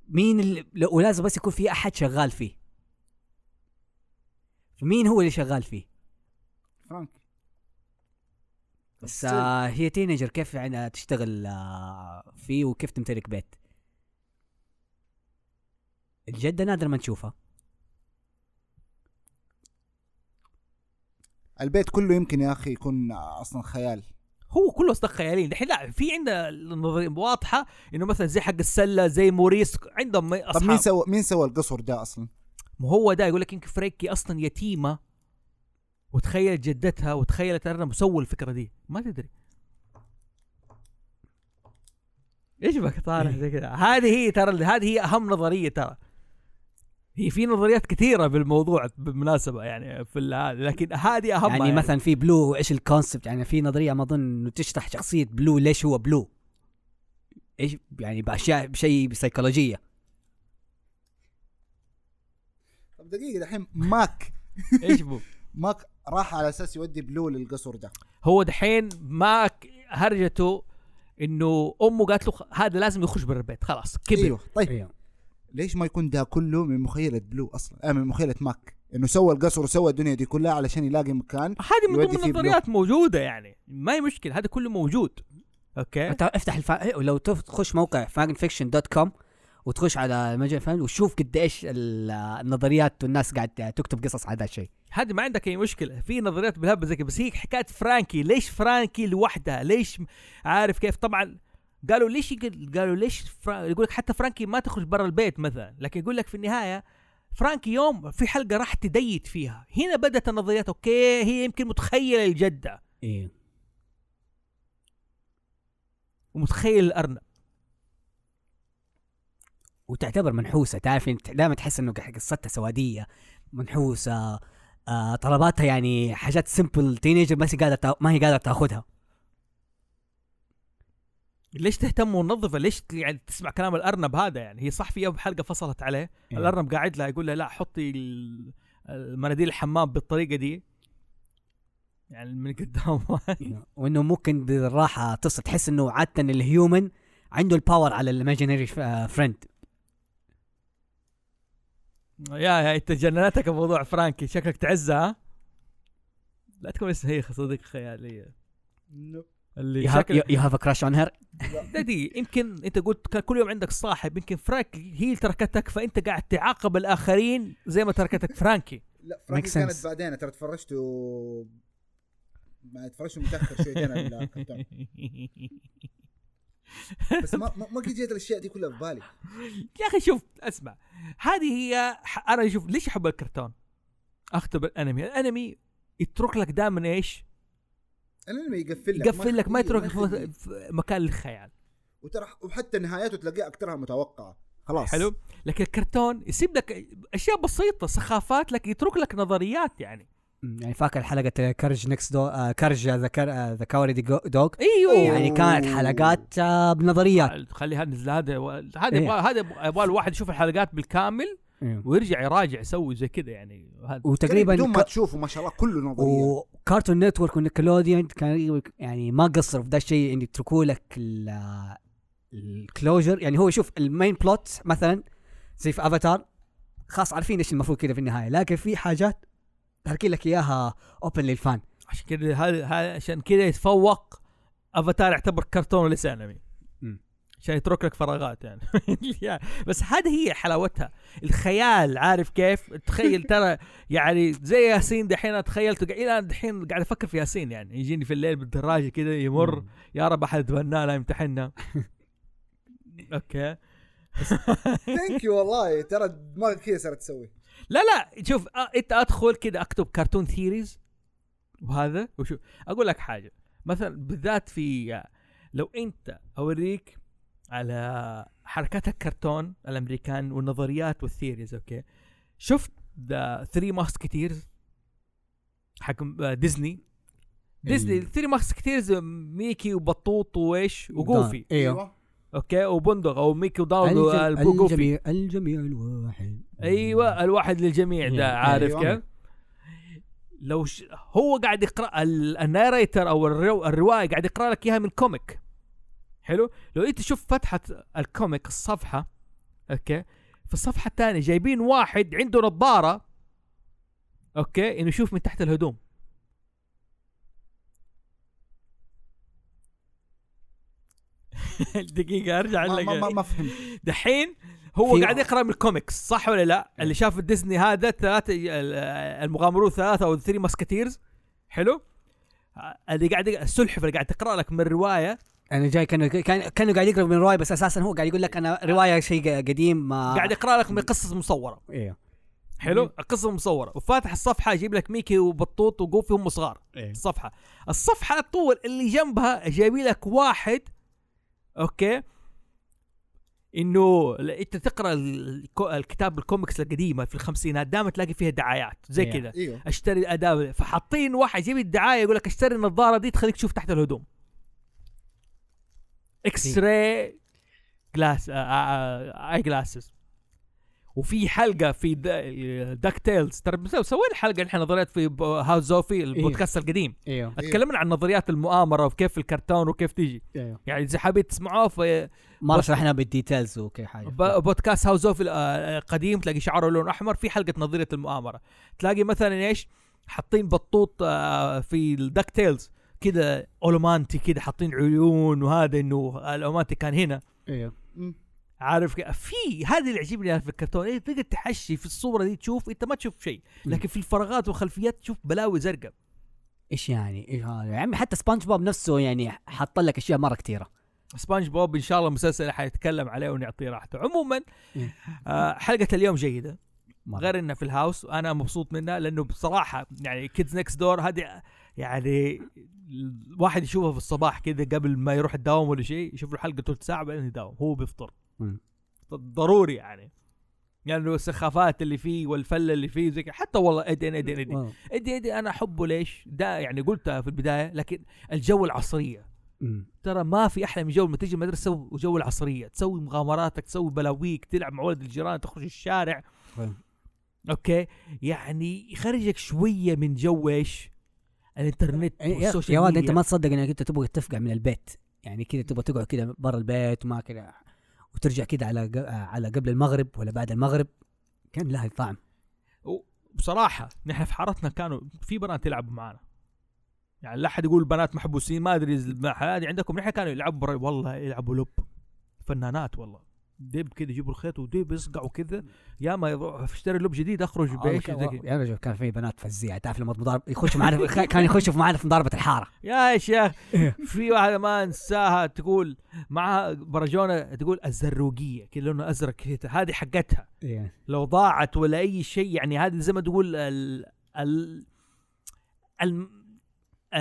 C: مين اللي لا- ولازم بس يكون في احد شغال فيه مين هو اللي شغال فيه
A: فرانك
C: بس
A: still-
C: آه هي تينيجر كيف يعني تشتغل آه فيه وكيف تمتلك بيت الجدة نادر ما نشوفها
A: البيت كله يمكن يا اخي يكون اصلا خيال
B: هو كله اصدق خياليين دحين لا في عندنا النظرية واضحه انه مثلا زي حق السله زي موريس عندهم م-
A: طب مين
B: اصحاب
A: سوى مين سوى القصر ده اصلا؟
B: ما هو ده يقول لك يمكن فريكي اصلا يتيمه وتخيلت جدتها وتخيلت انا مسوي الفكره دي ما تدري ايش بك طالع
C: إيه.
B: زي كذا هذه هي ترى هذه هي اهم نظريه ترى هي في نظريات كثيره بالموضوع بالمناسبه يعني في ال- هذا، لكن هذه اهم
C: يعني, مثلا في بلو ايش الكونسبت يعني في نظرية ما اظن انه تشرح شخصية بلو ليش هو بلو ايش يعني باشياء بشيء بسيكولوجية
A: طب دقيقه دحين ماك
B: ايش بو
A: ماك راح على اساس يودي بلو للقصر ده
B: هو دحين ما ك- هرجته انه امه قالت له خ- هذا لازم يخرج برا البيت خلاص كبر
A: ايوه طيب
C: ايوه
A: ليش ما يكون ده كله من مخيله بلو اصلا آه من مخيله ماك انه سوى القصر وسوى الدنيا دي كلها علشان يلاقي مكان
B: هذه من
A: يودي
B: ضمن
A: فيه
B: النظريات موجوده يعني ما هي مشكله هذا كله موجود اوكي
C: انت افتح الفا... لو تف- تخش موقع فانفيكشن دوت كوم وتخش على مجال فن وشوف قد ايش ال- النظريات والناس قاعد تكتب قصص على هذا الشيء
B: هذه ما عندك اي مشكله في نظريات بالهبه زي كده، بس هي حكايه فرانكي ليش فرانكي لوحدها ليش م- عارف كيف طبعا قالوا ليش يقل- قالوا ليش فرا... يقول لك حتى فرانكي ما تخرج برا البيت مثلا لكن يقول لك في النهايه فرانكي يوم في حلقه راح تديت فيها هنا بدات النظريات اوكي هي يمكن متخيله الجده
C: ايه
B: ومتخيل الارنب
C: وتعتبر منحوسه تعرف انت دائما تحس انه قصتها سواديه منحوسه آه طلباتها يعني حاجات سمبل تينيجر بس قادر تا... ما هي قادره تاخذها
B: ليش تهتم وننظفه ليش ت- يعني تسمع كلام الارنب هذا يعني هي صح في يوم حلقه فصلت عليه
C: إيه.
B: الارنب قاعد لها يقول لها لا حطي ال- المناديل الحمام بالطريقه دي يعني من قدام
C: وانه ممكن بالراحه تصل تحس انه عاده الهيومن عنده الباور على آه، الايماجينري فريند
B: يا يا انت جننتك موضوع فرانكي شكلك تعزها ها؟ لا تكون اسمها هي صديق خياليه اللي شكلك
C: يو هاف كراش اون هير
B: دي يمكن انت قلت كان كل يوم عندك صاحب يمكن فرانكي هي اللي تركتك فانت قاعد تعاقب الاخرين زي ما تركتك فرانكي
A: لا
C: فرانكي Makes sense. كانت
A: بعدين ترى تفرجت و ما تفرجت متاخر شويتين بس ما ما جت الاشياء دي كلها في بالي
B: يا اخي شوف اسمع هذه هي ح- انا شوف ليش احب الكرتون اختم الانمي الانمي يترك لك دائما ايش
A: الانمي يقفل
B: يقفل لك ما يترك
A: يخليك.
B: في- في مكان للخيال
A: وترى وحتى نهاياته تلاقيها اكثرها متوقعه خلاص
B: حلو لكن الكرتون يسيب لك اشياء بسيطه سخافات لك يترك لك نظريات يعني
C: مم، يعني فاكر حلقة كارج نكس دو آه كارج ذا كار آه ذا كاوري دوغ
B: ايوه
A: أوه.
B: يعني
C: يعني كانت حلقات آه بنظريات
B: خلي هذا هذا هذا
C: إيه.
B: يبغى- هذا يبغى- يبغى الواحد يشوف الحلقات بالكامل ويرجع يراجع يسوي زي كذا يعني هذا
C: وتقريبا
A: بدون ما
C: ك-
A: تشوفه ما شاء الله كله نظريه
C: وكارتون نتورك ونيكلوديان كان يعني ما قصروا في ذا الشيء ان يتركوا لك ال- الكلوجر يعني هو شوف المين بلوت مثلا زي في افاتار خاص عارفين ايش المفروض كذا في النهايه لكن في حاجات تركين لك اياها اوبن للفان
B: عشان كذا هذا هذا- عشان كذا يتفوق افاتار يعتبر كرتون وليس انمي
C: مم.
B: عشان يترك لك فراغات يعني بس هذه هي حلاوتها الخيال عارف كيف تخيل ترى يعني زي ياسين دحين اتخيل الى دحين قاعد افكر في ياسين يعني يجيني في الليل بالدراجه كذا يمر يا رب احد يتبناه لا يمتحنا اوكي
D: ثانك يو والله ترى دماغك كذا صارت تسوي
B: لا لا شوف أ- انت ادخل كذا اكتب كرتون ثيريز وهذا وشو اقول لك حاجه مثلا بالذات في لو انت اوريك على حركات الكرتون الامريكان والنظريات والثيريز اوكي شفت ذا ثري ماسكتيرز حق م- ديزني ديزني
C: ال-
B: ثري ماسكتيرز ميكي وبطوط وايش وجوفي
C: ايوه
B: اوكي وبندق او ميكي وداون وجوفي
C: الجميع الجميع الواحد
B: ايوه الواحد للجميع ده
C: أيوة.
B: عارف
A: أيوة.
B: كيف؟ لو ش... هو قاعد يقرا ال- الناريتر او الرو... الروايه قاعد يقرا لك اياها من كوميك حلو لو انت تشوف فتحه الكوميك الصفحه اوكي في الصفحه الثانيه جايبين واحد عنده نظاره اوكي انه يشوف من تحت الهدوم دقيقه ارجع
A: أيوه. ما,
B: لك
A: ما, ما, ما فهمت
B: دحين هو
C: في-
B: قاعد يقرا من الكوميكس صح ولا لا؟ اللي شاف ديزني هذا ثلاثة المغامرون ثلاثة او ثري ماسكتيرز حلو؟ اللي قاعد يق- السلحفة اللي قاعد تقرا لك من رواية
C: انا جاي كانه كان كانه قاعد يقرا من روايه بس اساسا هو قاعد يقول لك انا روايه شيء ق- قديم ما
B: قاعد يقرا لك من قصص مصورة
C: ايوه
B: حلو؟ قصة مصورة وفاتح الصفحة يجيب لك ميكي وبطوط وجوفي هم صغار
C: إيه.
B: الصفحة الصفحة طول اللي جنبها جايبين لك واحد اوكي انه ل- انت تقرا ال- الكو- الكتاب الكوميكس القديمه في الخمسينات دائما تلاقي فيها دعايات زي
C: Yeah.
B: كذا
D: ايوه
C: إيوه.
B: اشتري اداه فحاطين واحد يجيب الدعايه يقول لك اشتري النظاره دي تخليك تشوف تحت الهدوم اكس راي جلاس آه، آه، آه، اي جلاسز وفي حلقه في داك تيلز ترى بس- سوينا حلقه نحن نظريات في ب- هاوس زوفي البودكاست القديم
C: ايوه
B: اتكلمنا عن نظريات المؤامره وكيف الكرتون وكيف تيجي
C: ايوه
B: يعني اذا حابين تسمعوه في
C: مره شرحنا بالديتيلز وكي حاجه
B: ب- بودكاست هاوس اوف القديم تلاقي شعره لون احمر في حلقه نظريه المؤامره تلاقي مثلا ايش حاطين بطوط آه، في الدك تيلز كذا اولومانتي كذا حاطين عيون وهذا انه الاومانتي كان هنا
C: ايوه
B: عارف ك- في هذا اللي يعجبني في الكرتون إيه تقدر تحشي في الصوره دي تشوف انت ما تشوف شيء لكن في الفراغات والخلفيات تشوف بلاوي زرقاء
C: ايش يعني ايش هذا يا عمي حتى سبونج بوب نفسه يعني حط لك اشياء مره كثيره
B: سبونج بوب ان شاء الله مسلسل حيتكلم عليه ونعطيه راحته عموما
C: إيه.
B: آه، حلقه اليوم جيده
C: مرة.
B: غير انه في الهاوس وانا مبسوط منها لانه بصراحه يعني كيدز نكست دور هذه يعني الواحد يشوفها في الصباح كذا قبل ما يروح الدوام ولا شيء يشوف له حلقه ثلث ساعه بعدين يداوم هو بيفطر
C: مم.
B: ضروري يعني يعني السخافات اللي فيه والفله اللي فيه زي كده. حتى والله ادين ادين ادين
C: واو.
B: ادين ادين انا احبه ليش؟ ده يعني قلتها في البدايه لكن الجو العصريه
C: مم.
B: ترى ما في احلى من جو لما تيجي المدرسه وجو العصريه تسوي مغامراتك تسوي بلاويك تلعب مع ولد الجيران تخرج الشارع
C: طيب.
B: اوكي يعني يخرجك شويه من جو ايش؟ الانترنت
C: إيه، يا- يا-
B: والسوشيال
C: يا ولد انت
B: ميديا.
C: ما تصدق انك انت تبغى تفقع من البيت يعني كذا تبغى تقعد كذا برا البيت وما كذا وترجع كذا على ق- على قبل المغرب ولا بعد المغرب كان لها طعم
B: بصراحه نحن في حارتنا كانوا في بنات يلعبوا معانا يعني لا احد يقول بنات محبوسين ما ادري إذا هذه عندكم نحن كانوا يلعبوا برا والله يلعبوا لب فنانات والله ديب كذا يجيبوا الخيط وديب يصقعوا كذا يا ما يروح اشتري لب جديد اخرج بايش
C: والله
B: زي
C: كان-
B: كذا.
C: يا رجل كان في بنات فزيعه تعرف لما تضارب يخشوا معنا في- كان يخشوا معنا في مضاربه الحاره
B: يا شيخ في واحده ما انساها تقول معها برجونه تقول الزروقيه كذا لونه ازرق كذا هذه حقتها لو ضاعت ولا اي شيء يعني هذه زي ما تقول ال ال ال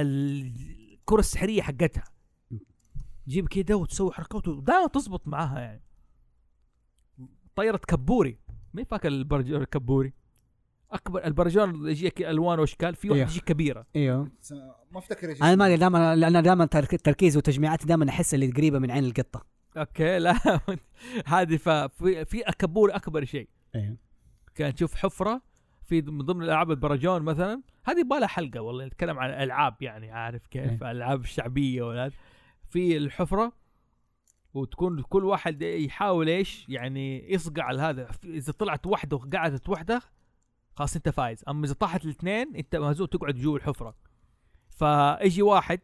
B: الكره السحريه حقتها جيب كده وتسوي حركات ودائما تزبط معاها يعني طيرة كبوري مين فاكر البرجون الكبوري اكبر البرجون اللي يجيك الوان واشكال في واحد
C: إيه.
B: يجي كبيره
C: ايوه
D: س- ما افتكر ايش
C: انا ما دائما انا دائما تركيزي وتجميعاتي دائما احس اللي قريبه من عين القطه
B: اوكي لا هذه ففي في كبوري اكبر شيء
C: ايوه
B: كان تشوف حفره في من ضمن الالعاب البرجون مثلا هذه بالها حلقه والله نتكلم عن العاب يعني عارف كيف العاب شعبيه ولا في الحفره وتكون كل واحد يحاول ايش يعني يصقع على هذا اذا طلعت وحده وقعدت وحده خلاص انت فايز اما اذا طاحت الاثنين انت مهزوم تقعد جوا الحفره فاجي واحد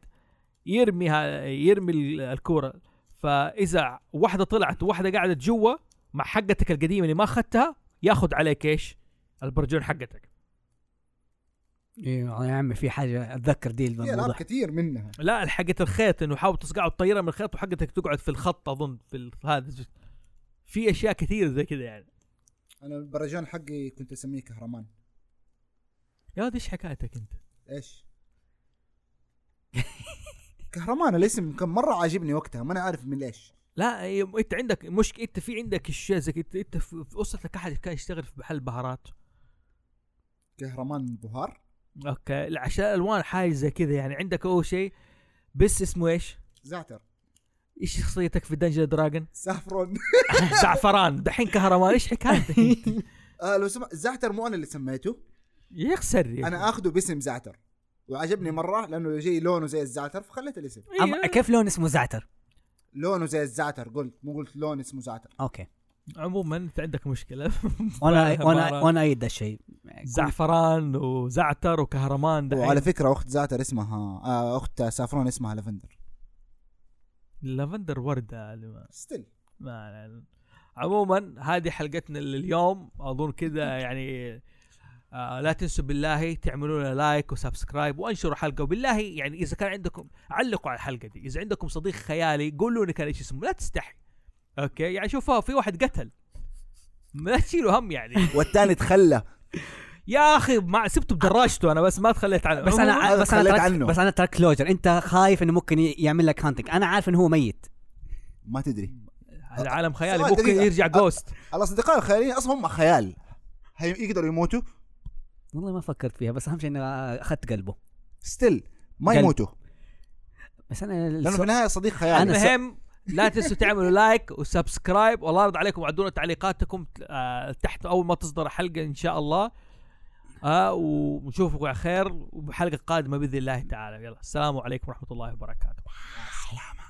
B: يرمي ها- يرمي ال- الكوره فاذا واحده طلعت وواحده قعدت جوا مع حقتك القديمه اللي ما اخذتها ياخذ عليك ايش؟ البرجون حقتك إيه.
C: ايوه يا عمي في حاجه اتذكر دي
A: في العاب
C: الموضوع
A: كثير منها
B: لا حقه الخيط انه حاول تصقعه وتطيرها من الخيط وحقتك تقعد في الخط اظن في ال- هذا في اشياء كثير زي كذا يعني
A: انا البرجان حقي كنت اسميه كهرمان
B: يا ولد ايش حكايتك انت؟
A: ايش؟ كهرمان الاسم كان مره عاجبني وقتها ما انا عارف من ليش
B: لا إيه، انت عندك مشكله انت في عندك اشياء زي كده، انت انت في في اسرتك احد كان يشتغل في محل بهارات
A: كهرمان بهار
B: اوكي لا، عشان الالوان حاجه زي كذا يعني عندك اول شيء بس اسمه ايش؟
A: زعتر
B: ايش شخصيتك في دنجن دراجون؟
A: سافرون
B: زعفران دحين كهرمان ايش حكايتك انت؟
A: آه لو سمحت زعتر مو انا اللي سميته
B: يخسر يا أخي.
A: انا اخذه باسم زعتر وعجبني مره لانه جاي لونه زي الزعتر فخليت الاسم
C: أم-
B: إيه،
C: كيف لون اسمه زعتر؟
A: لونه زي الزعتر قلت مو قلت لون اسمه زعتر
C: اوكي
B: عموما انت عندك مشكله
C: وانا وانا
B: بارا.
C: وانا ايد الشيء
B: زعفران وزعتر وكهرمان دحين
A: وعلى فكره اخت زعتر اسمها آه اخت سافرون اسمها لافندر
B: لافندر ورده ما
A: ستيل
B: ما علينا. عموما هذه حلقتنا لليوم اظن كذا يعني آه لا تنسوا بالله تعملوا لنا لايك وسبسكرايب وانشروا الحلقه وبالله يعني اذا كان عندكم علقوا على الحلقه دي اذا عندكم صديق خيالي قولوا لنا كان ايش اسمه لا تستحي اوكي يعني شوفوا في واحد قتل لا تشيلوا هم يعني
A: والثاني تخلى
B: يا اخي ما سبته بدراجته انا بس ما تخليت عنه
C: بس انا
A: هذا
C: بس انا
A: تخليت
C: ترك
A: عنه.
C: بس انا ترك كلوجر انت خايف انه ممكن ي- يعمل لك هانتنج انا عارف انه هو ميت
A: ما تدري
B: هذا عالم خيالي
A: سؤال
B: ممكن
A: دقيقة.
B: يرجع
A: أ-
B: جوست
A: الاصدقاء الخياليين اصلا هم خيال هي- يقدروا يموتوا
C: والله ما فكرت فيها بس اهم شيء اني اخذت قلبه
A: ستيل ما
C: قلب.
A: يموتوا
C: بس انا
A: لانه في
C: السؤال-
A: النهايه صديق خيالي
C: أنا س-
B: المهم لا تنسوا تعملوا لايك وسبسكرايب والله يرضى عليكم عدونا تعليقاتكم آه، تحت اول ما تصدر الحلقه ان شاء الله آه ونشوفكم على خير وبحلقه قادمه باذن الله تعالى يلا السلام عليكم ورحمه الله وبركاته